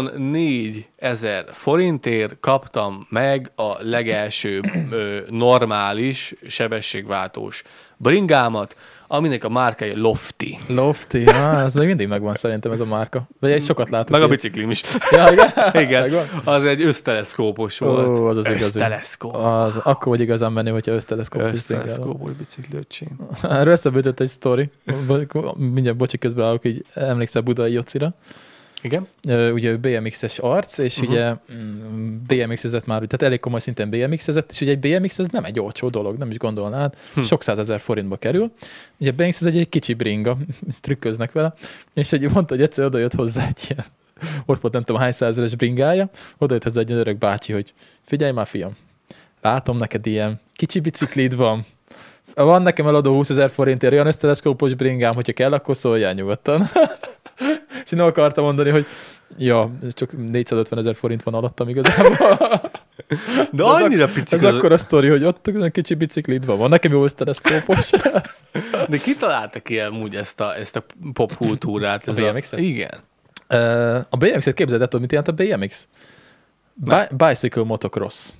[SPEAKER 2] 24 ezer forintért kaptam meg a legelső ö, normális sebességváltós bringámat, aminek a márkája Lofty.
[SPEAKER 1] Lofty, á, az még mindig megvan szerintem ez a márka. Vagy egy sokat látok.
[SPEAKER 2] Meg a
[SPEAKER 1] ilyet.
[SPEAKER 2] biciklim is.
[SPEAKER 1] Ja, igen.
[SPEAKER 2] Igen,
[SPEAKER 1] Megvan?
[SPEAKER 2] az egy összteleszkópos
[SPEAKER 1] Ó,
[SPEAKER 2] volt.
[SPEAKER 1] az az igazi.
[SPEAKER 2] Összteleszkóp.
[SPEAKER 1] Az, akkor vagy igazán menő, hogyha öszteleszkóp is
[SPEAKER 2] Összteleszkópos bicikli, öcsém.
[SPEAKER 1] Erről eszembe egy sztori. Bo- Mindjárt bocsi közben állok, így emlékszel Budai Jocira.
[SPEAKER 2] Igen?
[SPEAKER 1] Ö, ugye ő BMX-es arc, és uh-huh. ugye mm, BMX-ezett már, tehát elég komoly szinten BMX-ezett, és ugye egy BMX ez nem egy olcsó dolog, nem is gondolnád, hm. sok százezer forintba kerül. Ugye a BMX ez egy, egy kicsi bringa, trükköznek vele, és egy mondta, hogy egyszer oda jött hozzá egy ilyen, ott volt nem tudom hány százeres bringája, oda jött hozzá egy ilyen öreg bácsi, hogy figyelj már fiam, látom neked ilyen kicsi biciklid van, van nekem eladó 20 ezer forintért olyan öszteleszkópos bringám, hogyha kell, akkor szóljál nyugodtan. És én akartam mondani, hogy ja, csak 450 ezer forint van alattam igazából.
[SPEAKER 2] De
[SPEAKER 1] Ez ak-
[SPEAKER 2] annyira pici
[SPEAKER 1] Ez
[SPEAKER 2] az,
[SPEAKER 1] akkor a sztori, hogy ott olyan kicsi biciklid van. Van nekem jó öszteleszkópos.
[SPEAKER 2] De kitalálta ki amúgy ezt a, ezt a popkultúrát.
[SPEAKER 1] A
[SPEAKER 2] ez
[SPEAKER 1] BMX-et?
[SPEAKER 2] Igen.
[SPEAKER 1] Ö, a BMX-et képzeld el, tudod, mit jelent a BMX? Bi- bicycle motocross.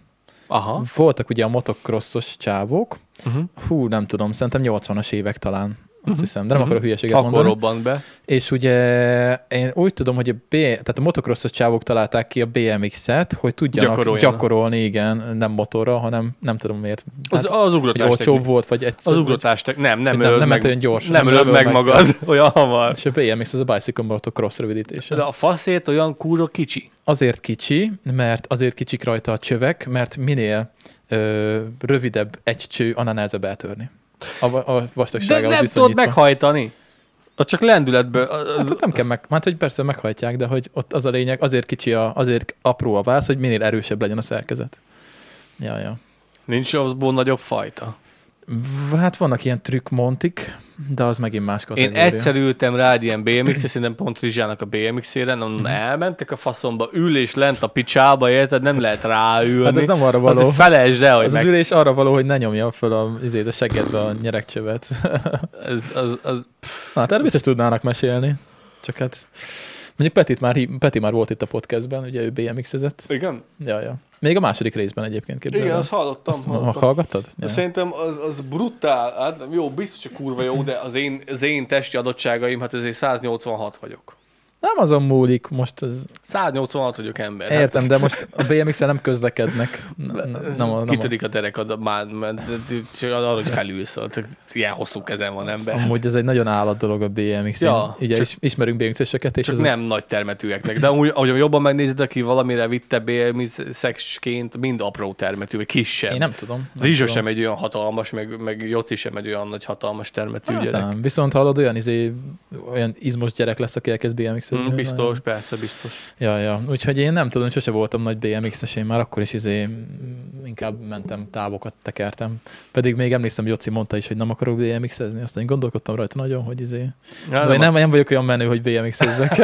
[SPEAKER 2] Aha.
[SPEAKER 1] Voltak ugye a motocrossos csávók.
[SPEAKER 2] Uh-huh.
[SPEAKER 1] Hú, nem tudom, szerintem 80-as évek talán. Azt hiszem, de nem
[SPEAKER 2] Mhm.
[SPEAKER 1] akarok hülyeséget
[SPEAKER 2] Akkor
[SPEAKER 1] mondani.
[SPEAKER 2] robbant be.
[SPEAKER 1] És ugye én úgy tudom, hogy a, B, tehát a motocrossos csávók találták ki a BMX-et, hogy tudjanak
[SPEAKER 2] Gyakoroljanak.
[SPEAKER 1] gyakorolni, igen, nem motorra, hanem nem tudom miért. Hát,
[SPEAKER 2] Az, az
[SPEAKER 1] hogy
[SPEAKER 2] ugratás
[SPEAKER 1] olcsóbb
[SPEAKER 2] technika.
[SPEAKER 1] volt, vagy egyszer.
[SPEAKER 2] Az ugratás technika. Nem, nem,
[SPEAKER 1] Nem,
[SPEAKER 2] ölöd
[SPEAKER 1] nem
[SPEAKER 2] meg,
[SPEAKER 1] ment olyan gyorsan,
[SPEAKER 2] Nem
[SPEAKER 1] nem
[SPEAKER 2] ölöd
[SPEAKER 1] ölöd
[SPEAKER 2] meg
[SPEAKER 1] meg.
[SPEAKER 2] magad olyan hamar.
[SPEAKER 1] És a BMX az a Bicycle Motocross rövidítése.
[SPEAKER 2] Hát. De a faszét olyan kúra kicsi.
[SPEAKER 1] Azért kicsi, mert azért kicsik rajta a csövek, mert minél ö, rövidebb egy cső, annál nehezebb eltörni. A, va- a
[SPEAKER 2] De
[SPEAKER 1] vastagságához
[SPEAKER 2] nem tudod
[SPEAKER 1] viszonyítva.
[SPEAKER 2] meghajtani. Az csak lendületből. Az,
[SPEAKER 1] Hát
[SPEAKER 2] az,
[SPEAKER 1] ott nem kell meg, hát hogy persze meghajtják, de hogy ott az a lényeg, azért kicsi, a, azért apró a váz, hogy minél erősebb legyen a szerkezet. Ja, ja.
[SPEAKER 2] nincs abból nagyobb fajta.
[SPEAKER 1] V- Hát vannak ilyen trükkmontik, de az megint más
[SPEAKER 2] Én
[SPEAKER 1] kategória.
[SPEAKER 2] egyszer ültem rá egy ilyen BMX-re, szerintem pont Rizsának a BMX-ére,
[SPEAKER 1] Mhm.
[SPEAKER 2] onnan elmentek a faszomba, ül és lent a picsába, érted? Nem lehet ráülni.
[SPEAKER 1] Hát ez nem arra való.
[SPEAKER 2] Azt felejtsd el, hogy
[SPEAKER 1] Az,
[SPEAKER 2] meg
[SPEAKER 1] az ülés arra való, hogy ne nyomja föl a, izét, a seggedbe a nyerekcsövet.
[SPEAKER 2] Ez, az, az,
[SPEAKER 1] Na, hát erről biztos tudnának mesélni. Csak hát... Mondjuk Petit már, hív- Peti már volt itt a podcastben, ugye ő BMX-ezett.
[SPEAKER 2] igen?
[SPEAKER 1] Ja, ja. Még a második részben egyébként képzeld.
[SPEAKER 2] Igen,
[SPEAKER 1] el.
[SPEAKER 2] azt hallottam.
[SPEAKER 1] Azt ma- ma
[SPEAKER 2] hallottam.
[SPEAKER 1] hallgattad?
[SPEAKER 2] De
[SPEAKER 1] Ja.
[SPEAKER 2] Szerintem az, az brutál, hát jó, biztos, hogy kurva jó, de az én, az én testi adottságaim, hát ezért 186 vagyok.
[SPEAKER 1] Nem azon múlik most, ez,
[SPEAKER 2] 186 vagyok ember. hát
[SPEAKER 1] értem, de most a BMX-en nem közlekednek. Nem, nem, a- nem
[SPEAKER 2] Kitörik a derekad, a- már, mert arra, hogy felülsz, ott ilyen hosszú kezem van
[SPEAKER 1] a,
[SPEAKER 2] ember.
[SPEAKER 1] amúgy ez egy nagyon állat dolog a BMX.
[SPEAKER 2] Ja,
[SPEAKER 1] Ja, Ugye
[SPEAKER 2] csak-
[SPEAKER 1] is, ismerünk BMX-eseket, és
[SPEAKER 2] Csak
[SPEAKER 1] az
[SPEAKER 2] nem nagy termetűeknek, de úgy, ahogy jobban megnézed, aki valamire vitte BMX-ként, mind apró termetű, vagy kisebb.
[SPEAKER 1] én nem tudom. Nem
[SPEAKER 2] Rizsa
[SPEAKER 1] tudom.
[SPEAKER 2] sem egy olyan hatalmas, meg, meg Joci sem egy olyan nagy hatalmas termetű
[SPEAKER 1] Hát
[SPEAKER 2] gyerek.
[SPEAKER 1] nem. Viszont hallod, olyan, izé, olyan izmos gyerek lesz, aki elkezd BMX-ezni.
[SPEAKER 2] Mm, biztos, persze, biztos.
[SPEAKER 1] Ja, ja. Úgyhogy én nem tudom, sose voltam nagy BMX-es, én már akkor is izé, mm, inkább mentem, távokat tekertem. Pedig még emlékszem, Joci mondta is, hogy nem akarok BMX-ezni, aztán én gondolkodtam rajta nagyon, hogy izé.
[SPEAKER 2] Ja,
[SPEAKER 1] De
[SPEAKER 2] Hát nem,
[SPEAKER 1] én
[SPEAKER 2] nem,
[SPEAKER 1] nem, nem vagyok olyan menő, hogy BMX-ezzek.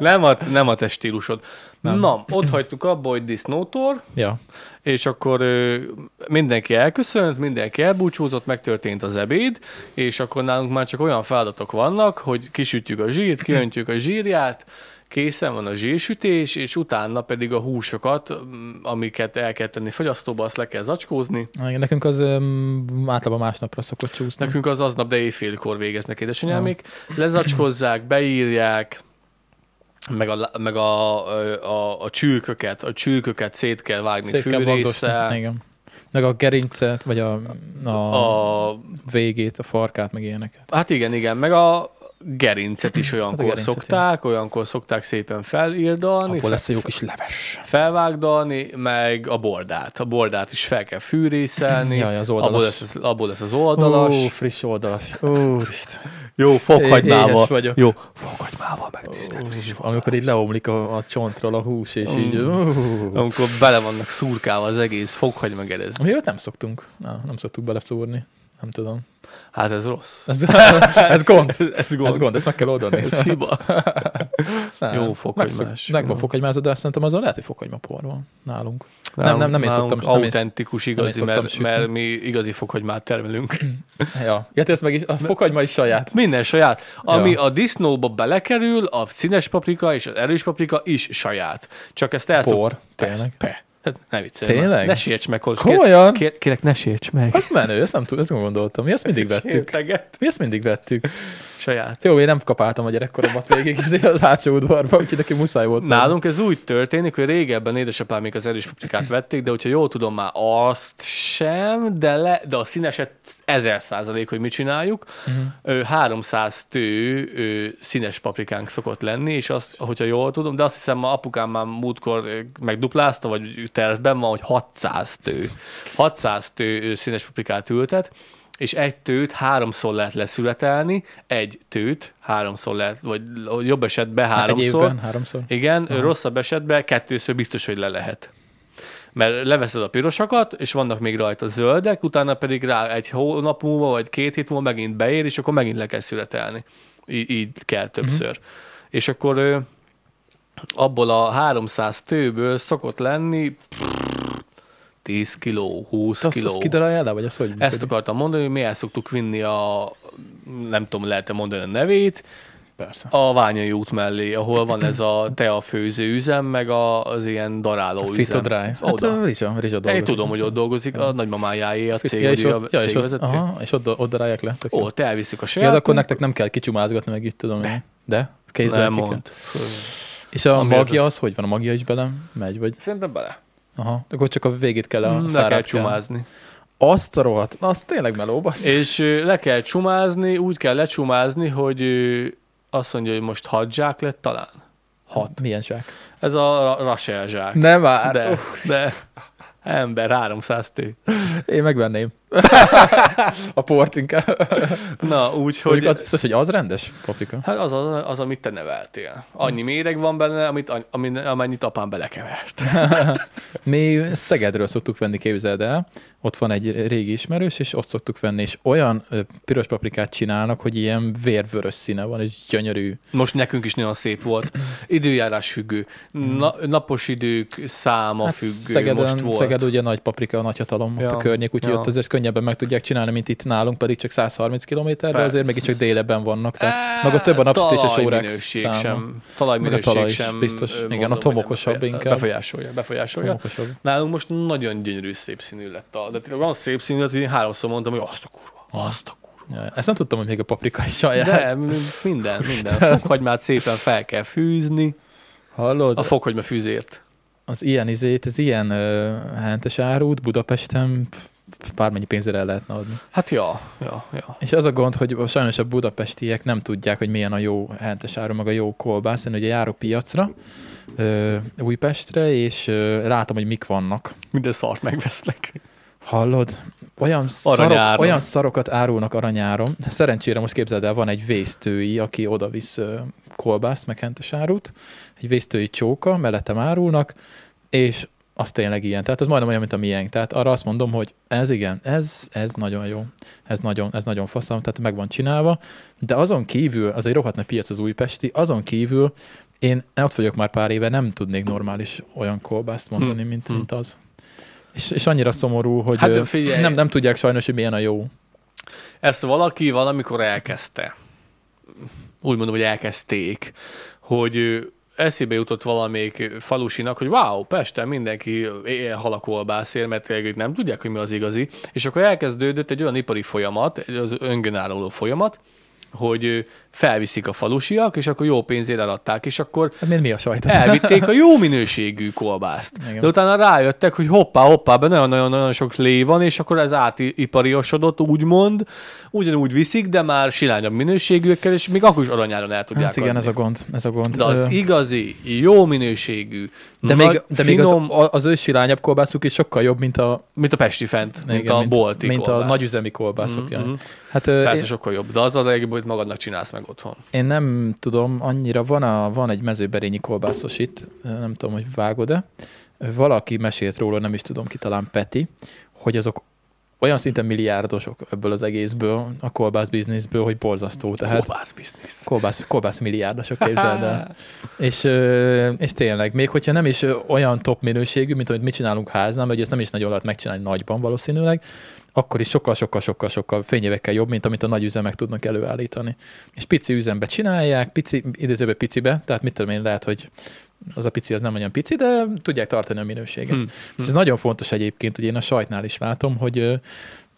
[SPEAKER 2] nem, a, nem a te stílusod.
[SPEAKER 1] Nem.
[SPEAKER 2] Na, ott hagytuk abba, hogy disznótor,
[SPEAKER 1] ja.
[SPEAKER 2] és akkor ö, mindenki elköszönt, mindenki elbúcsúzott, megtörtént az ebéd, és akkor nálunk már csak olyan feladatok vannak, hogy kisütjük a zsírt, kiöntjük a zsírját, készen van a zsírsütés, és utána pedig a húsokat, m, amiket el kell tenni fogyasztóba, azt le kell zacskózni.
[SPEAKER 1] Igen, Nekünk az um, általában másnapra szokott csúszni.
[SPEAKER 2] Nekünk az aznap, de éjfélkor végeznek édesanyámék. Lezacskozzák, beírják, meg a, lá- meg a, ö, a, a csülköket, a csülköket szét kell vágni
[SPEAKER 1] Szét kell
[SPEAKER 2] fűrésszel.
[SPEAKER 1] magdosni. Igen. Meg a gerincet, vagy a, a, a,
[SPEAKER 2] A
[SPEAKER 1] végét, a farkát, meg ilyeneket.
[SPEAKER 2] Hát igen, igen, meg a gerincet is olyankor hát
[SPEAKER 1] gerincet,
[SPEAKER 2] szokták, olyankor szokták szépen felírdalni,
[SPEAKER 1] Abból
[SPEAKER 2] fel,
[SPEAKER 1] lesz egy jó kis leves.
[SPEAKER 2] felvágdalni, meg a bordát. A bordát is fel kell fűrészelni,
[SPEAKER 1] Jaj, az
[SPEAKER 2] abból,
[SPEAKER 1] oldalas.
[SPEAKER 2] lesz, az- abból lesz az oldalas.
[SPEAKER 1] Ó, friss oldalas. Úristen.
[SPEAKER 2] jó,
[SPEAKER 1] Éhes
[SPEAKER 2] fokhagymával.
[SPEAKER 1] vagyok.
[SPEAKER 2] Jó, fokhagymával megtisztelt friss
[SPEAKER 1] Ó, amikor így leomlik a, a csontról a hús, és így...
[SPEAKER 2] Mm. oldalas. Amikor bele vannak szurkálva az egész fokhagymagerez.
[SPEAKER 1] Miért nem szoktunk? Na, nem szoktuk beleszúrni. Nem tudom.
[SPEAKER 2] Hát ez rossz.
[SPEAKER 1] Ez, ez gond.
[SPEAKER 2] Ez, ez gond.
[SPEAKER 1] Ez gond, ezt meg kell oldani.
[SPEAKER 2] Ez hiba.
[SPEAKER 1] Nem.
[SPEAKER 2] Jó
[SPEAKER 1] Megszok,
[SPEAKER 2] fokhagymás.
[SPEAKER 1] megvan fokhagymázod, de azt szerintem azon lehet, hogy fokhagymapor van nálunk. Nem, nem, nem én
[SPEAKER 2] Nálunk
[SPEAKER 1] szoktam. Nem én,
[SPEAKER 2] autentikus
[SPEAKER 1] én
[SPEAKER 2] igazi,
[SPEAKER 1] szoktam
[SPEAKER 2] mert,
[SPEAKER 1] sütni.
[SPEAKER 2] mert mi igazi fokhagymát termelünk.
[SPEAKER 1] ja. ja, te ezt meg is, a fokhagyma is saját.
[SPEAKER 2] Minden saját. Ami
[SPEAKER 1] Ja.
[SPEAKER 2] a disznóba belekerül, a színes paprika és az erős paprika is saját. Csak ezt elszok...
[SPEAKER 1] Por,
[SPEAKER 2] Persze,
[SPEAKER 1] tényleg.
[SPEAKER 2] Pe. Hát ne viccelj.
[SPEAKER 1] Tényleg?
[SPEAKER 2] már. Ne sérts meg, Kolos.
[SPEAKER 1] Komolyan?
[SPEAKER 2] Kér, kérek, ne sérts meg.
[SPEAKER 1] Az menő, ezt nem tudom, ezt nem gondoltam. Mi azt mindig vettük.
[SPEAKER 2] Sérteget.
[SPEAKER 1] Mi ezt mindig vettük.
[SPEAKER 2] Saját.
[SPEAKER 1] Jó, én nem kapáltam a gyerekkoromat végig izé a Lácsó udvarba, úgyhogy neki muszáj volt.
[SPEAKER 2] Nálunk ez úgy történik, hogy régebben édesapámik az erős paprikát vették, de hogyha jól tudom, már azt sem, de, le, de a színeset ezer százalék, hogy mit csináljuk.
[SPEAKER 1] Mhm.
[SPEAKER 2] Uh-huh. 300 tő ö, színes paprikánk szokott lenni, és azt, hogyha jól tudom, de azt hiszem, ma apukám már múltkor ö, megduplázta, vagy tervben van, hogy 600 tő. 600 tő ö, színes paprikát ültet, és egy tőt háromszor lehet leszületelni, egy tőt háromszor lehet, vagy jobb esetben
[SPEAKER 1] Hát Egy
[SPEAKER 2] háromszor.
[SPEAKER 1] évben, háromszor.
[SPEAKER 2] Igen, Aha. rosszabb esetben kettőször biztos, hogy le lehet. Mert leveszed a pirosakat, és vannak még rajta zöldek, utána pedig rá egy hónap múlva, vagy két hét múlva megint beér, és akkor megint le kell születelni. Í- így kell többször.
[SPEAKER 1] Mhm.
[SPEAKER 2] És akkor ö, abból a 300 tőből szokott lenni 10 kiló, 20
[SPEAKER 1] Azt,
[SPEAKER 2] kiló.
[SPEAKER 1] azt kidarálja le, vagy az hogy
[SPEAKER 2] Ezt
[SPEAKER 1] működik?
[SPEAKER 2] akartam mondani, hogy mi el szoktuk vinni a, nem tudom, lehet-e mondani a nevét,
[SPEAKER 1] Persze.
[SPEAKER 2] a Ványai út mellé, ahol van ez a teafőző üzem, meg a, az ilyen daráló
[SPEAKER 1] A
[SPEAKER 2] üzem.
[SPEAKER 1] Fito Drive. Hát
[SPEAKER 2] Oda.
[SPEAKER 1] a Rizsa, Rizsa dolgozik.
[SPEAKER 2] Én tudom, hogy ott dolgozik, a nagymamájáé a cég,
[SPEAKER 1] ja, és
[SPEAKER 2] a
[SPEAKER 1] ott, ja, és ott,
[SPEAKER 2] cégvezető.
[SPEAKER 1] aha, és ott, ott darálják le. Tök jó.
[SPEAKER 2] Ott elviszik a
[SPEAKER 1] ja,
[SPEAKER 2] saját.
[SPEAKER 1] de akkor nektek nem kell kicsumázgatni, meg itt tudom én. De? Kézzel
[SPEAKER 2] nem
[SPEAKER 1] ki kell.
[SPEAKER 2] mond.
[SPEAKER 1] És a
[SPEAKER 2] Ami az
[SPEAKER 1] magja
[SPEAKER 2] az.
[SPEAKER 1] az, hogy van? A magja is belem? Megy, vagy?
[SPEAKER 2] Szerintem bele.
[SPEAKER 1] Aha. Akkor csak a végét kell a
[SPEAKER 2] Mm, Le kell
[SPEAKER 1] szárát kell.
[SPEAKER 2] csumázni.
[SPEAKER 1] Azt a rohadt. Na, az tényleg meló, bassz.
[SPEAKER 2] És ö, le kell csumázni, úgy kell lecsumázni, hogy ö, azt mondja, hogy most hat zsák lett talán. Hat.
[SPEAKER 1] Milyen zsák?
[SPEAKER 2] Ez a ra- Rachel zsák.
[SPEAKER 1] Nem már.
[SPEAKER 2] De, de ember 300 tő.
[SPEAKER 1] Én megvenném. a port inkább.
[SPEAKER 2] Na,
[SPEAKER 1] Hogy
[SPEAKER 2] úgyhogy...
[SPEAKER 1] az biztos, hogy az rendes paprika.
[SPEAKER 2] Hát az, az, az, amit te neveltél. Annyi méreg van benne, amit, amin, amennyit apám belekevert.
[SPEAKER 1] Mi Szegedről szoktuk venni, képzeld el. Ott van egy régi ismerős, és ott szoktuk venni, és olyan ö, piros paprikát csinálnak, hogy ilyen vérvörös színe van, és gyönyörű.
[SPEAKER 2] Most nekünk is nagyon szép volt. Időjárás függő. Na, napos idők száma hát függő
[SPEAKER 1] Szegeden,
[SPEAKER 2] most volt.
[SPEAKER 1] Szeged ugye nagy paprika, a nagy hatalom ja, ott
[SPEAKER 2] Ja,
[SPEAKER 1] a környék, úgyhogy
[SPEAKER 2] ja.
[SPEAKER 1] ja. ott azért könnyebben meg tudják csinálni, mint itt nálunk, pedig csak 130 km, de
[SPEAKER 2] Persze.
[SPEAKER 1] azért mégiscsak délebben vannak. Tehát
[SPEAKER 2] Á,
[SPEAKER 1] maga több a napsütéses órák
[SPEAKER 2] talajminőség
[SPEAKER 1] száma.
[SPEAKER 2] sem.
[SPEAKER 1] Meg a
[SPEAKER 2] Talajminőség
[SPEAKER 1] talaj is
[SPEAKER 2] sem.
[SPEAKER 1] biztos. Igen,
[SPEAKER 2] ö,
[SPEAKER 1] a
[SPEAKER 2] mondom, hogy
[SPEAKER 1] tomokosabb
[SPEAKER 2] nem-
[SPEAKER 1] inkább.
[SPEAKER 2] Befolyásolja, befolyásolja.
[SPEAKER 1] Okosabb.
[SPEAKER 2] Nálunk most nagyon gyönyörű szép színű lett a... De tényleg olyan szép színű lett, hogy én háromszor mondtam, hogy azt a kurva, azt a kurva.
[SPEAKER 1] Ja, ezt nem tudtam, hogy még a paprika is saját.
[SPEAKER 2] De m- minden, minden. A fokhagymát szépen fel kell fűzni.
[SPEAKER 1] Hallod?
[SPEAKER 2] A fokhagyma fűzért.
[SPEAKER 1] az ilyen izét, az ilyen ö, hentes árut Budapesten pf, pf, bármennyi pénzre el lehetne adni.
[SPEAKER 2] Hát ja, ja, ja.
[SPEAKER 1] És az a gond, hogy sajnos a budapestiek nem tudják, hogy milyen a jó hentes áru, meg a jó kolbász. Én ugye járok piacra, ö, Újpestre, és ö, látom, hogy mik vannak.
[SPEAKER 2] Minden szart megvesznek.
[SPEAKER 1] Hallod? Olyan, szarok,
[SPEAKER 2] Aranyáron.
[SPEAKER 1] olyan szarokat árulnak aranyáron. Szerencsére most képzeld el, van egy vésztői, aki oda visz ö, kolbászt, meg hentes árut. Egy vésztői csóka, mellettem árulnak, és az tényleg ilyen. Tehát ez majdnem olyan, mint a miénk. Tehát arra azt mondom, hogy ez igen, ez, ez nagyon jó. Ez nagyon, ez nagyon faszam, tehát meg van csinálva. De azon kívül, az egy rohadt nagy piac az újpesti, azon kívül én ott vagyok már pár éve, nem tudnék normális olyan kolbászt mondani,
[SPEAKER 2] Hm.
[SPEAKER 1] mint,
[SPEAKER 2] Hm.
[SPEAKER 1] mint az. És, és annyira szomorú, hogy
[SPEAKER 2] Hát,
[SPEAKER 1] ö,
[SPEAKER 2] figyelj.
[SPEAKER 1] nem, nem tudják sajnos, hogy milyen a jó.
[SPEAKER 2] Ezt valaki valamikor elkezdte. Úgy mondom, hogy elkezdték. Hogy ö, eszébe jutott valamelyik ö, falusinak, hogy wow, Pesten mindenki él halakolbászér, mert tényleg ők nem tudják, hogy mi az igazi. És akkor elkezdődött egy olyan ipari folyamat, egy az öngönálló folyamat, hogy ö, felviszik a falusiak, és akkor jó pénzért eladták, és akkor
[SPEAKER 1] Hát mi, mi a sajt?
[SPEAKER 2] elvitték a jó minőségű kolbászt.
[SPEAKER 1] Igen.
[SPEAKER 2] De utána rájöttek, hogy hoppá, hoppá, benne nagyon-nagyon-nagyon sok lé van, és akkor ez átipariosodott, úgymond. Ugyanúgy viszik, de már silányabb minőségűekkel, és még akkor is aranyáron el tudják
[SPEAKER 1] Hát igen,
[SPEAKER 2] adni.
[SPEAKER 1] ez a gond. Ez a gond.
[SPEAKER 2] De az
[SPEAKER 1] Ö,
[SPEAKER 2] igazi, jó minőségű,
[SPEAKER 1] de
[SPEAKER 2] nagy,
[SPEAKER 1] még, de még
[SPEAKER 2] finom,
[SPEAKER 1] az, a- az ősi lányebb kolbászuk is sokkal jobb, mint a,
[SPEAKER 2] mint a Pesti fent, igen, mint
[SPEAKER 1] igen,
[SPEAKER 2] a bolti
[SPEAKER 1] mint
[SPEAKER 2] kolbász.
[SPEAKER 1] a nagyüzemi kolbászok. Mm-hmm.
[SPEAKER 2] mhm.
[SPEAKER 1] Hát ö,
[SPEAKER 2] Persze
[SPEAKER 1] én,
[SPEAKER 2] sokkal jobb, de az a legjobb, hogy magadnak csinálsz meg otthon.
[SPEAKER 1] én nem tudom, annyira van, a, van egy mezőberényi kolbászos itt, ö, nem tudom, hogy vágod-e. Valaki mesélt róla, nem is tudom ki, talán Peti, hogy azok olyan szinten milliárdosok ebből az egészből, a kolbász bizniszből, hogy borzasztó. Tehát
[SPEAKER 2] Kolbász biznisz.
[SPEAKER 1] kolbász, kolbász milliárdosok, képzeld el. És, ö, és tényleg, még hogyha nem is ö, olyan top minőségű, mint amit mi csinálunk háznál, mert ugye ezt nem is nagyon lehet megcsinálni nagyban valószínűleg, akkor is sokkal-sokkal-sokkal-sokkal fényévekkel jobb, mint amit a nagy üzemek tudnak előállítani. És pici üzembe csinálják, pici, idézőbe picibe, tehát mit tudom én, lehet, hogy az a pici az nem olyan pici, de tudják tartani a minőséget.
[SPEAKER 2] Hm.
[SPEAKER 1] Hmm. És ez nagyon fontos egyébként, hogy én a sajtnál is látom, hogy ö,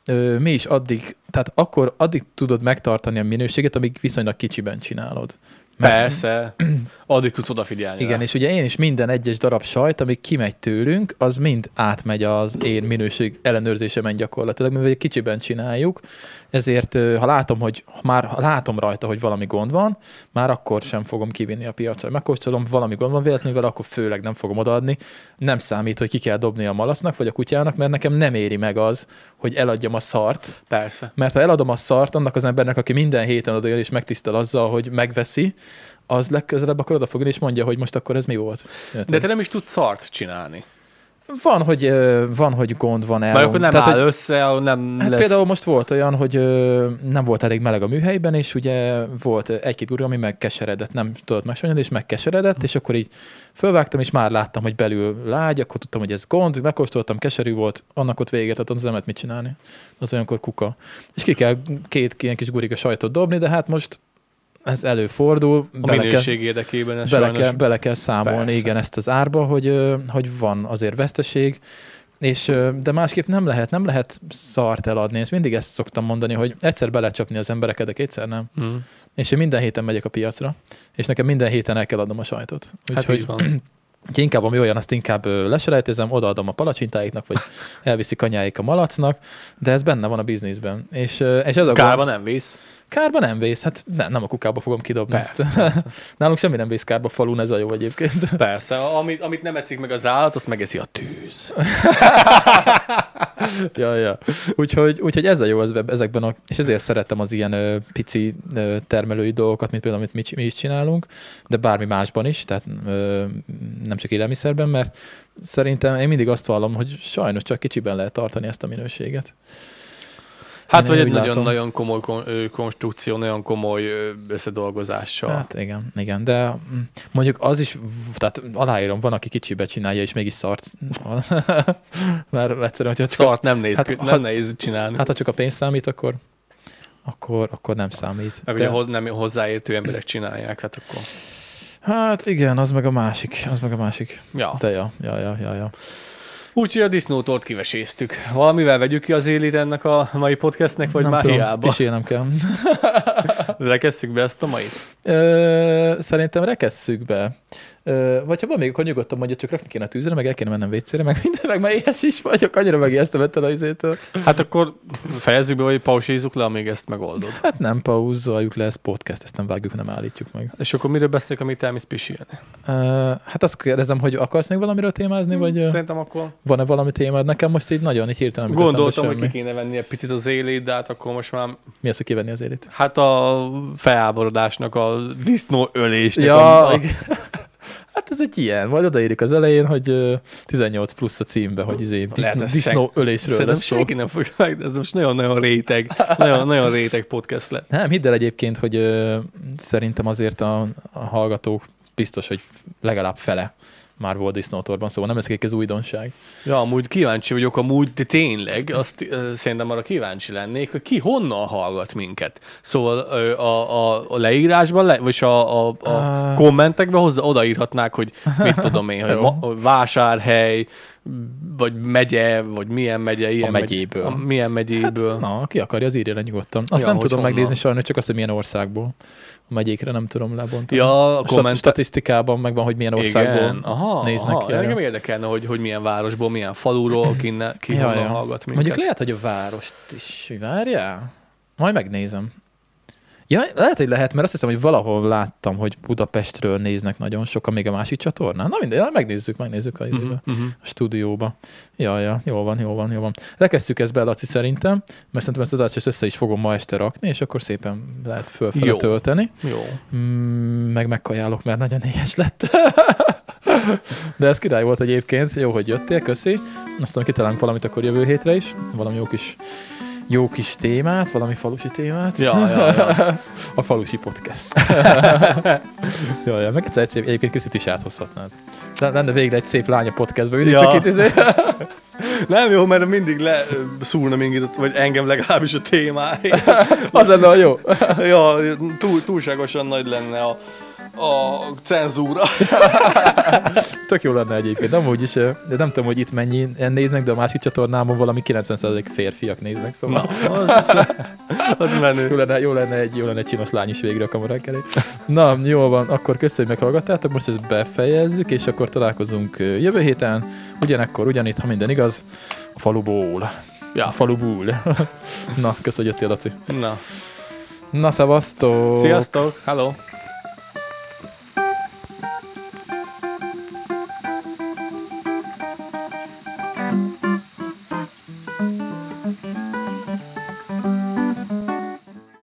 [SPEAKER 1] ö, mi is addig, tehát akkor addig tudod megtartani a minőséget, amíg viszonylag kicsiben csinálod. Mert-
[SPEAKER 2] Persze, addig tudsz odafigyelni.
[SPEAKER 1] igen, és ugye én is minden egyes darab sajt, ami kimegy tőlünk, az mind átmegy az én minőség ellenőrzésemen gyakorlatilag, mivel egy kicsiben csináljuk, ezért ö, ha látom, hogy ha már ha látom rajta, hogy valami gond van, már akkor sem fogom kivinni a piacra. Megkóstolom, valami gond van véletlenül, akkor főleg nem fogom odaadni. Nem számít, hogy ki kell dobni a malasznak vagy a kutyának, mert nekem nem éri meg az, hogy eladjam a szart,
[SPEAKER 2] Persze.
[SPEAKER 1] mert ha eladom a szart annak az embernek, aki minden héten odajön és megtisztel azzal, hogy megveszi, az legközelebb akkor oda fog jönni, és mondja, hogy most akkor ez mi volt.
[SPEAKER 2] De
[SPEAKER 1] De
[SPEAKER 2] te nem is tudsz szart csinálni.
[SPEAKER 1] van, hogy, ö, van, hogy gond van el.
[SPEAKER 2] Mert akkor nem
[SPEAKER 1] Tehát,
[SPEAKER 2] Tehát, áll
[SPEAKER 1] hogy,
[SPEAKER 2] össze, nem
[SPEAKER 1] hát
[SPEAKER 2] lesz...
[SPEAKER 1] például most volt olyan, hogy ö, nem volt elég meleg a műhelyben, és ugye volt ö, egy-két gurú, ami megkeseredett, nem tudott megsonyolni, és megkeseredett, és akkor így fölvágtam, és már láttam, hogy belül lágy, akkor tudtam, hogy ez gond, megkóstoltam, keserű volt, annak ott véget adott, az emet mit csinálni. Az olyankor kuka. És ki kell két ilyen kis guriga sajtot dobni, de hát most ez előfordul,
[SPEAKER 2] A
[SPEAKER 1] bele kell,
[SPEAKER 2] minőség érdekében ez
[SPEAKER 1] bele,
[SPEAKER 2] sajnos...
[SPEAKER 1] kell, bele kell számolni,
[SPEAKER 2] Persze.
[SPEAKER 1] igen, ezt az árba, hogy, ö, hogy van azért veszteség, és, ö, de másképp nem lehet, nem lehet szart eladni, és mindig ezt szoktam mondani, hogy egyszer belecsapni az embereket, de kétszer nem.
[SPEAKER 2] Mm.
[SPEAKER 1] És én minden héten megyek a piacra, és nekem minden héten el kell adnom a sajtot.
[SPEAKER 2] Hát így van.
[SPEAKER 1] Úgyhogy inkább ami olyan, azt inkább ö, leselejtezem, odaadom a palacsintáiknak, vagy elviszik anyáik a malacnak, de ez benne van a bizniszben. És, ö, és ez a
[SPEAKER 2] Kárba
[SPEAKER 1] gond-
[SPEAKER 2] nem vész.
[SPEAKER 1] Kárba nem vész, hát ne, nem a kukába fogom kidobni.
[SPEAKER 2] Persze,
[SPEAKER 1] Nálunk semmi nem vész kárba, falun ez a jó egyébként.
[SPEAKER 2] Persze, amit, amit nem eszik meg az állat, azt megeszi a tűz.
[SPEAKER 1] ja, ja. Úgyhogy, úgyhogy ez a jó ez, ezekben, a, és ezért szeretem az ilyen ö, pici ö, termelői dolgokat, mint például, amit mi, csi- mi is csinálunk, de bármi másban is, tehát ö, nem csak élelmiszerben, mert szerintem én mindig azt vallom, hogy sajnos csak kicsiben lehet tartani ezt a minőséget.
[SPEAKER 2] Hát
[SPEAKER 1] Én
[SPEAKER 2] vagy
[SPEAKER 1] úgy
[SPEAKER 2] egy
[SPEAKER 1] látom.
[SPEAKER 2] nagyon-nagyon komoly kon- ö, konstrukció, nagyon komoly ö, összedolgozással. Hát,
[SPEAKER 1] Hát igen, igen, de mm, mondjuk az is, tehát aláírom, van, aki kicsibe csinálja, és mégis szart. mert egyszerűen, hogyha csak,
[SPEAKER 2] Szart nem néz,
[SPEAKER 1] hát-
[SPEAKER 2] hát, nem
[SPEAKER 1] hát-
[SPEAKER 2] nehéz csinálni.
[SPEAKER 1] hát,
[SPEAKER 2] Hát,
[SPEAKER 1] ha csak a pénz számít, akkor akkor, akkor nem számít.
[SPEAKER 2] meg ugye hoz, nem hozzáértő emberek csinálják, hát akkor...
[SPEAKER 1] Hát igen, az meg a másik, az meg a másik.
[SPEAKER 2] Ja.
[SPEAKER 1] De ja, ja, ja, ja, ja.
[SPEAKER 2] Úgyhogy a disznótort kiveséztük. Valamivel vegyük ki az élit ennek a mai podcastnek, vagy
[SPEAKER 1] nem
[SPEAKER 2] már
[SPEAKER 1] tudom,
[SPEAKER 2] hiába?
[SPEAKER 1] Pisélnem kell.
[SPEAKER 2] Lekesszük be ezt a mait.
[SPEAKER 1] Ö, szerintem rekesszük be. Ö, vagy ha van még, akkor nyugodtan mondja, csak rakni kéne a tűzre, meg el kéne mennem vécére, meg minden, meg már éhes is vagyok, annyira megijesztem ettől a izétől.
[SPEAKER 2] Hát akkor fejezzük be, vagy pausízzuk le, amíg ezt megoldod.
[SPEAKER 1] Hát nem pauzoljuk le, ez podcast, ezt nem vágjuk, nem állítjuk meg.
[SPEAKER 2] És akkor miről beszélünk, amit elmész pisilni?
[SPEAKER 1] Ö, hát azt kérdezem, hogy akarsz még valamiről témázni, vagy ö,
[SPEAKER 2] Hm, Szerintem akkor
[SPEAKER 1] van-e valami témád? Nekem most így nagyon így hirtelen nem jut
[SPEAKER 2] gondoltam,
[SPEAKER 1] eszembe
[SPEAKER 2] hogy ki
[SPEAKER 1] semmi.
[SPEAKER 2] kéne venni egy picit az élét, de hát akkor most már
[SPEAKER 1] Mi az, hogy kivenni az élét?
[SPEAKER 2] hát a felháborodásnak, a disznó ölésnek.
[SPEAKER 1] Ja,
[SPEAKER 2] a, a,
[SPEAKER 1] igen. Hát ez egy ilyen, majd odaírjuk az elején, hogy ö, 18 plusz a címbe, hogy izé,
[SPEAKER 2] Lehet,
[SPEAKER 1] disznó,
[SPEAKER 2] ez
[SPEAKER 1] disznó ölésről
[SPEAKER 2] Szerintem
[SPEAKER 1] lesz szó.
[SPEAKER 2] senki nem fogja meg, de ez most nagyon-nagyon réteg, nagyon-nagyon réteg podcast lett.
[SPEAKER 1] Nem, hidd el egyébként, hogy ö, szerintem azért a, a hallgatók biztos, hogy legalább fele már volt disznótorban, szóval nem ez egy ez újdonság.
[SPEAKER 2] Ja, amúgy kíváncsi vagyok, amúgy de tényleg, azt ö, szerintem arra kíváncsi lennék, hogy ki honnan hallgat minket. Szóval ö, a, a, a leírásban, le, vagy a, a, a
[SPEAKER 1] Ah.
[SPEAKER 2] kommentekben hozzá odaírhatnák, hogy mit tudom én, hogy
[SPEAKER 1] Jó.
[SPEAKER 2] ma, hogy vásárhely, vagy megye, vagy milyen megye, ilyen megy-
[SPEAKER 1] megyéből.
[SPEAKER 2] a, milyen megyéből. Hát,
[SPEAKER 1] Na, ki akarja, az írja le nyugodtan. Azt
[SPEAKER 2] Ja,
[SPEAKER 1] ja, nem
[SPEAKER 2] hogy
[SPEAKER 1] tudom
[SPEAKER 2] honnan.
[SPEAKER 1] megnézni sajnos, csak azt, hogy milyen országból. A megyékre nem tudom lebontani.
[SPEAKER 2] ja, a
[SPEAKER 1] a komment...
[SPEAKER 2] kommentek.
[SPEAKER 1] statisztikában megvan, hogy milyen országból.
[SPEAKER 2] Igen, aha,
[SPEAKER 1] néznek
[SPEAKER 2] aha.
[SPEAKER 1] ki,
[SPEAKER 2] Ja,
[SPEAKER 1] ja.
[SPEAKER 2] engem érdekelne, hogy, hogy milyen városból, milyen faluról, ki, ne, ki
[SPEAKER 1] Ja,
[SPEAKER 2] honnan
[SPEAKER 1] ja.
[SPEAKER 2] hallgat minket.
[SPEAKER 1] Mondjuk lehet, hogy a várost is várjál. Majd megnézem. Ja, lehet, hogy lehet, mert azt hiszem, hogy valahol láttam, hogy Budapestről néznek nagyon sokan, még a másik csatornán. Na mindegy, na, megnézzük, megnézzük a,
[SPEAKER 2] Mhm,
[SPEAKER 1] mm-hmm.
[SPEAKER 2] mhm.
[SPEAKER 1] a stúdióba. Ja, ja, jó van, jó van, jó van. Lekesszük ezt be, Laci, szerintem, mert szerintem ezt az adást is össze is fogom ma este rakni, és akkor szépen lehet fölfele
[SPEAKER 2] Jó.
[SPEAKER 1] tölteni.
[SPEAKER 2] Jó.
[SPEAKER 1] Mm, meg megkajálok, mert nagyon éhes lett. De ez király volt egyébként. Jó, hogy jöttél, köszi. Aztán kitalálunk valamit akkor jövő hétre is. Valami jó kis, jó kis témát, valami falusi témát.
[SPEAKER 2] Ja, ja, ja.
[SPEAKER 1] A falusi podcast. Jaj, ja, meg egyszer, egyszer egyébként Krisztit is áthozhatnád. Le- Lenne végre egy szép lánya podcastbe ülni,
[SPEAKER 2] Ja.
[SPEAKER 1] ja. csak itt izé.
[SPEAKER 2] Nem jó, mert mindig le ö, szúrna minket, vagy engem legalábbis a témája.
[SPEAKER 1] Az lenne a jó.
[SPEAKER 2] ja, túl, túlságosan nagy lenne a, a cenzúra.
[SPEAKER 1] Tök jó lenne egyébként. Nem úgy is, eh, de nem tudom, hogy itt mennyi néznek, de a másik csatornámon valami 90% férfiak néznek, szóval.
[SPEAKER 2] Na, az, az
[SPEAKER 1] Jó
[SPEAKER 2] menő.
[SPEAKER 1] lenne, jó lenne egy, jó lenne egy csinos lány is végre a kamerák elé. Na, jó van, akkor köszönjük, hogy meghallgattátok, most ezt befejezzük, és akkor találkozunk ö, jövő héten, ugyanekkor, ugyanitt, ha minden igaz, a faluból.
[SPEAKER 2] Ja.
[SPEAKER 1] A faluból. Na, köszönjük, hogy jöttél, Laci.
[SPEAKER 2] Na,
[SPEAKER 1] Na, szevasztok!
[SPEAKER 2] sziasztok, hello.